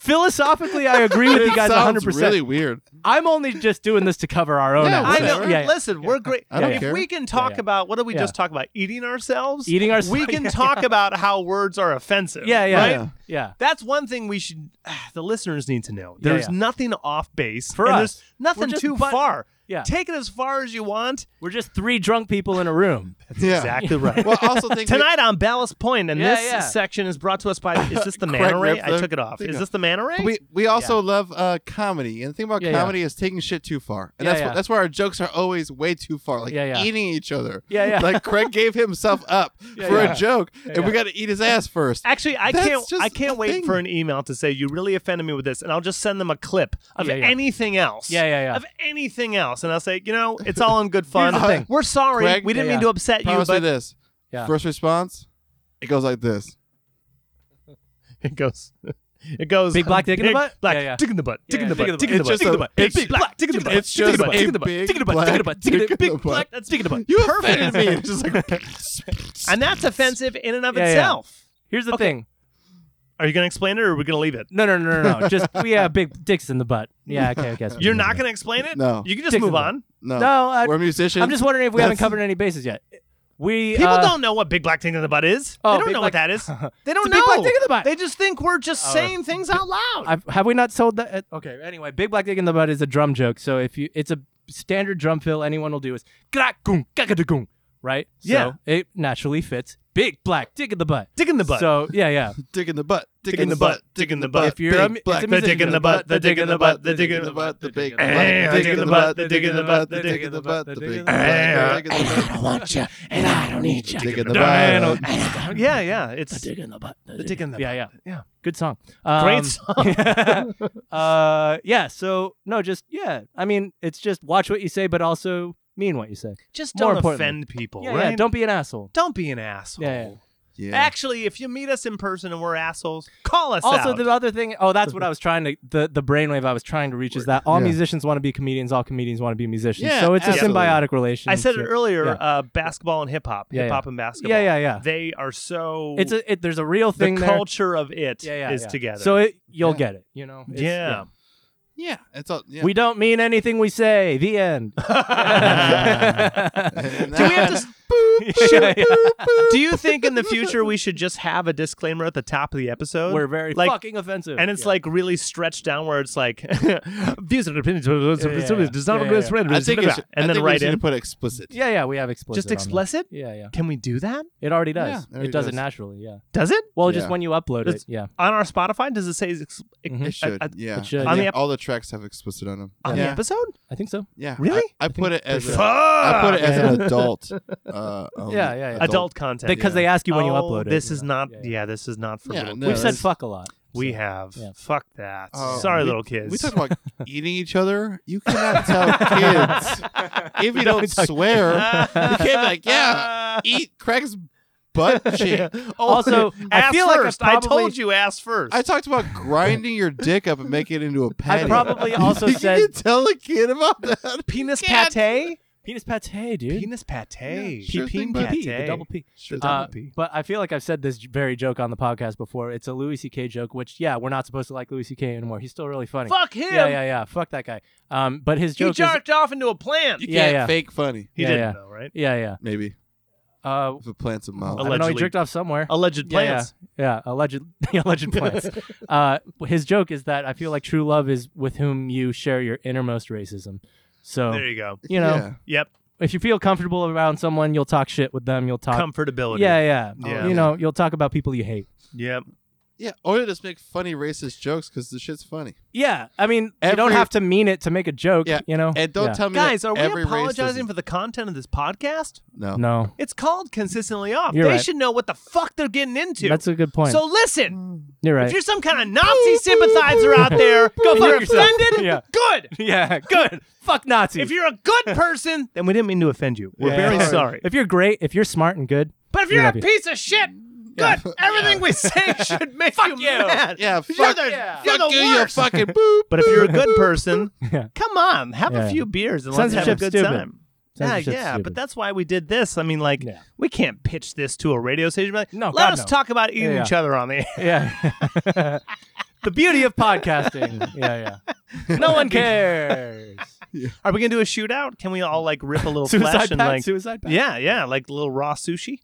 S1: Philosophically, I agree with you
S3: It
S1: guys
S3: sounds
S1: 100%.
S3: really weird.
S1: I'm only just doing this to cover our own
S3: Yeah,
S1: ass.
S2: I know.
S3: whatever.
S1: Yeah, yeah.
S2: Listen, we're great.
S3: I don't
S2: if
S3: care.
S2: we can talk
S1: yeah.
S2: about what did we
S1: Yeah.
S2: just talk about? Eating ourselves.
S1: Eating our <laughs>
S2: we can talk about how words are offensive.
S1: Yeah, yeah,
S2: right?
S1: yeah. yeah.
S2: That's one thing we should. <sighs> The listeners need to know.
S1: Yeah,
S2: There's
S1: yeah.
S2: nothing off base
S1: For
S2: and
S1: us.
S2: There's nothing
S1: We're just
S2: too
S1: butt-
S2: far.
S1: Yeah.
S2: Take it as far as you want.
S1: We're just three drunk people in a room.
S2: <laughs>
S3: yeah.
S2: Exactly right.
S3: Well,
S1: <laughs>
S3: I also think we-
S2: Tonight on Ballast Point, and
S1: Yeah,
S2: this
S1: yeah.
S2: section is brought to us by. Is
S1: <laughs>
S2: this the
S3: Craig
S2: man array?
S3: ripped
S2: I
S3: the
S2: took it off.
S3: thing
S2: Is
S3: off.
S2: this the man array?
S3: we we also love uh, comedy, and the thing about
S1: Yeah, yeah.
S3: comedy is taking shit too far, and
S1: Yeah,
S3: that's
S1: yeah.
S3: What, that's why our jokes are always way too far, like
S1: Yeah, yeah.
S3: eating each other.
S1: Yeah, yeah.
S3: Like Craig gave himself up
S1: <laughs> Yeah,
S3: for
S1: yeah.
S3: a joke, and
S1: yeah.
S3: we got to eat his ass first.
S2: Actually, I
S3: That's
S2: can't.
S3: just
S2: I can't
S3: a
S2: wait
S3: thing.
S2: for an email to say you really offended me with this, and I'll just send them a clip of
S1: Yeah, yeah.
S2: anything else.
S1: Yeah, yeah, yeah.
S2: Of anything else, and I'll say, you know, it's all
S3: <laughs>
S2: in good fun.
S1: the thing.
S2: We're sorry,
S3: Craig,
S2: we didn't
S1: yeah,
S2: mean
S1: yeah.
S2: to upset you,
S3: Promise you
S2: but
S3: this.
S1: Yeah.
S3: First response, it goes like this.
S2: <laughs> it goes. It goes.
S1: Big black dick in the butt?
S2: Black
S1: Yeah, yeah.
S2: dick in the butt. Dick
S1: Yeah,
S2: in the
S1: yeah,
S2: butt. Dick
S1: dick
S2: in the butt.
S3: It's just
S2: Dick in the
S3: a-
S2: butt.
S3: it's-
S2: Big black dick in the butt.
S3: it's
S2: dick in the
S3: just
S2: butt.
S3: a
S2: Dick in the butt.
S3: big
S2: Dick in the butt. Dick in the butt.
S3: black
S2: Dick in the
S3: dick in
S2: butt. Big
S3: the
S2: black.
S3: butt.
S2: That's dick in the butt.
S3: You
S2: Perfect.
S3: offended me. It's just
S2: <laughs>
S3: like
S2: And that's offensive in and of
S1: Yeah, yeah.
S2: itself.
S1: Here's the
S2: Okay.
S1: thing.
S2: Are you going to explain it, or are we going to leave it?
S1: No, no, no, no, no. Just we have big dicks in the butt. Yeah, okay, I guess. we
S2: <laughs> You're
S1: can
S2: not
S1: do
S2: going to explain it.
S3: No.
S2: You can just
S1: Dick in
S2: move
S1: the butt.
S2: on.
S3: no.
S1: that. No, I,
S3: We're musicians.
S1: I'm just wondering if we haven't
S3: That's-
S1: covered any bases yet. We
S2: People
S1: uh,
S2: don't know what big black thing in the butt is.
S1: Oh,
S2: they don't
S1: big
S2: know what
S1: black- <laughs>
S2: that is. They
S1: It's
S2: don't
S1: a big
S2: know.
S1: black dick in the butt.
S2: They just think we're just
S1: Oh.
S2: saying things out loud.
S1: I've, have we not sold that? uh, Okay. Anyway, big black dick in the butt is a drum joke. So if you, it's a standard drum fill. Anyone will do is "Grak-goong, gakadagoong," right?
S2: Yeah.
S1: So it naturally fits. Big black dick in the butt.
S2: dick in the butt.
S1: So yeah,
S2: <laughs>
S1: yeah.
S3: dick in the butt. Dick
S2: in the butt, dick in the butt.
S1: If you're a
S3: big
S1: mu- it's
S3: black
S1: a
S2: the dick
S1: musician,
S2: in the butt, the dick in the butt, the dick in the
S3: butt, the big
S2: Eh,
S3: dick in the butt,
S2: the dick in the butt, the dick in the
S3: butt, the big
S2: Eh,
S3: dick in the butt.
S1: don't want you, and I don't need you.
S3: Dick in the
S1: Dick <laughs>
S3: butt.
S2: yeah, yeah. It's
S1: dick in the butt. The
S2: dick in the
S1: Yeah, yeah,
S2: yeah.
S1: Good song.
S2: Great
S1: Um, <laughs> uh, yeah. So no, just yeah. I mean, it's just watch what you say, but also mean what you say.
S2: just
S1: More
S2: don't
S1: importantly.
S2: offend people,
S1: Yeah,
S2: right?
S1: yeah. Don't be an asshole.
S2: Don't be an asshole.
S1: Yeah, yeah.
S3: Yeah.
S2: Actually, if you meet us in person and we're assholes, call us
S1: also,
S2: out.
S1: the other thing. Oh, that's what I
S2: <laughs>
S1: was trying to. The the brainwave I was trying to reach is that all
S3: Yeah.
S1: musicians want to be comedians. All comedians want to be musicians.
S3: Yeah,
S1: so it's
S3: absolutely.
S1: a symbiotic relationship.
S2: I said it earlier.
S1: Yeah.
S2: Uh, basketball and hip hop,
S1: Yeah,
S2: hip hop and basketball.
S1: Yeah, yeah, yeah.
S2: They are so.
S1: It's a. It, there's a real
S2: the
S1: thing there.
S2: culture of it is
S1: Yeah, yeah, yeah.
S2: together.
S1: So it, you'll
S3: Yeah.
S1: get it. You know. It's-
S2: Yeah.
S3: Yeah. It's all. yeah.
S1: We don't mean anything we say. The
S2: <laughs>
S1: end. <laughs>
S3: And
S2: Do we have
S3: that-
S2: to? s-
S1: <laughs> Yeah, yeah.
S2: Do you think in the future we should just have a disclaimer at the top of the episode?
S1: We're very
S2: Like-
S1: fucking offensive.
S2: and it's
S1: Yeah.
S2: like really stretched down where it's like <laughs> views and opinions
S1: Yeah,
S2: of
S1: yeah, yeah. Yeah, yeah, yeah.
S3: I think it's, I
S2: and then
S3: think we
S2: right
S3: just need to
S2: in
S3: put explicit.
S1: yeah, yeah. We have explicit.
S2: just
S1: on that.
S2: explicit.
S1: Yeah, yeah.
S2: Can we do that?
S1: It already does.
S3: Yeah, it
S1: it
S3: already
S1: does it
S3: does.
S1: naturally. Yeah.
S2: Does it
S1: Well, just
S3: Yeah.
S1: when you upload
S2: It's-
S1: it. Yeah.
S2: on our Spotify? Does it say ex-
S1: Mhm.
S3: Mm-hmm. It should.
S2: I- I-
S3: yeah.
S1: it should.
S3: I
S2: On the
S3: think
S2: ep-
S3: all the tracks have explicit on them.
S2: on the
S3: yeah.
S2: episode?
S1: I think so.
S3: yeah.
S2: Really?
S3: I, I put it as a, I
S2: Fuck!
S3: put it as
S1: Yeah,
S3: an adult. Uh, um,
S1: Yeah, yeah, yeah.
S2: adult, content.
S1: Because they ask you when you
S2: Oh,
S1: upload it.
S2: This
S1: you
S2: is
S1: know.
S2: not.
S1: Yeah,
S2: Yeah,
S1: yeah.
S2: this is not for
S3: Yeah,
S2: little.
S3: no,
S1: We've said
S3: it's-
S1: fuck a lot.
S2: We
S1: so-
S2: have.
S1: yeah.
S2: Fuck that.
S3: Oh,
S2: Sorry,
S3: we-
S2: little kids. <laughs>
S3: We talk about
S1: <laughs>
S3: eating each other. You cannot tell
S1: <laughs>
S3: kids if you don't swear. You can't be
S2: <laughs>
S3: like, <laughs> yeah, eat Craig's
S1: <laughs>
S3: butt cheek.
S1: Also, I
S2: ass
S1: feel like I
S2: first. I
S1: probably-
S2: told you, ass first.
S3: I talked about grinding your dick up and making it into a patty. <laughs>
S1: probably also
S3: you
S1: said-
S3: can tell a kid about that.
S2: penis
S3: Can't-
S2: pate.
S1: Penis pate, dude.
S2: Penis pate.
S3: Yeah, sure
S2: Pepin
S3: thing, bud.
S1: P, the
S2: pate.
S1: double P.
S3: Sure.
S1: Uh,
S2: double P.
S1: but I feel like I've said this very joke on the podcast before. It's a Louis C.K. joke, which yeah, we're not supposed to like Louis C.K. anymore. He's still really funny.
S2: Fuck him.
S1: yeah, yeah, yeah. Fuck that guy. Um, but his
S2: He
S1: joke is
S2: jerked off into a plant.
S3: you
S1: yeah,
S3: can't
S1: yeah.
S3: fake funny.
S2: He
S1: Yeah,
S2: didn't
S1: yeah.
S2: know, right?
S1: yeah, yeah.
S3: Maybe
S1: Uh,
S3: if it plants a mouth.
S1: I don't know. He
S2: Allegedly.
S1: jerked off somewhere.
S2: Alleged
S1: Yeah, yeah.
S2: plants.
S1: Yeah, alleged <laughs> alleged plants. uh, his joke is that I feel like true love is with whom you share your innermost racism. So
S2: There you go.
S1: you know,
S3: Yeah.
S2: Yep.
S1: if you feel comfortable around someone, you'll talk shit with them. You'll talk.
S2: Comfortability.
S1: Uh, yeah, yeah,
S2: Yeah.
S1: You know, you'll talk about people you hate.
S2: Yep.
S3: Yeah, or you just make funny racist jokes because the shit's funny.
S1: Yeah, I mean, you don't
S3: Every-
S1: have to mean it to make a joke.
S3: Yeah,
S1: you know.
S3: And
S1: Oh,
S3: don't
S1: Yeah.
S3: tell me
S2: Guys,
S3: that
S2: are we
S3: every
S2: apologizing
S3: racism-
S2: for the content of this podcast?
S3: no.
S1: No,
S2: It's called consistently off.
S1: You're
S2: they
S1: right.
S2: should know what the fuck they're getting into.
S1: that's a good point.
S2: so listen,
S1: You're
S2: if
S1: right.
S2: you're some kind of Nazi sympathizer out there,
S1: Go <laughs>
S2: if
S1: fuck
S2: you're
S1: yourself.
S2: offended,
S1: Yeah. <laughs>
S2: good. <laughs>
S1: yeah, good. Fuck Nazis.
S2: If you're a good person, then we didn't mean to offend you. We're
S1: Yeah. <laughs>
S2: very
S1: Sorry.
S2: sorry.
S1: if you're great, if you're smart and good,
S2: But if
S1: We
S2: you're a
S1: love you.
S2: piece of shit, good.
S3: <laughs>
S2: Everything we say should make you mad.
S3: Yeah,
S2: You're
S3: fuck,
S2: the,
S1: yeah.
S2: you're
S3: fuck
S2: the
S3: you, you
S1: <laughs>
S2: worst.
S3: fucking boop.
S2: But if you're a
S3: <laughs>
S2: good person,
S1: Yeah.
S2: come on, have
S1: Yeah.
S2: a few beers and let's have a
S1: Censorship's
S2: good
S1: stupid.
S2: time. Yeah,
S1: Censorship's
S2: yeah, but
S1: stupid.
S2: that's why we did this. I mean, like,
S1: Yeah.
S2: we can't pitch this to a radio station. Like,
S1: No,
S2: let
S1: God,
S2: us
S1: no.
S2: talk about eating
S1: Yeah, <laughs> yeah.
S2: each other on the air.
S1: yeah. the beauty of
S2: <laughs>
S1: podcasting. Yeah, yeah. No one cares.
S2: <laughs> Are we gonna do a shootout? Can we all like rip a <laughs> little <laughs> flesh
S1: suicide
S2: and
S1: pact,
S2: like
S1: suicide pact.
S2: yeah, yeah, like little raw sushi?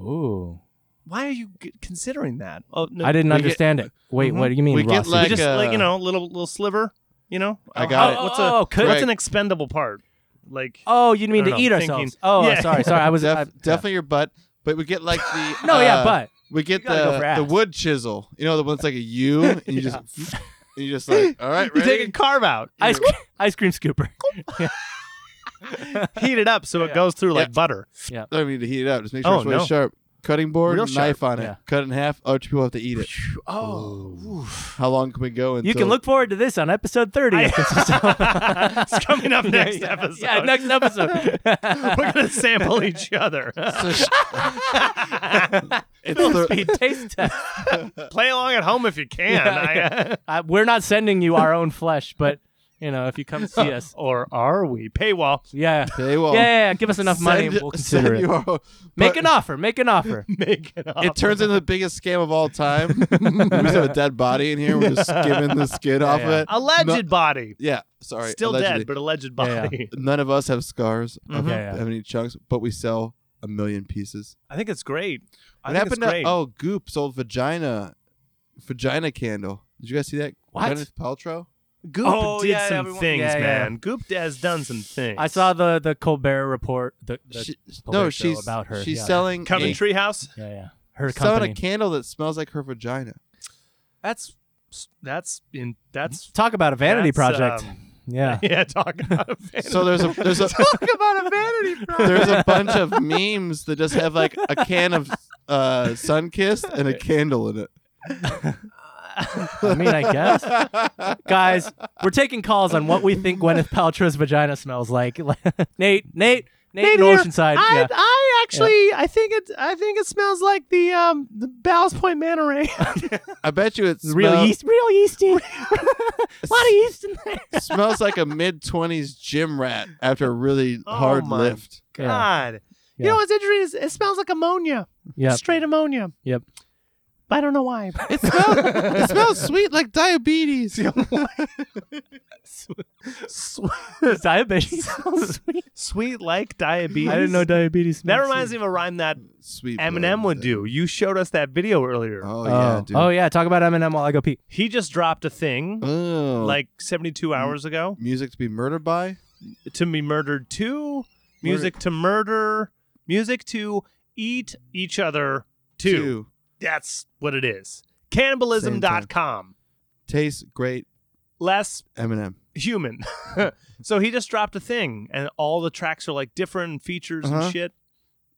S1: Ooh.
S2: Why are you g- considering that? Oh no,
S1: I didn't
S3: We get-
S1: understand it. Wait,
S2: Mhm.
S1: what do you mean?
S3: We get
S1: Rossi?
S2: You
S3: like,
S2: just like you
S3: uh,
S2: know, little little sliver. You know,
S3: I got
S2: How-
S1: it.
S2: What's
S1: Oh,
S2: a
S1: could-
S2: what's an
S3: Right.
S2: expendable part? Like
S1: Oh, you mean
S2: I
S1: to
S2: don't
S1: eat
S2: know,
S1: ourselves?
S2: thinking-
S1: Oh,
S2: Yeah.
S1: sorry, sorry.
S2: <laughs>
S1: I was
S3: Def-
S1: I-
S3: definitely your butt. But we get like the
S1: <laughs> No, yeah,
S3: uh,
S1: but
S3: we get
S1: gotta go for
S3: the
S1: ass.
S3: the wood chisel. You know the one that's like
S1: <laughs>
S3: a U, and you just and you just like all right,
S2: you
S3: ready?
S2: take a carve out,
S1: ice
S2: <laughs>
S1: cre- ice cream scooper.
S2: heat it up so it
S1: Yeah.
S2: goes through like
S3: Yeah.
S1: <laughs>
S2: butter.
S3: I don't mean to heat it up. Just make sure
S2: Oh,
S3: it's way
S2: no.
S3: sharp. Cutting board,
S2: Real
S3: knife on it.
S1: yeah.
S3: Cut in half. Other two people have to eat it.
S1: Oh,
S3: How long can we go until
S1: you can look forward to this on episode thirty.
S2: I-
S1: of This Is <laughs> So-
S2: it's coming up next
S1: yeah,
S2: episode.
S1: Yeah, next episode.
S2: <laughs>
S1: <laughs>
S2: We're gonna sample each other. <laughs>
S3: So sh- <laughs> it's
S1: Full
S3: the- <laughs>
S1: speed taste test.
S2: Play along at home if you can.
S1: Yeah,
S2: I-
S1: Uh, we're not sending you our own flesh, but you know, if you come
S2: <laughs>
S1: see us,
S2: or are we paywall? <laughs>
S1: yeah,
S3: Okay, well,
S1: yeah, yeah, yeah, give us enough money,
S3: <laughs> send-
S1: and we'll
S3: send
S1: consider it.
S3: you our-
S1: Make
S3: but
S1: an offer. Make an offer.
S2: Make it up.
S3: It turns into the biggest scam of
S1: <laughs>
S3: all time. we just have a dead body in here. We're just skimming the skid off of
S1: yeah.
S3: it.
S2: alleged
S3: No-
S2: body.
S3: Yeah, sorry.
S2: Still
S3: allegedly.
S2: dead, but alleged
S1: Yeah, yeah.
S2: body.
S3: None of us have scars. Of
S2: Mhm.
S1: Mm-hmm. Yeah, yeah.
S3: Have any chunks? But we sell a million pieces.
S2: I think it's great. I
S3: What
S2: think
S3: happened
S2: it's
S3: to
S2: great.
S3: oh Goop sold vagina, vagina candle? Did you guys see that?
S1: What?
S3: Gwyneth Paltrow.
S2: Goop
S1: Oh,
S2: did
S1: yeah,
S2: some
S1: everyone-
S2: things,
S1: yeah, yeah.
S2: man. Goop has done some things.
S1: I saw the the Colbert report. The, the
S3: She- no,
S1: Paltrow
S3: she's
S1: about her,
S3: she's
S1: yeah.
S3: selling a,
S2: Coventry House.
S1: yeah, yeah, her
S3: selling
S1: company.
S3: a candle that smells like
S2: <laughs>
S3: her vagina.
S2: That's that's in that's
S1: Talk about a vanity
S2: That's,
S1: project.
S2: um, <laughs>
S1: yeah.
S2: yeah. Talk about a vanity.
S3: So there's a there's a
S2: about
S1: <laughs>
S2: a vanity project.
S3: there's a bunch of memes that just have like a can of uh, Sunkist
S2: <laughs>
S3: and a candle in it.
S1: I mean, I guess.
S3: Guys,
S1: Guys, we're taking calls on what we think Gwyneth Paltrow's vagina smells like. <laughs> Nate, Nate, Nate, in
S2: here,
S1: Oceanside.
S2: I,
S1: yeah.
S2: I actually I think it I think it smells like the um the Ballast Point
S1: <laughs>
S2: Manor <laughs> Ray.
S3: I bet you it's
S1: Real yeast, real yeasty. a lot of yeast in there.
S3: smells like a mid twenties gym rat after a really
S2: <laughs> Oh
S3: hard
S2: my
S3: lift.
S2: God. You
S1: Yeah.
S2: know what's interesting is it smells like ammonia.
S1: Yeah.
S2: Straight ammonia.
S1: Yep.
S2: But I don't
S1: <laughs>
S2: know why.
S3: It smells, it smells sweet like
S2: <laughs>
S3: diabetes.
S2: Sweet,
S1: diabetes. sweet.
S2: <laughs> sweet like diabetes.
S1: I didn't know diabetes.
S2: That reminds me of a rhyme that
S3: sweet.
S2: Eminem would do. You showed us that video earlier.
S3: Oh,
S1: Oh,
S3: yeah, dude.
S1: oh yeah. Talk about Eminem while I go pee.
S2: He just dropped a thing
S3: Oh.
S2: like 72
S1: Mm-hmm.
S2: hours ago
S3: music to be murdered by.
S2: to be murdered to, music to murder, music to eat each other to.
S3: Two.
S2: That's what it is.
S3: Same time.
S2: Cannibalism.com.
S3: Tastes great.
S2: Less
S3: Eminem.
S2: human. <laughs> so he just dropped a thing, and all the tracks are like different features
S3: Uh-huh.
S2: and shit.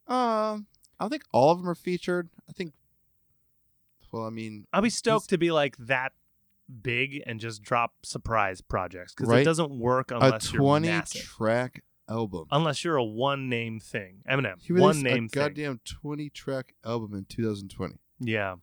S3: Um, I don't think all of them are featured. I think. Well, I mean,
S2: I'll be stoked to be like that big and just drop surprise projects because
S3: Right.
S2: it doesn't work
S3: a
S2: unless you're massive.
S3: twenty-track album.
S2: unless you're a one name thing. Eminem,
S3: He released
S2: one name
S3: a
S2: thing.
S3: goddamn twenty-track album in 2020.
S2: yeah,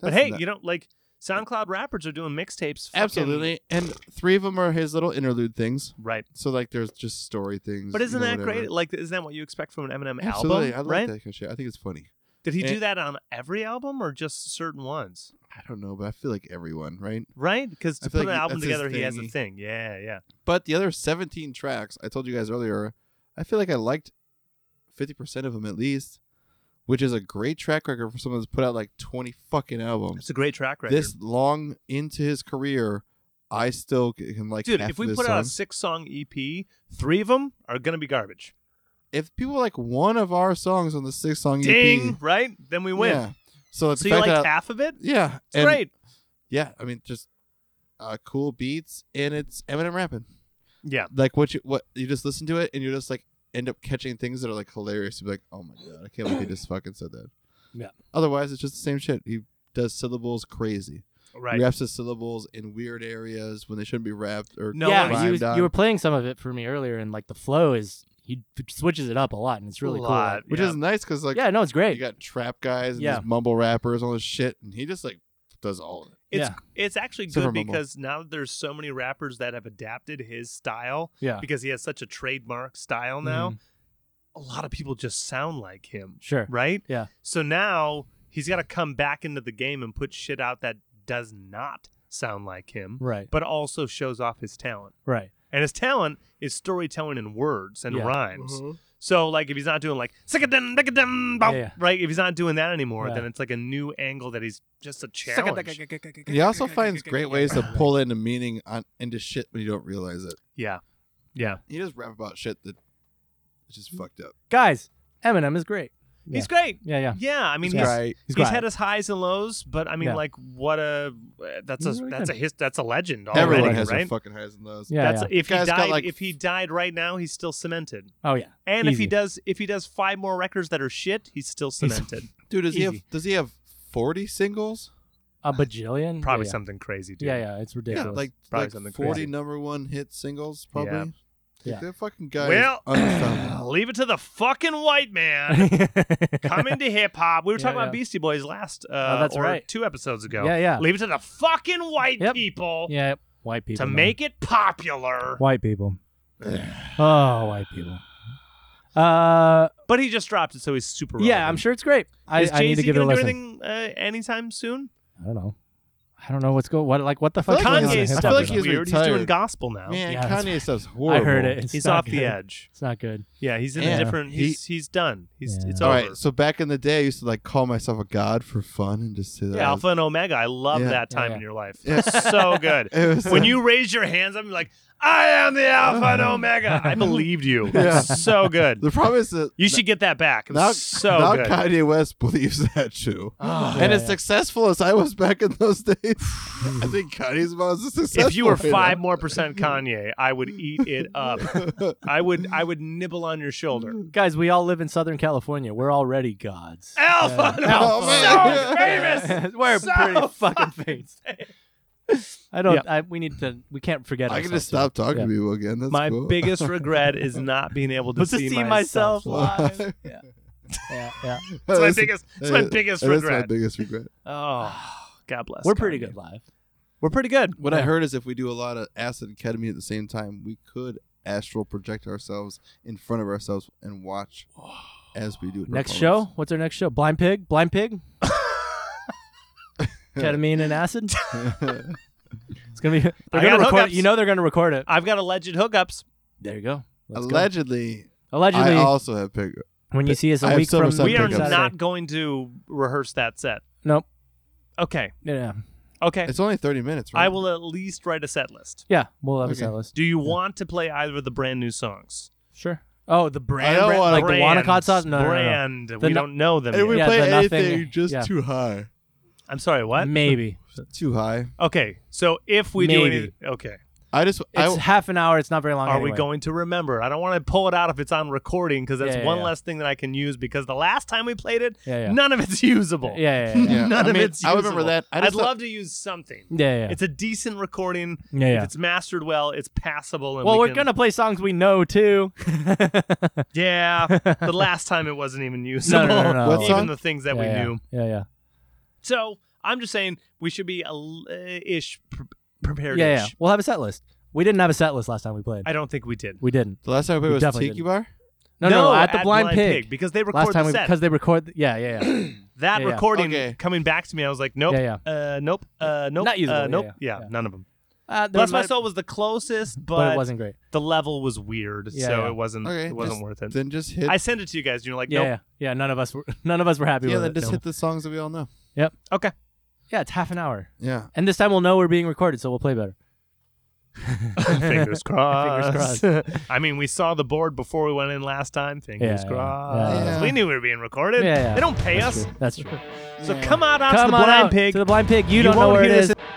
S2: but
S3: That's
S2: hey,
S3: not-
S2: you don't like SoundCloud rappers are doing mixtapes. fucking-
S3: absolutely. And three of them are his little interlude things.
S2: right.
S3: So like, there's just story things.
S2: But
S3: you
S2: isn't
S3: know,
S2: that
S3: whatever.
S2: great? Like, isn't that what you expect from an Eminem
S3: Absolutely,
S2: album?
S3: I love
S2: right?
S3: that kind of shit. I think it's funny.
S2: Did he
S3: Eh.
S2: do that on every album or just certain ones?
S3: I don't know, but I feel like everyone, right?
S2: Right? Because
S3: I
S2: to
S3: feel
S2: put
S3: like
S2: an album
S3: that's his
S2: together, he has a
S3: thingy.
S2: thing. Yeah, yeah.
S3: But the other 17 tracks, I told you guys earlier, I feel like I liked 50% of them at least, which is a great track record for someone that's put out like 20 fucking albums.
S2: It's a great track record.
S3: Um, This long into his career, I still c- can like
S2: Dude,
S3: half
S2: if we
S3: of his
S2: put out a
S3: songs.
S2: six song EP, three of them are going to be garbage.
S3: if people like one of our songs on the six song
S2: Ding,
S3: EP,
S2: right? Then we win.
S3: yeah. So it's
S2: So you like half of it?
S3: yeah,
S2: It's
S3: and-
S2: great.
S3: Yeah, I mean just uh, cool beats and it's Eminem rapping.
S2: Yeah.
S3: like what you what you just listen to it and you just like end up catching things that are like hilarious. You're like, oh my god, I can't believe
S1: <coughs>
S3: he just fucking said that.
S1: Yeah.
S3: Otherwise, it's just the same shit. He does syllables crazy.
S2: Right.
S3: Raps his syllables in weird areas when they shouldn't be rapped or
S2: No
S1: yeah,
S2: one
S1: but
S3: rhymed
S1: you, was-
S3: on,
S1: you were playing some of it for me earlier, and like the flow is he switches it up a lot, and it's really
S2: a
S1: cool.
S2: lot.
S3: which
S2: yeah.
S3: is nice because like
S1: yeah, no, it's
S3: you
S1: great.
S3: got trap guys and
S1: Yeah.
S3: these mumble rappers all this shit, and he just like does all of it.
S2: It's it's actually
S3: Except
S2: good
S3: for Mumble.
S2: because now that there's so many rappers that have adapted his style
S1: yeah,
S2: because he has such a trademark style now.
S1: Mhm.
S2: A lot of people just sound like him,
S1: sure.
S2: right?
S1: Yeah.
S2: So now he's got to come back into the game and put shit out that does not sound like him,
S1: Right.
S2: but also shows off his talent.
S1: Right.
S2: And his talent is storytelling in words and
S1: Yeah.
S2: rhymes. So like if he's not doing like "Sick-a-dun, dick-a-dun, bow,"
S1: Yeah, yeah.
S2: right, if he's not doing that anymore,
S1: Yeah.
S2: then it's like a new angle that he's just a challenge.
S3: And he also finds great ways to pull into meaning on into shit when you don't realize it.
S2: Yeah, yeah,
S3: He does rap about shit that is
S1: Mm-hmm.
S3: just fucked up.
S1: Guys, Eminem is great. Yeah.
S2: he's great.
S1: Yeah, yeah.
S2: Yeah, I mean
S1: He's
S2: he's,
S3: right.
S1: He's,
S2: he's
S1: great.
S2: had his highs and lows, but I mean
S1: Yeah.
S2: like what a that's a
S1: He's really
S2: that's a his, that's a legend already,
S3: Everyone has their
S2: right?
S3: fucking highs and lows.
S1: yeah,
S2: That's
S1: yeah.
S2: if he
S3: Guy's got,
S2: died
S3: like-
S2: if he died right now, he's still cemented.
S1: Oh yeah.
S2: And if he
S1: Easy.
S2: does if he does five more records that are shit, he's still cemented.
S3: Dude, does he
S1: Easy.
S3: have does he have forty singles?
S1: A bajillion.
S2: <laughs>
S1: <laughs>
S2: Probably
S1: yeah, yeah.
S2: something crazy, dude.
S1: Yeah, yeah. It's ridiculous.
S3: Yeah,
S1: <laughs>
S3: like
S2: Probably
S3: like
S2: something
S3: forty
S2: crazy.
S3: number one hit singles, probably.
S2: Yeah.
S3: Like,
S1: Yeah.
S3: That fucking guy.
S2: Well, <clears throat>
S3: is unstoppable.
S2: leave it to the fucking
S1: <laughs>
S2: white man. Come into hip hop. We were
S1: Yeah,
S2: talking about
S1: yeah.
S2: Beastie Boys last uh,
S1: Oh, that's
S2: or
S1: right.
S2: two episodes ago.
S1: Yeah, yeah.
S2: Leave it to the fucking white
S1: Yep.
S2: people
S1: <laughs> yeah. White people.
S2: to
S1: man.
S2: make it popular.
S1: <laughs> white people. oh, white people. Uh,
S2: But he just dropped it, so he's super.
S1: yeah, I'm
S2: relevant.
S1: sure it's great. I,
S2: Is
S1: I need
S2: Jay-Z
S1: to give it a
S2: gonna do
S1: listen.
S2: anything uh, anytime soon?
S1: I don't know. I don't know what's going. What like what the fuck?
S3: feel like
S1: is going on
S3: he's-
S2: Kanye's
S1: in hip
S3: I
S2: stuff
S3: feel
S1: hop
S3: like
S2: is
S1: now?
S3: he's
S2: weird. He's
S3: retired.
S2: doing gospel now.
S3: Man,
S1: Yeah, that's
S3: Kanye stuff's
S1: I
S3: horrible.
S1: heard it. It's
S2: he's
S1: not
S2: off the
S1: good.
S2: edge.
S1: It's not good.
S2: Yeah, he's in
S1: Yeah.
S2: a different.
S3: He-
S2: He's he's done. He's
S1: Yeah.
S2: it's
S3: All
S2: over.
S3: right. So back in the day, I used to like call myself a god for fun and just say that.
S2: yeah,
S3: I was-
S2: Alpha and Omega. I love
S3: Yeah.
S2: that time
S1: Yeah.
S2: in your life.
S3: Yeah.
S2: so
S3: <laughs>
S2: good.
S3: It was
S2: when you raise your hands up, you're like, I am the Alpha
S3: <laughs>
S2: and Omega. I believed you.
S3: Yeah.
S2: So good.
S3: the problem is that
S2: You should get that back. It was
S3: now,
S2: so
S3: now
S2: good.
S3: Kanye West believes that too.
S2: Ah.
S3: and
S1: Yeah,
S3: as
S1: yeah.
S3: successful as I was back in those days, <laughs> I
S2: <sighs>
S3: think Kanye's about as successful.
S2: if you were
S3: right
S2: five more percent Kanye, I would eat it
S3: <laughs>
S2: up.
S3: now.
S2: I would I would nibble on your shoulder.
S1: Mm. Guys, we all live in Southern California. We're already gods.
S2: Alpha and
S1: Yeah.
S3: Oh,
S2: Omega. So
S3: <laughs> Alpha.
S1: <laughs>
S2: famous.
S1: We're
S2: So
S1: pretty fucking famous. I don't.
S2: Yeah.
S1: I, we need to. We can't forget.
S3: I can
S1: ourselves,
S3: just stop
S1: dude.
S3: talking
S1: Yeah.
S3: to people again. That's
S2: My
S3: <laughs> cool.
S2: biggest regret is not being able to
S1: But to
S2: see,
S1: see myself
S3: live.
S1: Yeah. yeah, yeah.
S2: That's my
S3: That's-
S2: biggest. That's my
S3: that-
S2: biggest
S3: <laughs> That's my
S2: regret.
S3: biggest regret.
S2: Oh, <sighs> God bless.
S1: We're pretty
S2: Kanye.
S1: good live.
S2: We're pretty good.
S3: What I heard is if we do a lot of acid and ketamine at the same time, we could astral project ourselves in front of ourselves and watch as we do. a
S1: Next
S3: performance.
S1: show. What's our next show? Blind pig. Blind
S3: <laughs>
S1: pig. Ketamine and
S3: <laughs>
S1: acid. It's gonna be. They're
S2: I
S1: gonna
S2: got
S1: record.
S2: hookups.
S1: it. You know they're gonna record it.
S2: I've got alleged hookups.
S1: There you go. Let's go.
S3: Allegedly,
S1: Allegedly,
S3: I also have pick.
S1: when you see us
S3: I
S1: a
S3: have
S1: week
S3: so
S1: from
S3: much time
S2: we
S3: to
S2: are
S3: pick up.
S1: Saturday.
S2: not going to rehearse that set.
S1: Nope.
S2: Okay.
S1: Yeah.
S2: Okay.
S3: It's only thirty minutes. Right?
S2: I will at least write a set list.
S1: Yeah. We'll have
S3: Okay.
S1: a set list.
S2: Do you want to play either of the brand new songs?
S1: Sure. Oh, the brand.
S3: I don't
S1: brand-
S3: wanna-
S1: like the
S2: brand,
S1: Wanacott sauce. No, no, no, no.
S2: brand. We
S1: no-
S2: don't know them.
S3: And we
S2: yet.
S1: Yeah,
S3: play
S1: the nothing-
S3: anything just
S1: yeah.
S3: too high.
S2: I'm sorry. What?
S3: <laughs>
S1: Maybe.
S3: Too high.
S2: Okay. So if we do
S1: Maybe.
S2: any, okay,
S3: I just.
S1: It's
S3: I,
S1: half an hour. It's not very long.
S2: are we
S1: anyway.
S2: going to remember? I don't want to pull it out if it's on recording because that's
S1: Yeah, yeah,
S2: one
S1: yeah.
S2: less thing that I can use because the last time we played it,
S1: Yeah. Yeah.
S2: none of it's <laughs> usable.
S1: Yeah. Yeah. Yeah.
S3: <laughs> yeah,
S2: None
S3: I
S2: of
S3: mean,
S2: it's
S3: I
S2: usable.
S3: remember that. I
S2: I'd
S3: just thought-
S2: love to use something.
S1: yeah, yeah.
S2: It's a decent recording.
S1: yeah, yeah.
S2: If it's mastered well, it's passable. And
S1: well,
S2: we
S1: we're
S2: can-
S1: gonna play songs we know too. <laughs>
S2: <laughs> Yeah. the last time it wasn't even
S1: no,
S2: usable.
S1: no, no.
S3: What
S2: Even
S3: song?
S2: the things that
S1: yeah,
S2: we
S1: yeah.
S2: knew.
S1: Yeah. Yeah.
S2: So I'm just saying we should be a l- uh, ish pr- prepared.
S1: Yeah. Yeah. We'll have a set list. We didn't have a set list last time we played.
S2: I don't think we did.
S1: we didn't.
S3: the last time I played
S1: We
S3: was
S1: definitely
S3: Tiki
S1: didn't.
S3: Bar.
S1: No, no, at the Blind, Pig.
S2: because they record
S1: Last time
S2: the
S1: we
S2: set.
S1: because they record. Yeah. Yeah.
S2: <clears throat>
S1: Yeah.
S2: that
S1: yeah, yeah.
S2: recording
S3: Okay.
S2: coming back to me, I was like, nope,
S1: Yeah, yeah.
S2: Uh, nope, uh, nope,
S1: Not usable,
S2: uh,
S1: yeah,
S2: nope,
S1: yeah, yeah.
S2: none of them.
S1: Uh, there
S2: Bless my
S1: might-
S2: soul was the closest, but,
S1: But it wasn't great.
S2: the level was weird,
S1: Yeah,
S2: so
S1: yeah.
S2: it wasn't
S3: Okay,
S2: it wasn't
S3: just
S2: worth it.
S3: Then just hit.
S2: I sent it to you guys, and you're like,
S1: Yeah,
S2: nope.
S1: yeah, yeah. None of us were <laughs> none of us were happy
S3: yeah,
S1: with
S3: then
S1: it.
S3: just
S1: no.
S3: hit the songs that we all know.
S1: <laughs>
S2: Okay, <laughs>
S1: yeah, it's half an hour,
S3: Yeah.
S1: and this time we'll know we're being recorded, so we'll play better.
S2: fingers crossed.
S1: crossed.
S2: <laughs> I mean, we saw the board before we went in last time.
S1: Yeah,
S2: Fingers
S1: yeah,
S2: crossed.
S3: yeah.
S2: We knew we were being recorded.
S1: Yeah, yeah.
S2: They don't pay
S1: That's
S2: us,
S1: true. That's true.
S2: so
S3: Yeah.
S2: come out onto
S1: Come
S2: the
S1: on
S2: blind
S1: out
S2: pig.
S1: to the blind pig. You, don't
S2: won't
S1: know where it
S2: hear
S1: is.
S2: this-